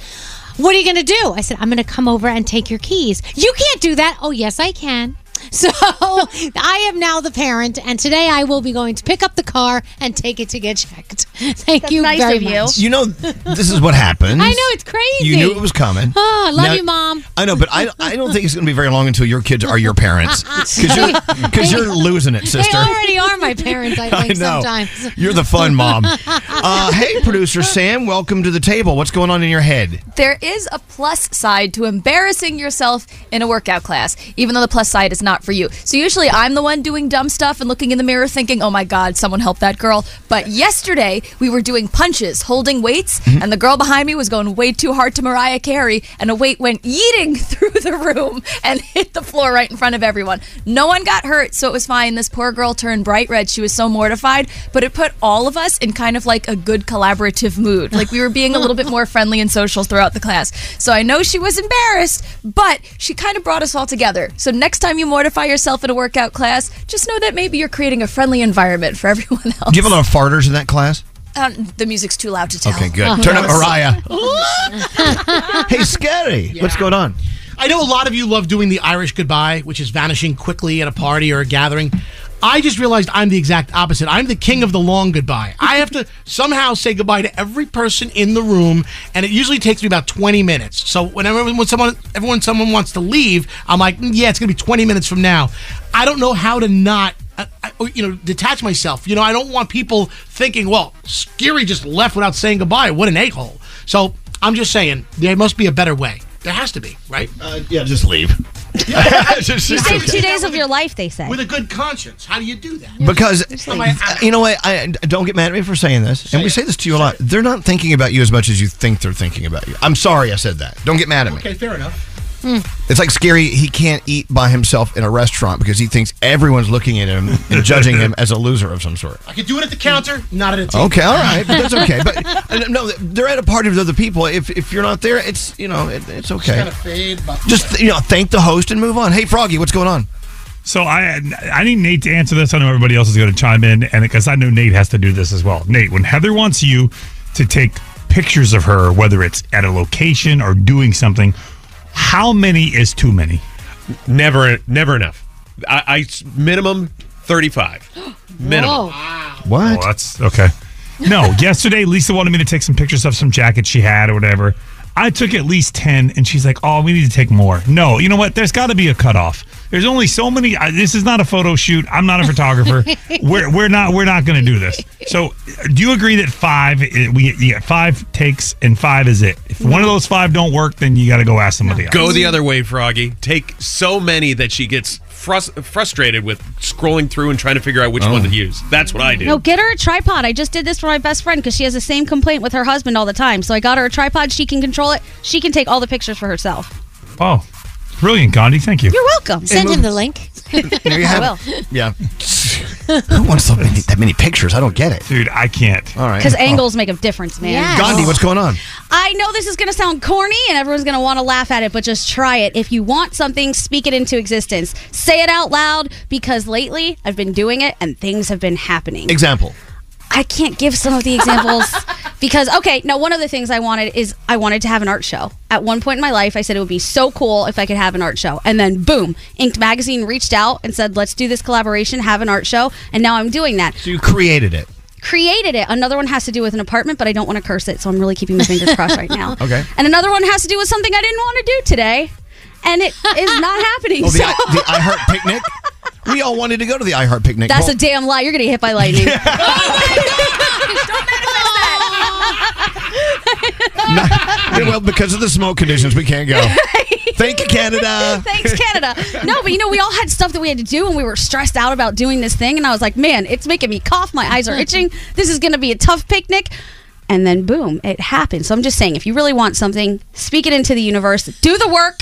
Speaker 9: What are you going to do? I said, I'm going to come over and take your keys. You can't do that. Oh, yes, I can. So I am now the parent, and today I will be going to pick up the car and take it to get checked. Thank
Speaker 6: That's
Speaker 9: you
Speaker 6: nice
Speaker 9: very
Speaker 6: of you.
Speaker 9: much.
Speaker 1: You know, this is what happens.
Speaker 9: I know it's crazy.
Speaker 1: You knew it was coming.
Speaker 9: Oh, I love
Speaker 1: Now-
Speaker 9: you, mom.
Speaker 1: I know, but I, I don't think it's going to be very long until your kids are your parents. Because you're, 'cause you're losing it,
Speaker 9: They
Speaker 1: sister.
Speaker 9: already are my parents. I
Speaker 1: I
Speaker 9: think
Speaker 1: know.
Speaker 9: sometimes.
Speaker 1: You're the fun mom. Uh, hey, producer Sam, welcome to the table. What's going on in your head?
Speaker 14: There is a plus side to embarrassing yourself in a workout class, even though the plus side is not for you. So usually I'm the one doing dumb stuff and looking in the mirror thinking, oh my God, someone help that girl. But yesterday we were doing punches, holding weights,
Speaker 16: Mhm.
Speaker 14: and the girl behind me was going way too hard to Mariah Carey, and a weight went yeeting through the room and hit the floor right in front of everyone. No one got hurt, so it was fine. This poor girl turned bright red. She was so mortified, but it put all of us in kind of like a good collaborative mood. Like we were being a little bit more friendly and social throughout the class. So I know she was embarrassed, but she kind of brought us all together. So next time you mortify yourself in a workout class, just know that maybe you're creating a friendly environment for everyone
Speaker 9: Oh.
Speaker 14: else.
Speaker 1: Do you have a lot of farters in that class?
Speaker 14: Um, the music's too loud to tell.
Speaker 1: Okay, good. Turn up Mariah. hey, Scary, what's going on?
Speaker 21: I know a lot of you love doing the Irish goodbye, which is vanishing quickly at a party or a gathering. I just realized I'm the exact opposite. I'm the king of the long goodbye. I have to somehow say goodbye to every person in the room, and it usually takes me about 20 minutes. So whenever when someone everyone someone wants to leave, I'm like, "Mm, yeah, it's gonna be 20 minutes from now. I don't know how to not. I, I- or, you know, detach myself. You know, I don't want people thinking, well, Scary just left without saying goodbye. What an a hole. So I'm just saying, there must be a better way. There has to be, right?
Speaker 1: Uh, yeah, just leave.
Speaker 6: you saved two days of your life, they say. With
Speaker 21: a good conscience. How do you do that?
Speaker 1: Because uh,
Speaker 21: Am I out?
Speaker 1: you know what? I don't get mad at me for saying this, and we say this to you a lot. They're not thinking about you as much as you think they're thinking about you. I'm sorry I said that. Don't get mad at me.
Speaker 21: Okay, fair enough.
Speaker 6: Hmm.
Speaker 1: It's like scary. He can't eat by himself in a restaurant because he thinks everyone's looking at him and judging him as a loser of some sort.
Speaker 21: I could do it at the counter, not at a table.
Speaker 1: Okay, all right, but that's okay. But uh, no, they're at a party with other people. If if you're not there, it's you know it, it's
Speaker 21: Just
Speaker 1: okay.
Speaker 21: gotta fade, but-
Speaker 1: Just you know, thank the host and move on. Hey, Froggy, what's going on?
Speaker 7: So I I need Nate to answer this. I know everybody else is going to chime in, and because I know Nate has to do this as well. Nate, when Heather wants you to take pictures of her, whether it's at a location or doing something, how many is too many?
Speaker 8: Never, never enough. I, I s- minimum thirty-five. minimum.
Speaker 7: What? Oh, that's okay. No, yesterday Lisa wanted me to take some pictures of some jackets she had or whatever. I took at least 10 and she's like, oh, we need to take more. No, you know what? There's got to be a cutoff. There's only so many. I, this is not a photo shoot. I'm not a photographer. we're, we're not we're not going to do this. So do you agree that five, i- we you get five takes and five is it? If one of those five don't work, then you got to go ask somebody else.
Speaker 8: Go the other way, Froggy. Take so many that she gets frus- frustrated with scrolling through and trying to figure out which one to use. That's what I do.
Speaker 6: No, get her a tripod. I just did this for my best friend because she has the same complaint with her husband all the time. So I got her a tripod. She can control it. She can take all the pictures for herself.
Speaker 7: Oh, brilliant, Gandhi. Thank you.
Speaker 6: You're welcome.
Speaker 9: Send him the link.
Speaker 6: There you have
Speaker 9: I will.
Speaker 1: Yeah. Who wants so many, that many pictures? I don't get it,
Speaker 7: dude. I can't.
Speaker 1: All right.
Speaker 6: Because angles make a difference, man.
Speaker 1: Oh. Gandhi, what's going on?
Speaker 6: I know this is going to sound corny and everyone's going to want to laugh at it, but just try it. If you want something, speak it into existence. Say it out loud because lately I've been doing it and things have been happening.
Speaker 1: Example.
Speaker 6: I can't give some of the examples because okay, now one of the things I wanted is I wanted to have an art show. At one point in my life, I said it would be so cool if I could have an art show. And then boom, Inked Magazine reached out and said, "Let's do this collaboration, have an art show." And now I'm doing that.
Speaker 1: So you created it.
Speaker 6: Created it. Another one has to do with an apartment, but I don't want to curse it, so I'm really keeping my fingers crossed right now.
Speaker 1: Okay.
Speaker 6: And another one has to do with something I didn't want to do today, and it is not happening.
Speaker 1: Oh, the,
Speaker 6: so
Speaker 1: I, the I Heart Picnic. We all wanted to go to the I Heart Picnic.
Speaker 6: that's
Speaker 1: Well,
Speaker 6: a damn lie. You're gonna get hit by lightning.
Speaker 1: Yeah, well, because of the smoke conditions, we can't go. Thank you, Canada.
Speaker 6: Thanks, Canada. No, but you know, we all had stuff that we had to do and we were stressed out about doing this thing. And I was like, man, it's making me cough. My eyes are itching. This is going to be a tough picnic. And then, boom, it happened. So I'm just saying, if you really want something, speak it into the universe, do the work,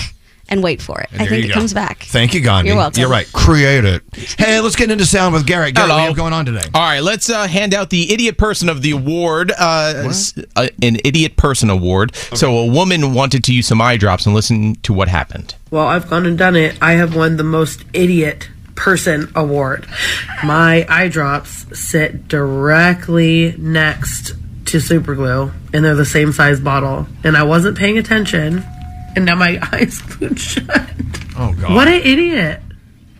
Speaker 6: and wait for it.
Speaker 1: And
Speaker 6: I
Speaker 1: there
Speaker 6: think
Speaker 1: you
Speaker 6: it
Speaker 1: go.
Speaker 6: comes back.
Speaker 1: Thank you, Gandhi.
Speaker 6: You're welcome.
Speaker 1: You're right. Create it. Hey, let's get into sound with Garrett. Garrett, what do you have going on today?
Speaker 22: All right, let's uh, hand out the Idiot Person of the Award, uh, s- uh, an Idiot Person Award. So a woman wanted to use some eye drops and listen to what happened.
Speaker 16: Well, I've gone and done it. I have won the most idiot person award. My eye drops sit directly next to super glue and they're the same size bottle. And I wasn't paying attention and now my eyes glued shut.
Speaker 1: Oh
Speaker 16: What an idiot.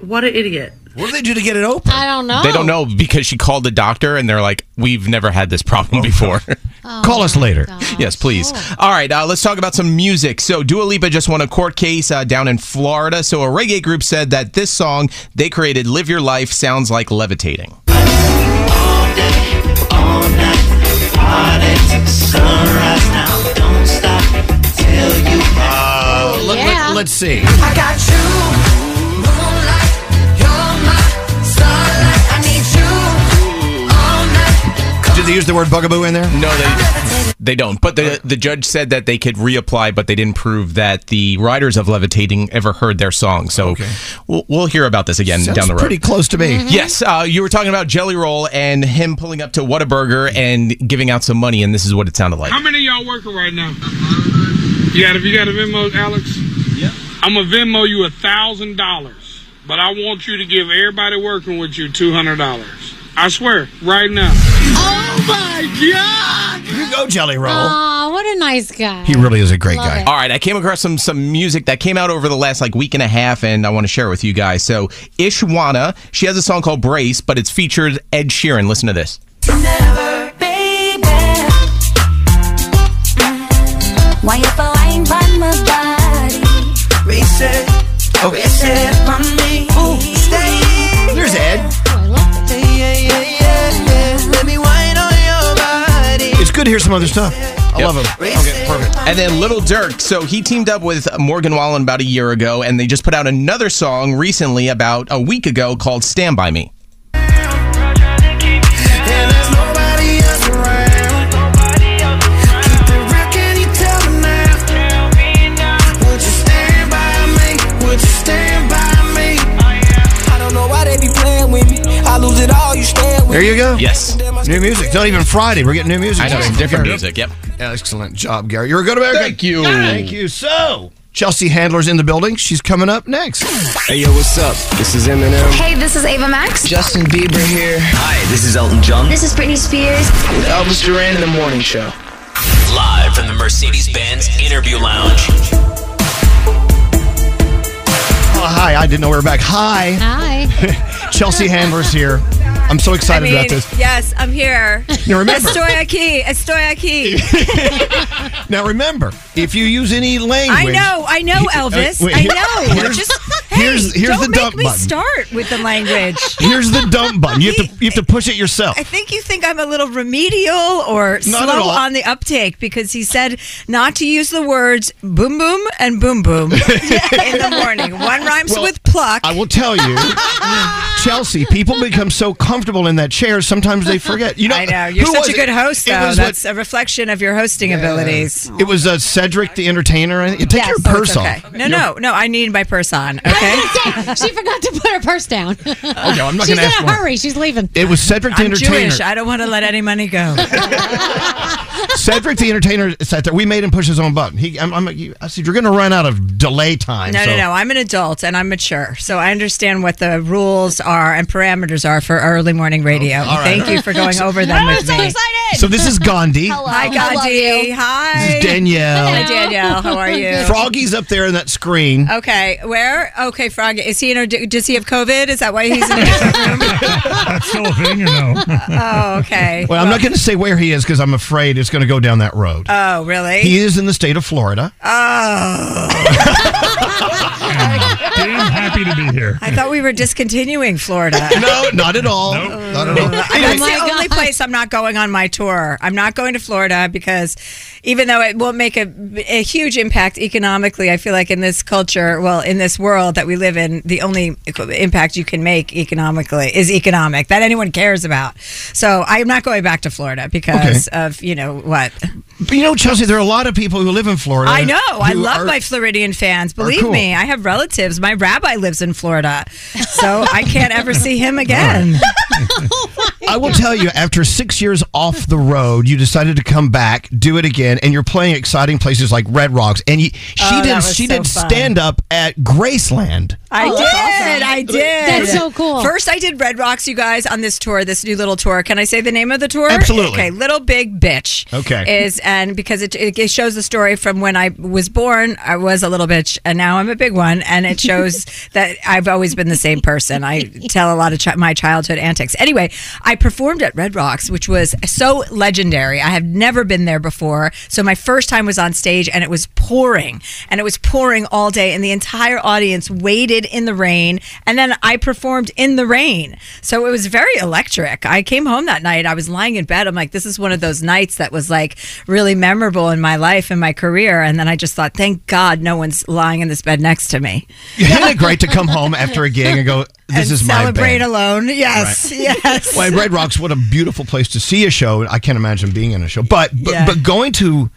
Speaker 16: What an idiot.
Speaker 1: What did they do to get it open?
Speaker 9: I don't know.
Speaker 22: They don't know because she called the doctor and they're like, "We've never had this
Speaker 5: Oh,
Speaker 22: problem before."
Speaker 1: Call us later.
Speaker 22: Yes, please. All right, uh, let's talk about some music. So, Dua Lipa just won a court case uh, down in Florida. So, a reggae group said that this song they created, "Live Your Life," sounds like levitating.
Speaker 17: Sunrise now, don't stop till you
Speaker 1: Uh, let,
Speaker 17: Yeah.
Speaker 1: us see.
Speaker 17: I got you, moonlight, you're my starlight. I need you all night.
Speaker 1: Did they use the word bugaboo in there?
Speaker 22: No, they they don't. But the the judge said that they could reapply, but they didn't prove that the writers of Levitating ever heard their song. So we'll, we'll hear about this again
Speaker 1: Sounds
Speaker 22: down the road.
Speaker 1: pretty close to me.
Speaker 22: Yes, uh, you were talking about Jelly Roll and him pulling up to Whataburger and giving out some money, and this is what it sounded like.
Speaker 18: How many of y'all working right now? You got a, you got a Venmo, Alex? Yeah. I'm gonna Venmo you a thousand dollars, but I want you to give everybody working with you two hundred dollars. I swear, right now. Oh my God!
Speaker 1: You go, Jelly
Speaker 9: Aw, what a nice guy.
Speaker 1: He really is a great
Speaker 9: Love
Speaker 1: guy.
Speaker 9: it.
Speaker 22: All right, I came across some some music that came out over the last like week and a half, and I want to share it with you guys. So Ishwana, she has a song called Brace, but it's featured Ed Sheeran. Listen to this.
Speaker 17: Why you for wine on my body? Reset,
Speaker 1: oh.
Speaker 17: reset on me. Ooh, stay.
Speaker 1: There's Ed.
Speaker 17: Yeah, yeah, yeah, yeah. Let me wine on your body.
Speaker 1: It's good to hear some other stuff. I love him. Okay, perfect.
Speaker 22: And then Little Dirk, so he teamed up with Morgan Wallen about a year ago, and they just put out another song recently about a week ago called Stand By Me.
Speaker 17: And there's nobody else around. Keep it real, can you tell me now? Would you stand by
Speaker 1: There you go.
Speaker 22: Yes.
Speaker 1: New music. It's not even Friday. We're getting new music.
Speaker 22: I know,
Speaker 1: today
Speaker 22: some
Speaker 1: from
Speaker 22: different
Speaker 1: Gary.
Speaker 22: music, yep.
Speaker 1: Excellent job, Gary. You're a good American.
Speaker 22: Thank you.
Speaker 1: Thank you. So, Chelsea Handler's in the building. She's coming up next.
Speaker 24: Hey, yo, what's up? This is Eminem.
Speaker 15: Hey, this is Ava Max.
Speaker 24: Justin Bieber here.
Speaker 3: Hi, this is Elton John.
Speaker 15: This is Britney Spears.
Speaker 24: The Elvis Duran in the Morning Show.
Speaker 3: Live from the Mercedes Benz Interview Lounge.
Speaker 1: Oh, hi. I didn't know we were back. Hi. Hi. Chelsea Handler's here. I'm so excited
Speaker 19: I mean,
Speaker 1: about this.
Speaker 19: Yes, I'm here.
Speaker 1: Now remember-
Speaker 19: Estoy aquí. Estoy aquí.
Speaker 1: Now, remember, if you use any
Speaker 19: I
Speaker 1: language.
Speaker 19: know. I know,
Speaker 1: Uh,
Speaker 19: Elvis.
Speaker 1: wait,
Speaker 19: I
Speaker 1: here-
Speaker 19: know.
Speaker 1: here's-
Speaker 19: Just,
Speaker 1: here's-
Speaker 19: hey,
Speaker 1: here's
Speaker 19: don't
Speaker 1: the
Speaker 19: make
Speaker 1: dump
Speaker 19: me
Speaker 1: button.
Speaker 19: start with the language.
Speaker 1: Here's the dump button. You have to you have to push it yourself.
Speaker 19: I think you think I'm a little remedial or
Speaker 1: Not at all.
Speaker 19: slow on the uptake because he said not to use the words boom boom and boom boom in the morning. One rhymes
Speaker 1: Well,
Speaker 19: with pluck.
Speaker 1: I will tell you, Chelsea. People become so comfortable in that chair sometimes they forget. You know,
Speaker 19: I know. You're
Speaker 1: who
Speaker 19: such
Speaker 1: was
Speaker 19: a
Speaker 1: it?
Speaker 19: good host,
Speaker 1: It
Speaker 19: though.
Speaker 1: was
Speaker 19: That's a reflection of your hosting abilities.
Speaker 1: It was uh, Cedric the Entertainer. I think. Take your
Speaker 19: Oh,
Speaker 1: purse
Speaker 19: it's okay.
Speaker 1: off.
Speaker 19: No, no, no. I need my purse on. Okay.
Speaker 9: she forgot to put her purse down. okay,
Speaker 1: Oh, I'm not
Speaker 9: She's
Speaker 1: gonna ask
Speaker 9: in a
Speaker 1: more.
Speaker 9: hurry. She's leaving.
Speaker 1: It was Cedric the
Speaker 19: I'm
Speaker 1: Entertainer.
Speaker 19: Jewish. I don't want to let any money go.
Speaker 1: Cedric the Entertainer sat there. We made him push his own button. He, I'm, I'm, you- I said, "You're going to run out of delay time."
Speaker 19: No,
Speaker 1: so.
Speaker 19: no, no. I'm an adult and I'm mature, so I understand what the rules are and parameters are for early morning radio.
Speaker 1: Oh, all right,
Speaker 19: Thank
Speaker 1: all
Speaker 19: you
Speaker 1: right.
Speaker 19: for going over them
Speaker 1: I'm
Speaker 19: with
Speaker 1: so
Speaker 19: me.
Speaker 1: excited. So this is Gandhi. Hello.
Speaker 19: Hi,
Speaker 1: I love
Speaker 19: Gandhi. Hi.
Speaker 1: This is Danielle.
Speaker 19: Hi, Danielle. How are you?
Speaker 1: Froggy's up there in that screen.
Speaker 19: Okay, where? Okay, Frog. Is he in? Or does he have COVID? Is that why he's in? A,
Speaker 1: That's still a thing, or no?
Speaker 19: oh, okay.
Speaker 1: Well, I'm not going to say where he is because I'm afraid it's going to go down that road.
Speaker 19: Oh, really?
Speaker 1: He is in the state of Florida.
Speaker 19: Oh.
Speaker 1: Damn happy to be here.
Speaker 19: I thought we were discontinuing Florida.
Speaker 1: No, Oh not at all. Not at all.
Speaker 19: I- That's the only place I'm not going on my tour. I'm not going to Florida because even though it won't make a, a huge impact economically, I feel like in this culture, well, in this world that we live in, the only impact you can make economically is economic that anyone cares about. So I'm not going back to Florida because of, you know, what?
Speaker 1: But you know, Chelsea, there are a lot of people who live in Florida.
Speaker 19: I know. I
Speaker 1: who
Speaker 19: love
Speaker 1: are-
Speaker 19: my Floridian fans. Believe
Speaker 1: cool.
Speaker 19: me, I have relatives. My rabbi lives in Florida. So I can't ever see him again.
Speaker 1: I will tell you, after six years off the road, you decided to come back, do it again, and you're playing exciting places like Red Rocks. And you, she
Speaker 19: Oh, that
Speaker 1: did.
Speaker 19: was
Speaker 1: She
Speaker 19: so
Speaker 1: did
Speaker 19: fun.
Speaker 1: stand up at Graceland.
Speaker 19: I
Speaker 9: Oh,
Speaker 19: did.
Speaker 9: that's awesome.
Speaker 19: I did.
Speaker 9: That's so cool.
Speaker 19: First, I did Red Rocks, you guys, on this tour, this new little tour. Can I say the name of the tour?
Speaker 1: Absolutely.
Speaker 19: Okay, Little Big Bitch.
Speaker 1: Okay.
Speaker 19: Is and because it, it shows the story from when I was born, I was a little bitch, and now I'm a big one, and it shows that I've always been the same person. I tell a lot of chi- my childhood antics. Anyway, I performed at Red Rocks, which was so legendary. I have never been there before, so my first time was on stage, and it was pouring, and it was pouring all day, and the entire audience waited in the rain, and then I performed in the rain, so it was very electric. I came home that night, I was lying in bed, I'm like, this is one of those nights that was like really memorable in my life and my career, and then I just thought, thank God, no one's lying in this bed next to me.
Speaker 1: Isn't it great to come home after a gig and go, "This is my
Speaker 19: Celebrate
Speaker 1: band."
Speaker 19: alone, yes,
Speaker 1: Right.
Speaker 19: yes.
Speaker 1: Well, and Red Rocks, what a beautiful place to see a show. I can't imagine being in a show, but but,
Speaker 19: Yeah.
Speaker 1: but going to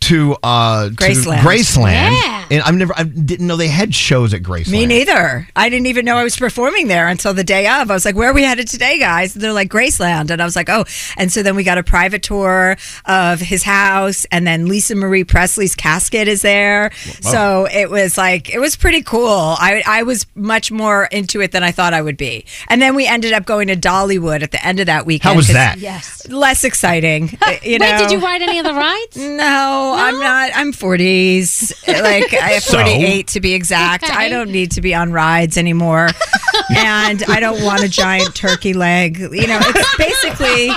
Speaker 1: to uh
Speaker 19: Graceland.
Speaker 1: to Graceland
Speaker 19: Yeah.
Speaker 1: and I've never I didn't know they had shows at Graceland.
Speaker 19: Me neither. I didn't even know I was performing there until the day of. I was like, "Where are we headed today, guys?" And they're like, "Graceland," and I was like, "Oh." And so then we got a private tour of his house, and then Lisa Marie Presley's casket is there.
Speaker 20: Wow.
Speaker 19: So it was like it was pretty cool. I I was much more into it than I thought I would be. And then we ended up going to Dollywood at the end of that weekend.
Speaker 1: How was
Speaker 19: 'cause-
Speaker 1: that?
Speaker 9: Yes.
Speaker 19: Less exciting, you know.
Speaker 9: Wait, did you ride any of the rides?
Speaker 19: No, I'm not. I'm 40s. Like I have
Speaker 9: So?
Speaker 19: 48 to be exact. I don't need to be on rides anymore, and I don't want a giant turkey leg. You know, it's basically.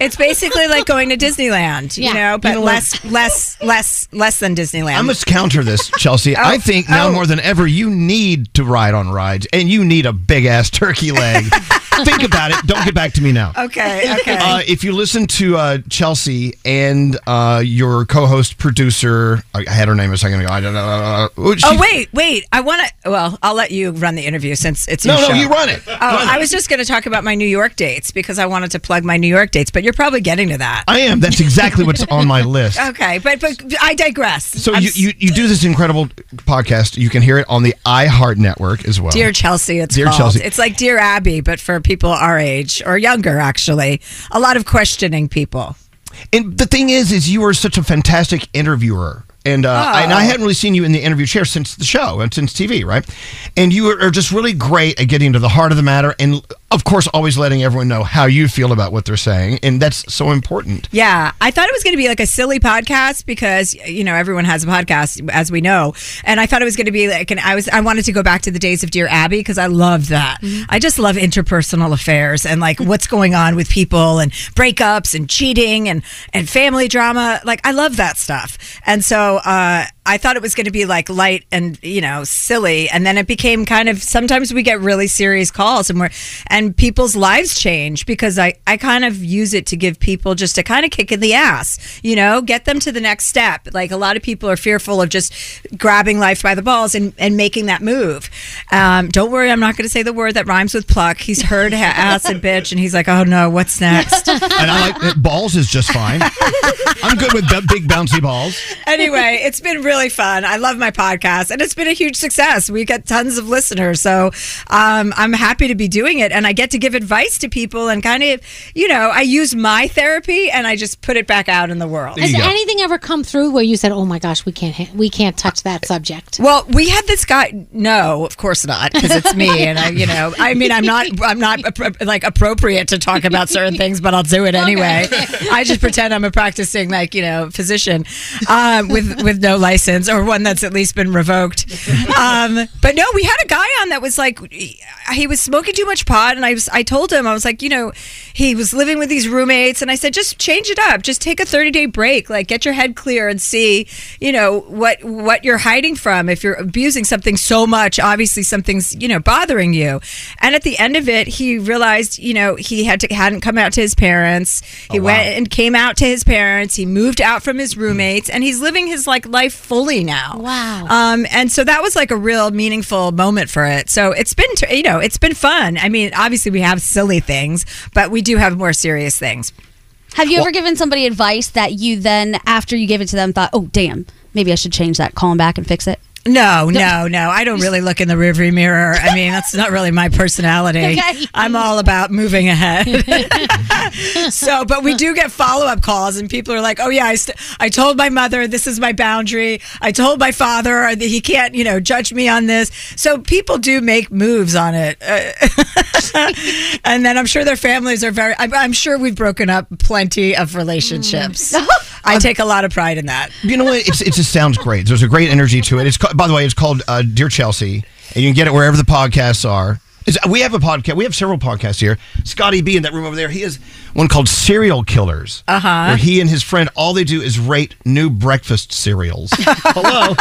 Speaker 19: It's basically like going to Disneyland, you know, but less, less, less, less than Disneyland.
Speaker 1: I must counter this, Chelsea.
Speaker 19: Oh,
Speaker 1: I think now
Speaker 19: oh.
Speaker 1: more than ever you need to ride on rides and you need a big ass turkey leg. think about it. Don't get back to me now.
Speaker 19: okay, okay.
Speaker 1: Uh, if you listen to uh, Chelsea and uh, your co-host producer, I I had her name a second ago. I don't know. oh, she-
Speaker 19: oh wait, wait! I want to. Well, I'll let you run the interview since it's
Speaker 1: No,
Speaker 19: your
Speaker 1: no,
Speaker 19: show.
Speaker 1: you run it.
Speaker 19: Oh, I was just going to talk about my New York dates because I wanted to plug my New York dates, but you're probably getting to that.
Speaker 1: I am. That's exactly what's on my list.
Speaker 19: Okay, but but I digress.
Speaker 1: So
Speaker 19: I'm
Speaker 1: you, you you do this incredible podcast. You can hear it on the iHeart Network as well.
Speaker 19: Dear Chelsea, it's
Speaker 1: Dear
Speaker 19: called.
Speaker 1: Chelsea.
Speaker 19: It's like Dear Abby, but for people our age or younger, actually. A lot of questioning people.
Speaker 1: And the thing is, is you are such a fantastic interviewer. And, uh,
Speaker 19: Oh.
Speaker 1: I, and I hadn't really seen you in the interview chair since the show and since TV, right? And you are are just really great at getting to the heart of the matter and, of course, always letting everyone know how you feel about what they're saying. And that's so important.
Speaker 19: Yeah, I thought it was going to be like a silly podcast because you know everyone has a podcast as we know, and I thought it was going to be like and I was I wanted to go back to the days of Dear Abby because I loved that. I just love interpersonal affairs and like what's going on with people and breakups and cheating and and family drama. Like I love that stuff, and so uh, I thought it was going to be like light and you know silly, and then it became kind of sometimes we get really serious calls and we're and people's lives change because I I kind of use it to give people just a kind of kick in the ass, you know, get them to the next step. Like a lot of people are fearful of just grabbing life by the balls and and making that move. Um, don't worry, I'm not going to say the word that rhymes with pluck. He's heard ha- acid bitch, and he's like, oh no, what's next?
Speaker 1: And I like that balls is just fine. I'm good with b- big bouncy balls.
Speaker 19: anyway, it's been really fun. I love my podcast, and it's been a huge success. We get tons of listeners, so um, I'm happy to be doing it, and I get to give advice to people and kind of, you know, I use my therapy and I just put it back out in the world.
Speaker 9: Has anything ever come through where you said, "Oh my gosh, we can't ha- we can't touch that subject"?
Speaker 19: Well, we had this guy. No, of course not, because it's me, and I, you know, I mean, I'm not, I'm not appro- like appropriate to talk about certain things, but I'll do it anyway. I just pretend I'm a practicing, like you know, physician um, with with no license or one that's at least been revoked. Um, but no, we had a guy on that was like, he was smoking too much pot, and I was, I told him, I was like, you know, he was living with these roommates, and I said, just change it up, just take a 30 day break, like get your head clear and see, you know, what what you're hiding from. If you're abusing something so much, obviously something's you know bothering you. And at the end of it, he realized, you know, he had to hadn't come out to his parents. He went and came out to his parents. He moved out from his roommates, and he's living his like life fully now. Wow. Um, and so that was like a real meaningful moment for it. So it's been, t- you know, it's been fun. I mean, obviously we have silly things, but we do have more serious things.
Speaker 6: Have you ever given somebody advice that you then, after you gave it to them, thought, oh, damn, maybe I should change that, call them back and fix it?
Speaker 19: No, no, no. I don't really look in the rearview mirror. I mean, that's not really my personality.
Speaker 6: Okay.
Speaker 19: I'm all about moving ahead. so, but we do get follow up calls, and people are like, "Oh yeah, I, st- I told my mother this is my boundary. I told my father uh, that he can't, you know, judge me on this." So people do make moves on it, Uh, and then I'm sure their families are very. I'm, I'm sure we've broken up plenty of relationships. I take a lot of pride in that.
Speaker 1: You know what? It's, it just sounds great. There's a great energy to it. It's ca- by the way, it's called uh, Dear Chelsea, and you can get it wherever the podcasts are. It's- we have a podcast. We have several podcasts here. Scotty B in that room over there. He has one called Serial Killers,
Speaker 3: Uh-huh.
Speaker 1: where he and his friend all they do is rate new breakfast cereals. Hello.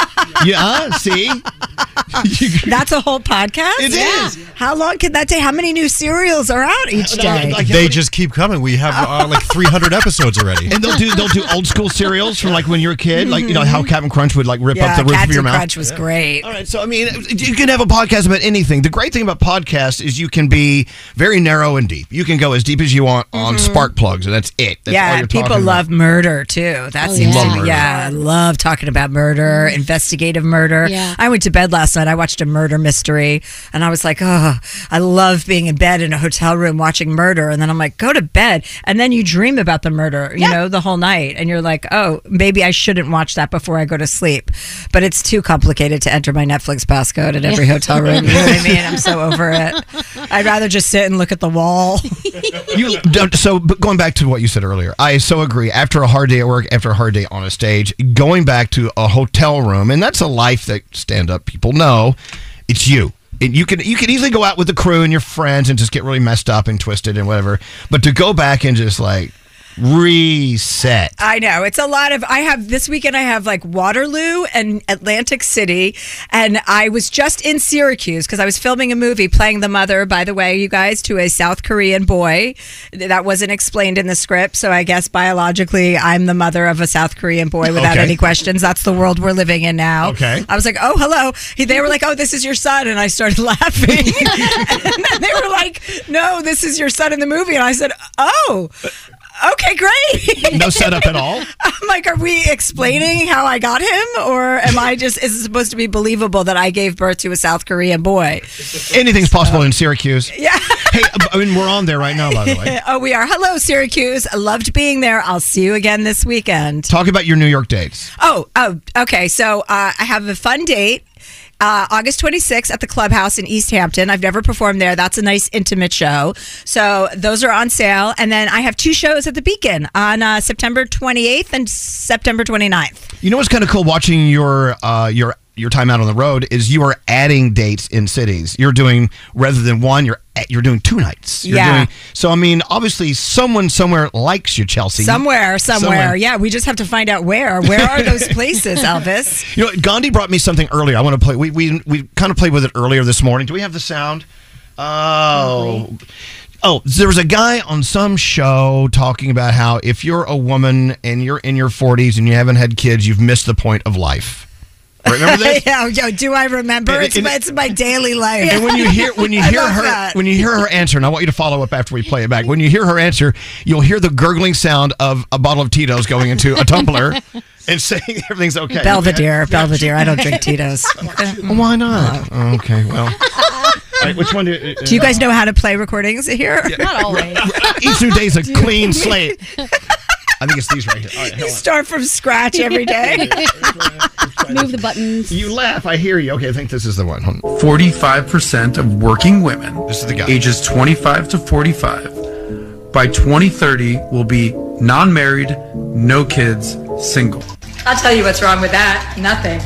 Speaker 1: yeah. See.
Speaker 19: That's a whole podcast. It is. How long can that take? How many new cereals are out each day?
Speaker 8: They just keep coming. We have uh, like 300 episodes already.
Speaker 1: And they'll do they'll do old school cereals from like when you were a kid, like you know how Captain Crunch would like rip up the roof of your mouth.
Speaker 19: great.
Speaker 1: All right, so I mean, you can have a podcast about anything. The great thing about podcasts is you can be very narrow and deep. You can go as deep as you want on spark plugs, and that's it. That's all
Speaker 19: Mm-hmm. yeah,
Speaker 1: you're
Speaker 19: people
Speaker 1: talking
Speaker 19: love murder too. That
Speaker 1: Oh,
Speaker 19: seems
Speaker 1: yeah.
Speaker 19: to
Speaker 1: Love
Speaker 19: be, yeah, I love talking about murder, investigative murder.
Speaker 9: Yeah.
Speaker 19: I went to bed last night. I watched a murder mystery, and I was like, oh, I love being in bed in a hotel room watching murder. And then I'm like, go to bed, and then you dream about the murder, you know, the whole night, and you're like, oh, maybe I shouldn't watch that before I go to sleep. But it's too complicated to enter my Netflix passcode at every
Speaker 9: Yeah.
Speaker 19: hotel room. You know what I mean? I'm so over it. I'd rather just sit and look at the wall.
Speaker 1: You, don't- so, but going back to what you said earlier, I so agree. After a hard day at work, after a hard day on a stage, going back to a hotel room, and that's a life that stand-up people know. It's you. And you can you can easily go out with the crew and your friends and just get really messed up and twisted and whatever. But to go back and just like reset.
Speaker 19: I know. It's a lot of I have this weekend I have like Waterloo and Atlantic City and I was just in Syracuse cuz I was filming a movie playing the mother by the way you guys to a South Korean boy that wasn't explained in the script so I guess biologically I'm the mother of a South Korean boy without
Speaker 3: Okay.
Speaker 19: any questions. That's the world we're living in now.
Speaker 3: Okay.
Speaker 19: I was like, "Oh, hello." He- They were like, "Oh, this is your son." And I started laughing. and then they were like, "No, this is your son in the movie." And I said, "Oh." Okay, great.
Speaker 1: No setup at all?
Speaker 19: I'm like, are we explaining how I got him, or am I just? Is it supposed to be believable that I gave birth to a South Korean boy?
Speaker 1: Anything's possible in Syracuse.
Speaker 19: Yeah.
Speaker 25: hey, I mean, we're on there right now, by the way.
Speaker 19: oh, we are. Hello, Syracuse. I loved being there. I'll see you again this weekend.
Speaker 1: Talk about your New York dates.
Speaker 19: Oh, oh, okay. So uh, I have a fun date. Uh, August 26th at the clubhouse in East Hampton. I've never performed there. That's a nice intimate show. So those are on sale. And then I have two shows at the Beacon on uh, September 28th and September 29th.
Speaker 1: You know what's kind of cool watching your uh, your your time out on the road is you are adding dates in cities. You're doing rather than one, you're you're doing two nights. You're
Speaker 19: Yeah.
Speaker 1: Doing, so I mean, obviously, someone somewhere likes you, Chelsea.
Speaker 19: Somewhere, somewhere, Yeah, we just have to find out where. Where are those places, Elvis?
Speaker 1: You know, Gandhi brought me something earlier. I want to play. We we we kind of played with it earlier this morning. Do we have the sound? Oh. Oh, there was a guy on some show talking about how if you're a woman and you're in your 40s and you haven't had kids, you've missed the point of life. Remember this?
Speaker 19: yeah, yo, do I remember?
Speaker 1: And-
Speaker 19: it's,
Speaker 1: and-
Speaker 19: my, it's my daily life.
Speaker 1: And when you hear when you
Speaker 19: I
Speaker 1: hear
Speaker 19: love
Speaker 1: her
Speaker 19: that.
Speaker 1: when you hear her answer, and I want you to follow up after we play it back. When you hear her answer, you'll hear the gurgling sound of a bottle of Tito's going into a tumbler and saying everything's okay.
Speaker 19: Belvedere, Belvedere. I don't drink Tito's.
Speaker 1: Why not? okay, well. All right, which one do, uh,
Speaker 19: Do you guys know how to play recordings here?
Speaker 1: Not always. Each new day's a clean slate. I think it's these right here. All right,
Speaker 19: You
Speaker 1: hold on.
Speaker 19: start from scratch every day.
Speaker 3: Move the buttons.
Speaker 1: You laugh. I hear you. Okay, I think this is the one. Hold on.
Speaker 15: 45% of working women ages 25 to 45 by 2030 will be non-married, no kids, single.
Speaker 26: I'll tell you what's wrong with that. Nothing.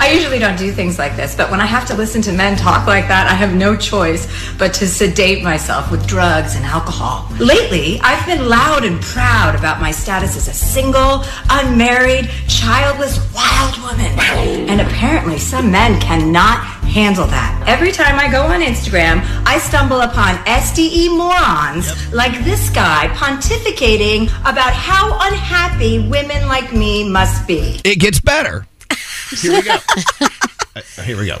Speaker 26: I usually don't do things like this, but when I have to listen to men talk like that, I have no choice but to sedate myself with drugs and alcohol. Lately, I've been loud and proud about my status as a single, unmarried, childless, wild woman. And apparently, some men cannot handle that. Every time I go on Instagram, I stumble upon SDE morons like this guy pontificating about how unhappy women like me must be.
Speaker 1: It gets better. Here we go. Here we go.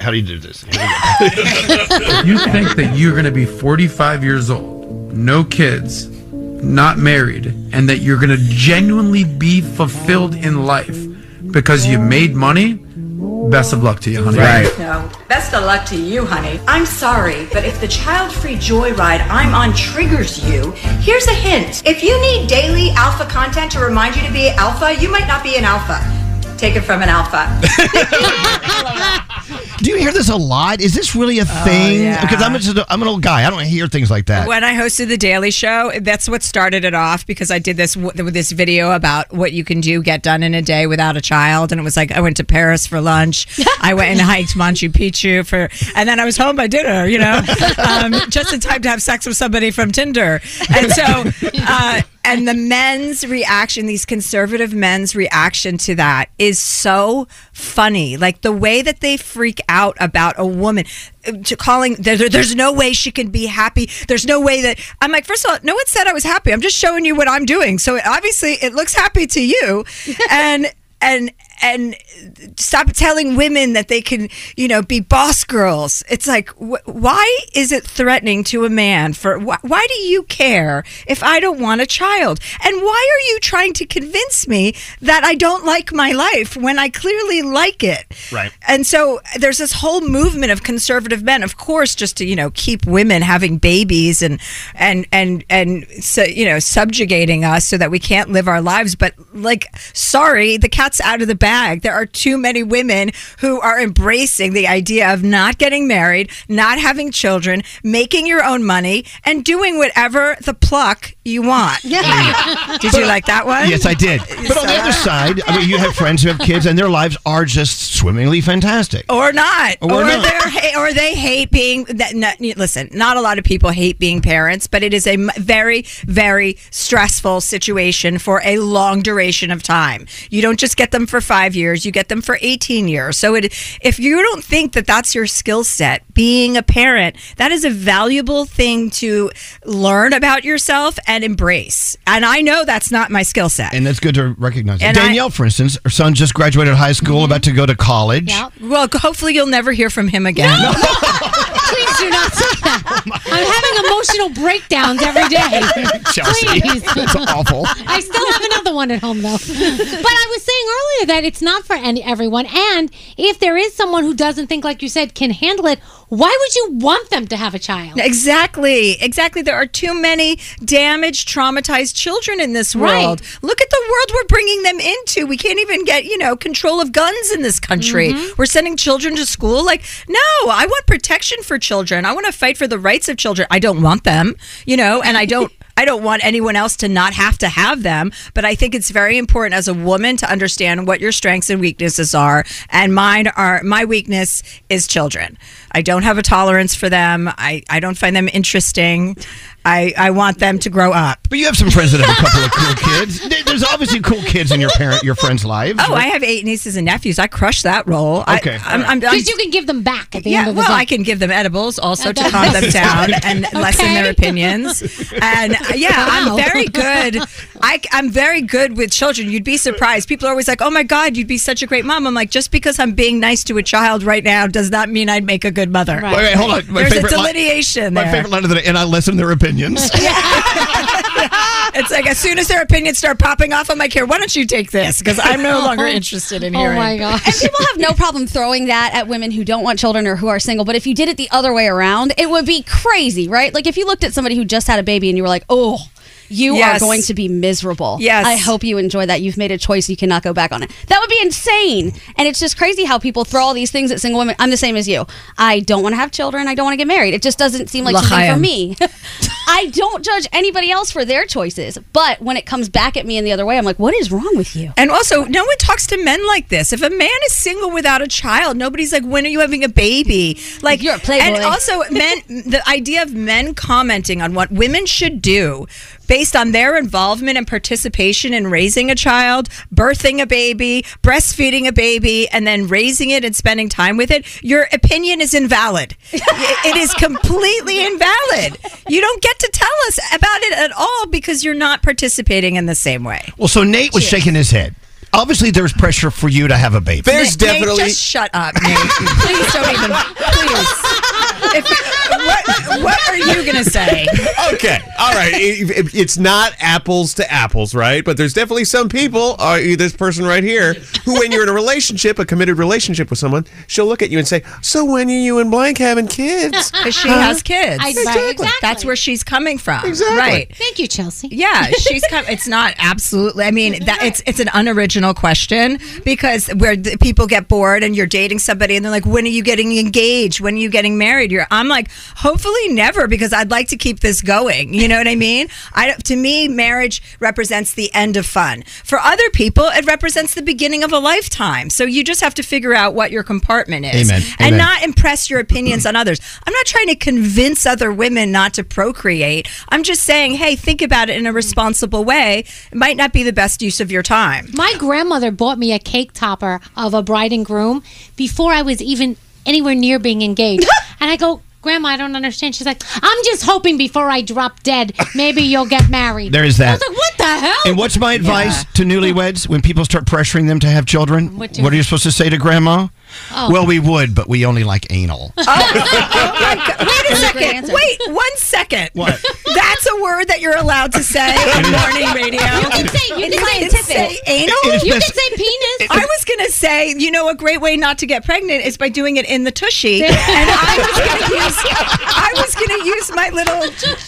Speaker 1: How do you do this? Here we go.
Speaker 15: If you think that you're going to be 45 years old, no kids, not married, and that you're going to genuinely be fulfilled in life because you made money, best of luck to you, honey.
Speaker 26: No. Best of luck to you, honey. I'm sorry, but if the child-free joyride I'm on triggers you, here's a hint. If you need daily alpha content to remind you to be alpha, you might not be an alpha. Take it from an alpha.
Speaker 1: Do you hear this a lot? Is this really a thing?
Speaker 19: Oh, yeah.
Speaker 1: Because I'm just a, I'm an old guy. I don't hear things like that.
Speaker 19: When I hosted the Daily Show, that's what started it off because I did this w- with this video about what you can do get done in a day without a child, and it was like I went to Paris for lunch, I went and hiked Machu Picchu for, and then I was home by dinner, you know, um, just in time to have sex with somebody from Tinder, and so. Uh, and the men's reaction, these conservative men's reaction to that is so funny. Like the way that they freak out about a woman, uh, to calling there, there- there's no way she can be happy. There's no way that I'm like. First of all, no one said I was happy. I'm just showing you what I'm doing. So it, obviously, it looks happy to you, and and and stop telling women that they can you know be boss girls it's like wh- why is it threatening to a man for wh- why do you care if i don't want a child and why are you trying to convince me that i don't like my life when i clearly like it
Speaker 16: Right.
Speaker 19: and so there's this whole movement of conservative men, of course, just to you know keep women having babies and and and and so, you know subjugating us so that we can't live our lives. But like, sorry, the cat's out of the bag. There are too many women who are embracing the idea of not getting married, not having children, making your own money, and doing whatever the pluck you want. Did you like that one?
Speaker 1: Yes, I did. But on the other side, I mean, you have friends who have kids, and their lives are just swimmingly fantastic.
Speaker 19: or not,
Speaker 1: Or not.
Speaker 19: they're ha- or they hate being. That, not, listen, not a lot of people hate being parents, but it is a m- very, very stressful situation for a long duration of time. You don't just get them for five years; you get them for eighteen years. So, it, if you don't think that that's your skill set, being a parent, that is a valuable thing to learn about yourself and embrace. And I know that's not my skill set.
Speaker 1: And that's good to recognize. it.
Speaker 19: And I- Mm-hmm.
Speaker 1: Danielle, for instance, her son just graduated high school, about to go to college.
Speaker 19: Well, hopefully you'll never hear from him again. Oh
Speaker 16: Please do not say that. I'm having emotional breakdowns every day.
Speaker 1: Chelsea,
Speaker 16: Please.
Speaker 1: that's awful.
Speaker 9: I still have another one at home though. But I was saying saying earlier that it's not for any everyone, and if there is someone who doesn't think like you said can handle it, why would you want them to have a child?
Speaker 19: Exactly. Exactly. There are too many damaged, traumatized children in this
Speaker 9: Right.
Speaker 19: world. Look at the world we're bringing them into. We can't even get, you know, control of guns in this country.
Speaker 1: Mm-hmm.
Speaker 9: Mhm.
Speaker 19: We're sending children to school. Like, no, I want protection for children. I want to fight for the rights of children. I don't want them, you know, and I don't. I don't want anyone else to not have to have them, but I think it's very important as a woman to understand what your strengths and weaknesses are. And mine are my weakness is children. I don't have a tolerance for them. I, I don't find them interesting. I, I want them to grow up.
Speaker 1: But you have some friends that have a couple of cool kids. There- There's obviously cool kids in your parent, your friends' lives.
Speaker 19: Oh,
Speaker 1: right?
Speaker 19: I have eight nieces and nephews. I crush that role.
Speaker 1: Okay,
Speaker 19: I, I'm,
Speaker 1: all
Speaker 19: I'm,
Speaker 1: right.
Speaker 19: I'm,
Speaker 9: 'Cause you can give them back at the
Speaker 19: yeah,
Speaker 9: end of the
Speaker 19: well,
Speaker 9: day.
Speaker 19: I can give them edibles also to
Speaker 9: Okay.
Speaker 19: calm them down and lessen their opinions. And uh, yeah,
Speaker 9: Wow.
Speaker 19: I'm very good. I, am very good with children. You'd be surprised. People are always like, "Oh my God, you'd be such a great mom." I'm like, just because I'm being nice to a child right now does not mean I'd make a good mother.
Speaker 1: Wait, wait, hold on. My
Speaker 19: There's a
Speaker 1: favorite line-
Speaker 19: delineation.
Speaker 1: My
Speaker 19: there.
Speaker 1: favorite line of the day, and I lessen their opinions.
Speaker 19: it's like as soon as their opinions start popping off, I'm like, here, why don't you take this? Because I'm
Speaker 9: Oh.
Speaker 19: no longer interested in hearing.
Speaker 6: And people have no problem throwing that at women who don't want children or who are single. But if you did it the other way around, it would be crazy, right? Like if you looked at somebody who just had a baby and you were like, oh, you
Speaker 19: Yes.
Speaker 6: are going to be miserable.
Speaker 19: Yes.
Speaker 6: I hope you enjoy that. You've made a choice. You cannot go back on it. That would be insane. And it's just crazy how people throw all these things at single women. I'm the same as you. I don't want to have children. I don't want to get married. It just doesn't seem like something for
Speaker 19: L'chaim.
Speaker 6: me. I don't judge anybody else for their choices. But when it comes back at me in the other way, I'm like, what is wrong with you?
Speaker 19: And also, no one talks to men like this. If a man is single without a child, nobody's like, "When are you having a baby?" Like you're a
Speaker 6: playboy.
Speaker 19: And also, men. the idea of men commenting on what women should do based on their involvement and participation in raising a child, birthing a baby, breastfeeding a baby, and then raising it and spending time with it. Your opinion is invalid. it is completely invalid. You don't get to tell us about it at all because you're not participating in the same way.
Speaker 1: well, so Nate was shaking his head. Obviously, there's pressure for you to have a baby.
Speaker 19: Nate- Nate, just shut up, Nate. please don't even. Please. If, what, what are you gonna say?
Speaker 8: okay. All right. It- it- It's not apples to apples, right? But there's definitely some people, uh, this person right here, who, when you're in a relationship, a committed relationship with someone, she'll look at you and say, So when are you and blank having kids?
Speaker 19: Because she
Speaker 8: Huh?
Speaker 19: has kids.
Speaker 8: I- right, Exactly.
Speaker 19: That's where she's coming from.
Speaker 8: Exactly.
Speaker 19: Right.
Speaker 9: Thank you, Chelsea.
Speaker 19: Yeah, she's com- it's not absolutely. I mean, that it's it's an unoriginal question because where the people get bored and you're dating somebody and they're like, "When are you getting engaged? When are you getting married?" You're I'm like, "Hopefully never because I'd like to keep this going." You know what I mean? I don't- to me marriage represents the end of fun. For other people, it represents the beginning of a lifetime. So you just have to figure out what your compartment is
Speaker 3: Amen.
Speaker 19: and
Speaker 3: Amen.
Speaker 19: not not impress your opinions on others. I'm not trying to convince other women not to procreate. I'm just saying, hey, think about it in a responsible way. It might not be the best use of your time.
Speaker 9: My grandmother bought me a cake topper of a bride and groom before I was even anywhere near being engaged. and I go, Grandma, I don't understand. She's like, I'm just hoping before I drop dead, maybe you'll get married.
Speaker 1: There is
Speaker 9: I
Speaker 1: that.
Speaker 9: was like, what the hell?
Speaker 1: And what's my advice to newlyweds when people start pressuring them to have children?
Speaker 9: What
Speaker 1: What,
Speaker 9: do-
Speaker 1: are you supposed to say to grandma?
Speaker 9: Oh.
Speaker 1: Well, we would, but we only like anal.
Speaker 19: Wait a second. Wait one second. What? That's a word that you're allowed to say in morning radio.
Speaker 3: You can say- you
Speaker 19: It's-
Speaker 3: can
Speaker 19: it's
Speaker 3: scientific.
Speaker 19: say anal.
Speaker 3: It is You best- can
Speaker 9: say penis.
Speaker 19: I was gonna say, you know, a great way not to get pregnant is by doing it in the tushy. and I was gonna use, I was gonna use my little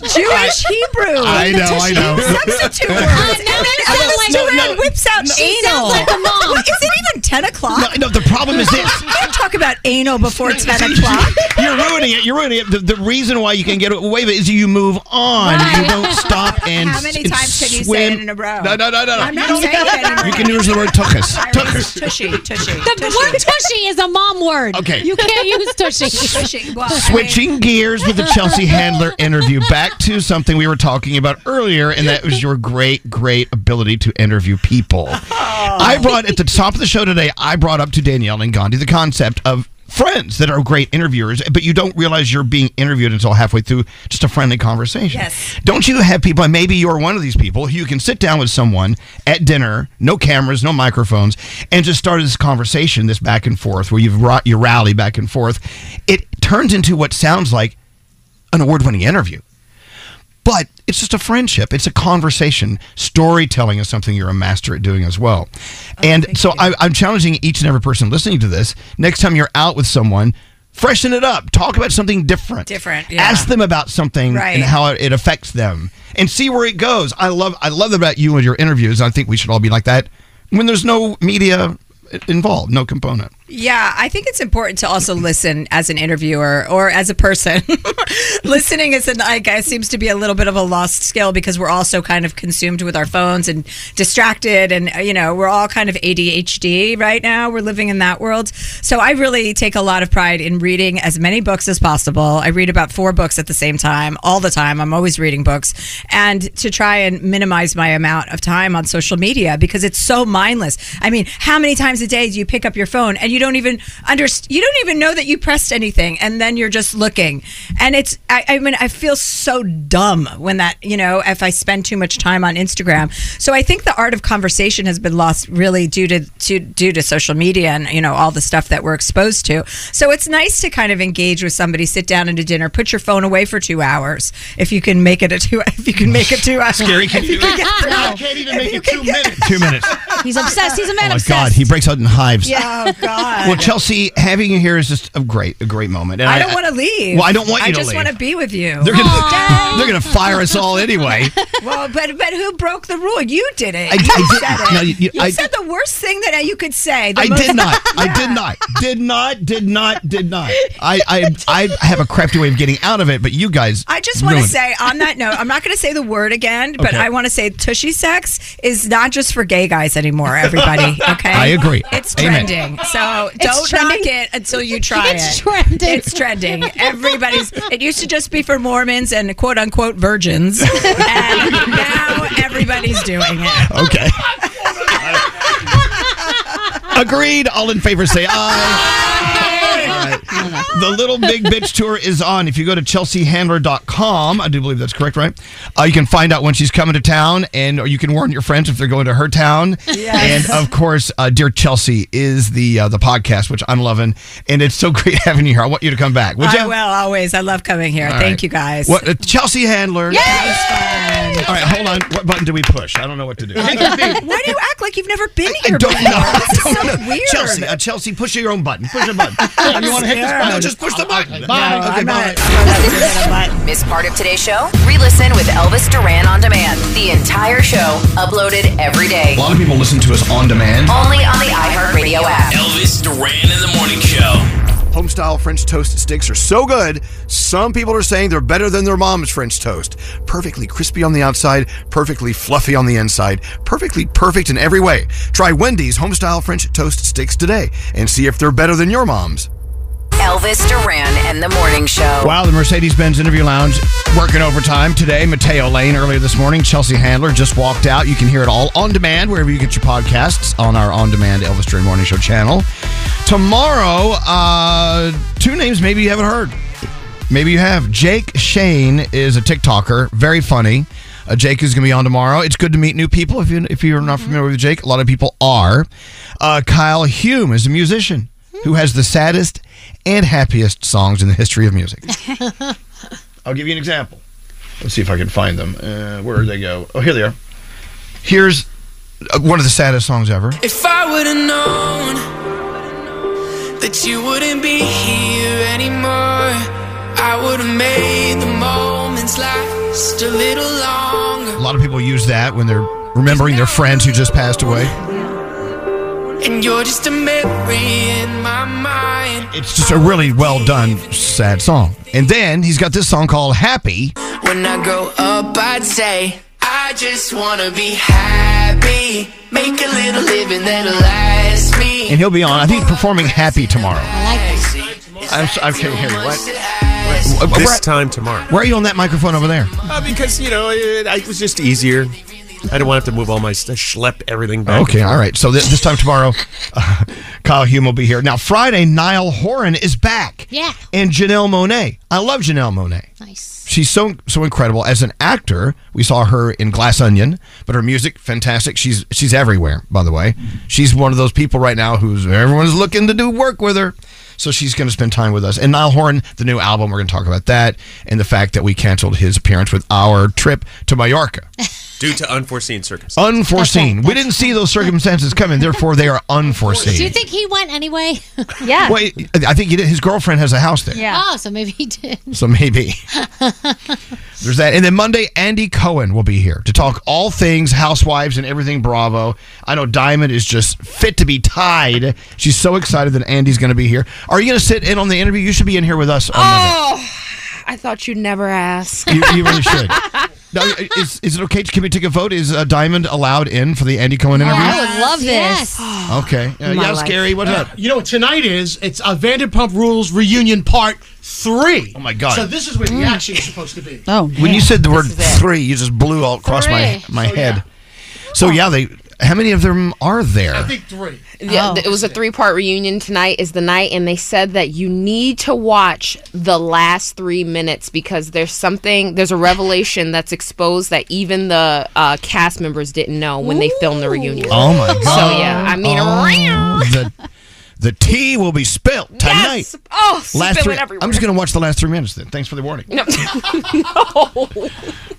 Speaker 19: Jewish Hebrew.
Speaker 3: I know, I know.
Speaker 19: Substitute words. and then Alice
Speaker 3: Uh, no,
Speaker 19: Duran
Speaker 3: no,
Speaker 19: whips out
Speaker 3: no. She
Speaker 19: anal.
Speaker 3: sounds like a mom.
Speaker 19: What, is it even ten o'clock?
Speaker 1: No, no, the problem is this.
Speaker 19: You can't talk about anal before ten o'clock.
Speaker 1: You're ruining it. You're ruining it. The, the reason why you can get away with it is you move on. You
Speaker 19: Right.
Speaker 1: don't stop and
Speaker 19: How many
Speaker 1: s- and
Speaker 19: times can you
Speaker 1: swim.
Speaker 19: say it in a row?
Speaker 1: No, no, no, no. no.
Speaker 19: I'm not saying it anymore.
Speaker 1: You can use the word tuchus. Tuchus.
Speaker 19: Tushy, tushy.
Speaker 9: The word tushy is a mom word.
Speaker 1: Okay.
Speaker 9: You can't use tushy.
Speaker 19: Tushy. Well,
Speaker 1: Switching gears with the Chelsea Handler interview, back to something we were talking about earlier, and that was your great, great ability to interview people. I brought at the top of the show today, I brought up to Danielle and Gandhi the concept of friends that are great interviewers, but you don't realize you're being interviewed until halfway through just a friendly conversation.
Speaker 3: Yes.
Speaker 1: Don't you have people, and maybe you're one of these people, who you can sit down with someone at dinner, no cameras, no microphones, and just start this conversation, this back and forth, where you've ro- you rally back and forth. It turns into what sounds like an award winning interview. But it's just a friendship. It's a conversation. Storytelling is something you're a master at doing as well.
Speaker 19: Oh,
Speaker 1: and so I, I'm challenging each and every person listening to this. Next time you're out with someone, freshen it up. Talk about something different.
Speaker 19: Different. Yeah.
Speaker 1: Ask them about something
Speaker 19: Right.
Speaker 1: and how it affects them, and see where it goes. I love I love about you and your interviews. I think we should all be like that when there's no media involved, no component.
Speaker 19: Yeah, I think it's important to also listen as an interviewer or as a person. Listening is an I guess seems to be a little bit of a lost skill because we're also kind of consumed with our phones and distracted and uh, you know, we're all kind of ADHD right now. We're living in that world. So I really take a lot of pride in reading as many books as possible. I read about four books at the same time all the time. I'm always reading books and to try and minimize my amount of time on social media because it's so mindless. I mean, how many times a day do you pick up your phone and you don't even under you don't even know that you pressed anything and then you're just looking. And it's I, I mean, I feel so dumb when that, you know, if I spend too much time on Instagram. So I think the art of conversation has been lost really due to, to due to social media and you know all the stuff that we're exposed to. So it's nice to kind of engage with somebody, sit down at a dinner, put your phone away for two hours if you can make it a two if you can make it two hours.
Speaker 1: Scary, can
Speaker 19: if
Speaker 1: you do
Speaker 19: can
Speaker 1: that?
Speaker 19: get
Speaker 1: No, I
Speaker 19: through.
Speaker 1: can't
Speaker 27: even
Speaker 19: If
Speaker 27: make
Speaker 19: you
Speaker 27: it
Speaker 19: can
Speaker 27: two
Speaker 19: get-
Speaker 27: minutes.
Speaker 1: Two minutes.
Speaker 6: He's obsessed. He's a man
Speaker 1: Oh my
Speaker 6: obsessed.
Speaker 1: God, he breaks out in hives.
Speaker 19: Yeah, oh God.
Speaker 1: Well, Chelsea, having you here is just a great, a great moment. And
Speaker 19: I don't want to leave.
Speaker 1: Well, I don't want you
Speaker 19: I
Speaker 1: to
Speaker 19: just
Speaker 1: leave.
Speaker 19: want to be with you.
Speaker 1: They're gonna, they're gonna fire us all anyway.
Speaker 19: well, but but who broke the rule? You did it.
Speaker 1: I- I
Speaker 19: you
Speaker 1: didn't.
Speaker 19: said it.
Speaker 1: No, you- you- I-
Speaker 19: said the worst thing that you could say. the
Speaker 1: I
Speaker 19: most-
Speaker 1: did not. I did not. Did not. Did not. Did not. I, I, I have a crappy way of getting out of it, but you guys.
Speaker 19: I just want to
Speaker 1: ruined it.
Speaker 19: say on that note, I'm not going to say the word again, but
Speaker 1: Okay.
Speaker 19: I want to say tushy sex is not just for gay guys anymore. Everybody, okay?
Speaker 1: I agree.
Speaker 19: It's
Speaker 1: Amen.
Speaker 19: trending, so
Speaker 12: It's
Speaker 19: don't
Speaker 12: trending.
Speaker 19: knock it until you try
Speaker 12: It's
Speaker 19: it. trending. It's trending. Everybody's. It used to just be for Mormons and quote unquote virgins, and now everybody's doing it.
Speaker 1: Okay. Agreed. All in favor say aye. All right. The Little Big Bitch Tour is on. If you go to chelseahandler.com, I do believe that's correct, right? Uh, you can find out when she's coming to town, and or you can warn your friends if they're going to her town.
Speaker 12: Yes.
Speaker 1: And of course, uh, Dear Chelsea is the uh, the podcast, which I'm loving, and it's so great having you here. I want you to come back. Would
Speaker 19: I
Speaker 1: you?
Speaker 19: will always. I love coming here.
Speaker 1: All
Speaker 19: Thank
Speaker 1: right.
Speaker 19: you guys.
Speaker 1: What, uh, Chelsea Handler.
Speaker 19: Yes!
Speaker 1: All right, hold on. What button do we push? I don't know what to do.
Speaker 19: Why do you act like you've never been here
Speaker 1: don't
Speaker 19: before?
Speaker 1: know.
Speaker 19: This is so weird.
Speaker 1: Chelsea, uh, Chelsea, push your own button. Push a button. Oh, you want to hit this button? No, just push the button.
Speaker 12: Bye.
Speaker 1: Okay,
Speaker 12: I'm
Speaker 1: bye.
Speaker 2: Miss part of today's show? Re-listen with Elvis Duran on demand. The entire show uploaded every day.
Speaker 1: A lot of people listen to us on demand.
Speaker 2: Only on the iHeartRadio app.
Speaker 3: Elvis Duran in the morning show.
Speaker 28: Homestyle French toast sticks are so good, some people are saying they're better than their mom's French toast. Perfectly crispy on the outside, perfectly fluffy on the inside, perfectly perfect in every way. Try Wendy's Homestyle French toast sticks today and see if they're better than your mom's.
Speaker 2: Elvis Duran and the morning show.
Speaker 1: Wow, the Mercedes Benz Interview Lounge working overtime today. Mateo Lane earlier this morning. Chelsea Handler just walked out. You can hear it all on demand wherever you get your podcasts on our on demand Elvis Duran Morning Show channel. Tomorrow, uh, two names maybe you haven't heard. Maybe you have. Jake Shane is a TikToker, very funny. Uh, Jake is going to be on tomorrow. It's good to meet new people if, you, if you're not familiar with Jake. A lot of people are. Uh, Kyle Hume is a musician who has the saddest and happiest songs in the history of music. I'll give you an example. Let's see if I can find them. Uh, where did they go? Oh, here they are. Here's uh, one of the saddest songs ever.
Speaker 12: If I would have known that you wouldn't be here anymore, I would have made the moments last a little
Speaker 1: A
Speaker 12: longer.
Speaker 1: lot of people use that when they're remembering their friends who just passed away.
Speaker 12: And you're just a memory in my mind.
Speaker 1: It's just a really well done, sad song. And then he's got this song called Happy.
Speaker 12: When I go up, I'd say, I just wanna be happy. Make a little living that'll last me.
Speaker 1: And he'll be on, I think, performing Happy tomorrow.
Speaker 12: I'm,
Speaker 1: I can't hear you.
Speaker 12: What?
Speaker 1: Wh-
Speaker 8: This
Speaker 1: Brett-
Speaker 8: time tomorrow.
Speaker 1: Where are you on that microphone over there?
Speaker 8: Uh, because, you know, it, it was just easier. I don't want to have to move all my st- schlep everything back.
Speaker 1: Okay, all right. So th- this time tomorrow, uh, Kyle Hume will be here. Now, Friday, Niall Horan is back.
Speaker 12: Yeah.
Speaker 1: And Janelle Monet. I love Janelle Monet. Nice. She's so so incredible as an actor. We saw her in Glass Onion, but her music fantastic. She's she's everywhere. By the way, she's one of those people right now who's everyone's looking to do work with her. So she's going to spend time with us. And Niall Horan, the new album, we're going to talk about that and the fact that we canceled his appearance with our trip to Mallorca.
Speaker 8: Due to unforeseen circumstances.
Speaker 1: Unforeseen. We didn't see those circumstances coming, therefore they are unforeseen.
Speaker 9: Do you think he went anyway?
Speaker 6: yeah.
Speaker 1: Well, I think he did. his girlfriend has a house there.
Speaker 9: Oh, so maybe he did.
Speaker 1: So maybe. There's that. And then Monday, Andy Cohen will be here to talk all things housewives and everything Bravo. I know Diamond is just fit to be tied. She's so excited that Andy's going to be here. Are you going to sit in on the interview? You should be in here with us on
Speaker 4: Oh, I thought you'd never ask.
Speaker 1: Monday. You, you really should. Now, is, is it okay? Can we take a vote? Is uh, Diamond allowed in for the Andy Cohen interview?
Speaker 6: I would love this.
Speaker 1: Okay. Uh, yeah, Scary, what's
Speaker 21: Yeah.
Speaker 1: up?
Speaker 21: You know what tonight is? It's a Vanderpump Rules reunion part three. Oh my
Speaker 1: God.
Speaker 21: So this is where the
Speaker 1: Mm.
Speaker 21: action is supposed to be.
Speaker 6: Oh,
Speaker 1: When you said the word three, you just blew all across my
Speaker 21: Three.
Speaker 1: my
Speaker 4: Oh,
Speaker 21: So,
Speaker 1: head. So yeah, they. How many of them are there?
Speaker 21: three.
Speaker 4: Yeah,
Speaker 21: Oh,
Speaker 4: th- it was a three-part reunion. Tonight is the night, and they said that you need to watch the last three minutes because there's something, there's a revelation that's exposed that even the uh, cast members didn't know when they filmed the reunion.
Speaker 1: Oh my god!
Speaker 4: So yeah, I mean,
Speaker 1: Oh, the the tea will be spilt tonight.
Speaker 4: oh,
Speaker 1: last
Speaker 4: spill
Speaker 1: three,
Speaker 4: it everywhere.
Speaker 1: I'm just gonna watch the last three minutes then. Thanks for the warning.
Speaker 4: No.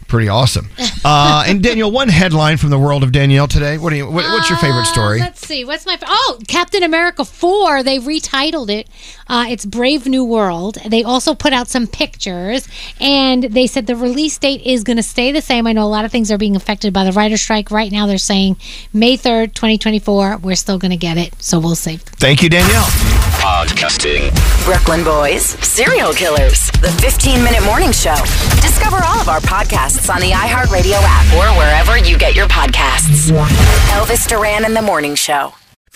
Speaker 1: Pretty awesome. Uh, and Daniel, one headline from the world of Danielle today. What do you? What, what's your
Speaker 4: Uh,
Speaker 1: favorite story?
Speaker 9: Uh, Let's see. What's my oh Captain America four? They retitled it. Uh, it's Brave New World. They also put out some pictures, and they said the release date is going to stay the same. I know a lot of things are being affected by the writer strike right now. They're saying May third, twenty twenty four. We're still going to get it, so we'll see.
Speaker 1: Thank you, Danielle.
Speaker 3: Podcasting.
Speaker 2: Brooklyn Boys, Serial Killers, The 15 Minute Morning Show. Discover all of our podcasts on the iHeartRadio app or wherever you get your podcasts. Elvis Duran and the Morning Show.
Speaker 1: If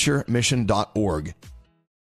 Speaker 1: stbonaventuremission.org.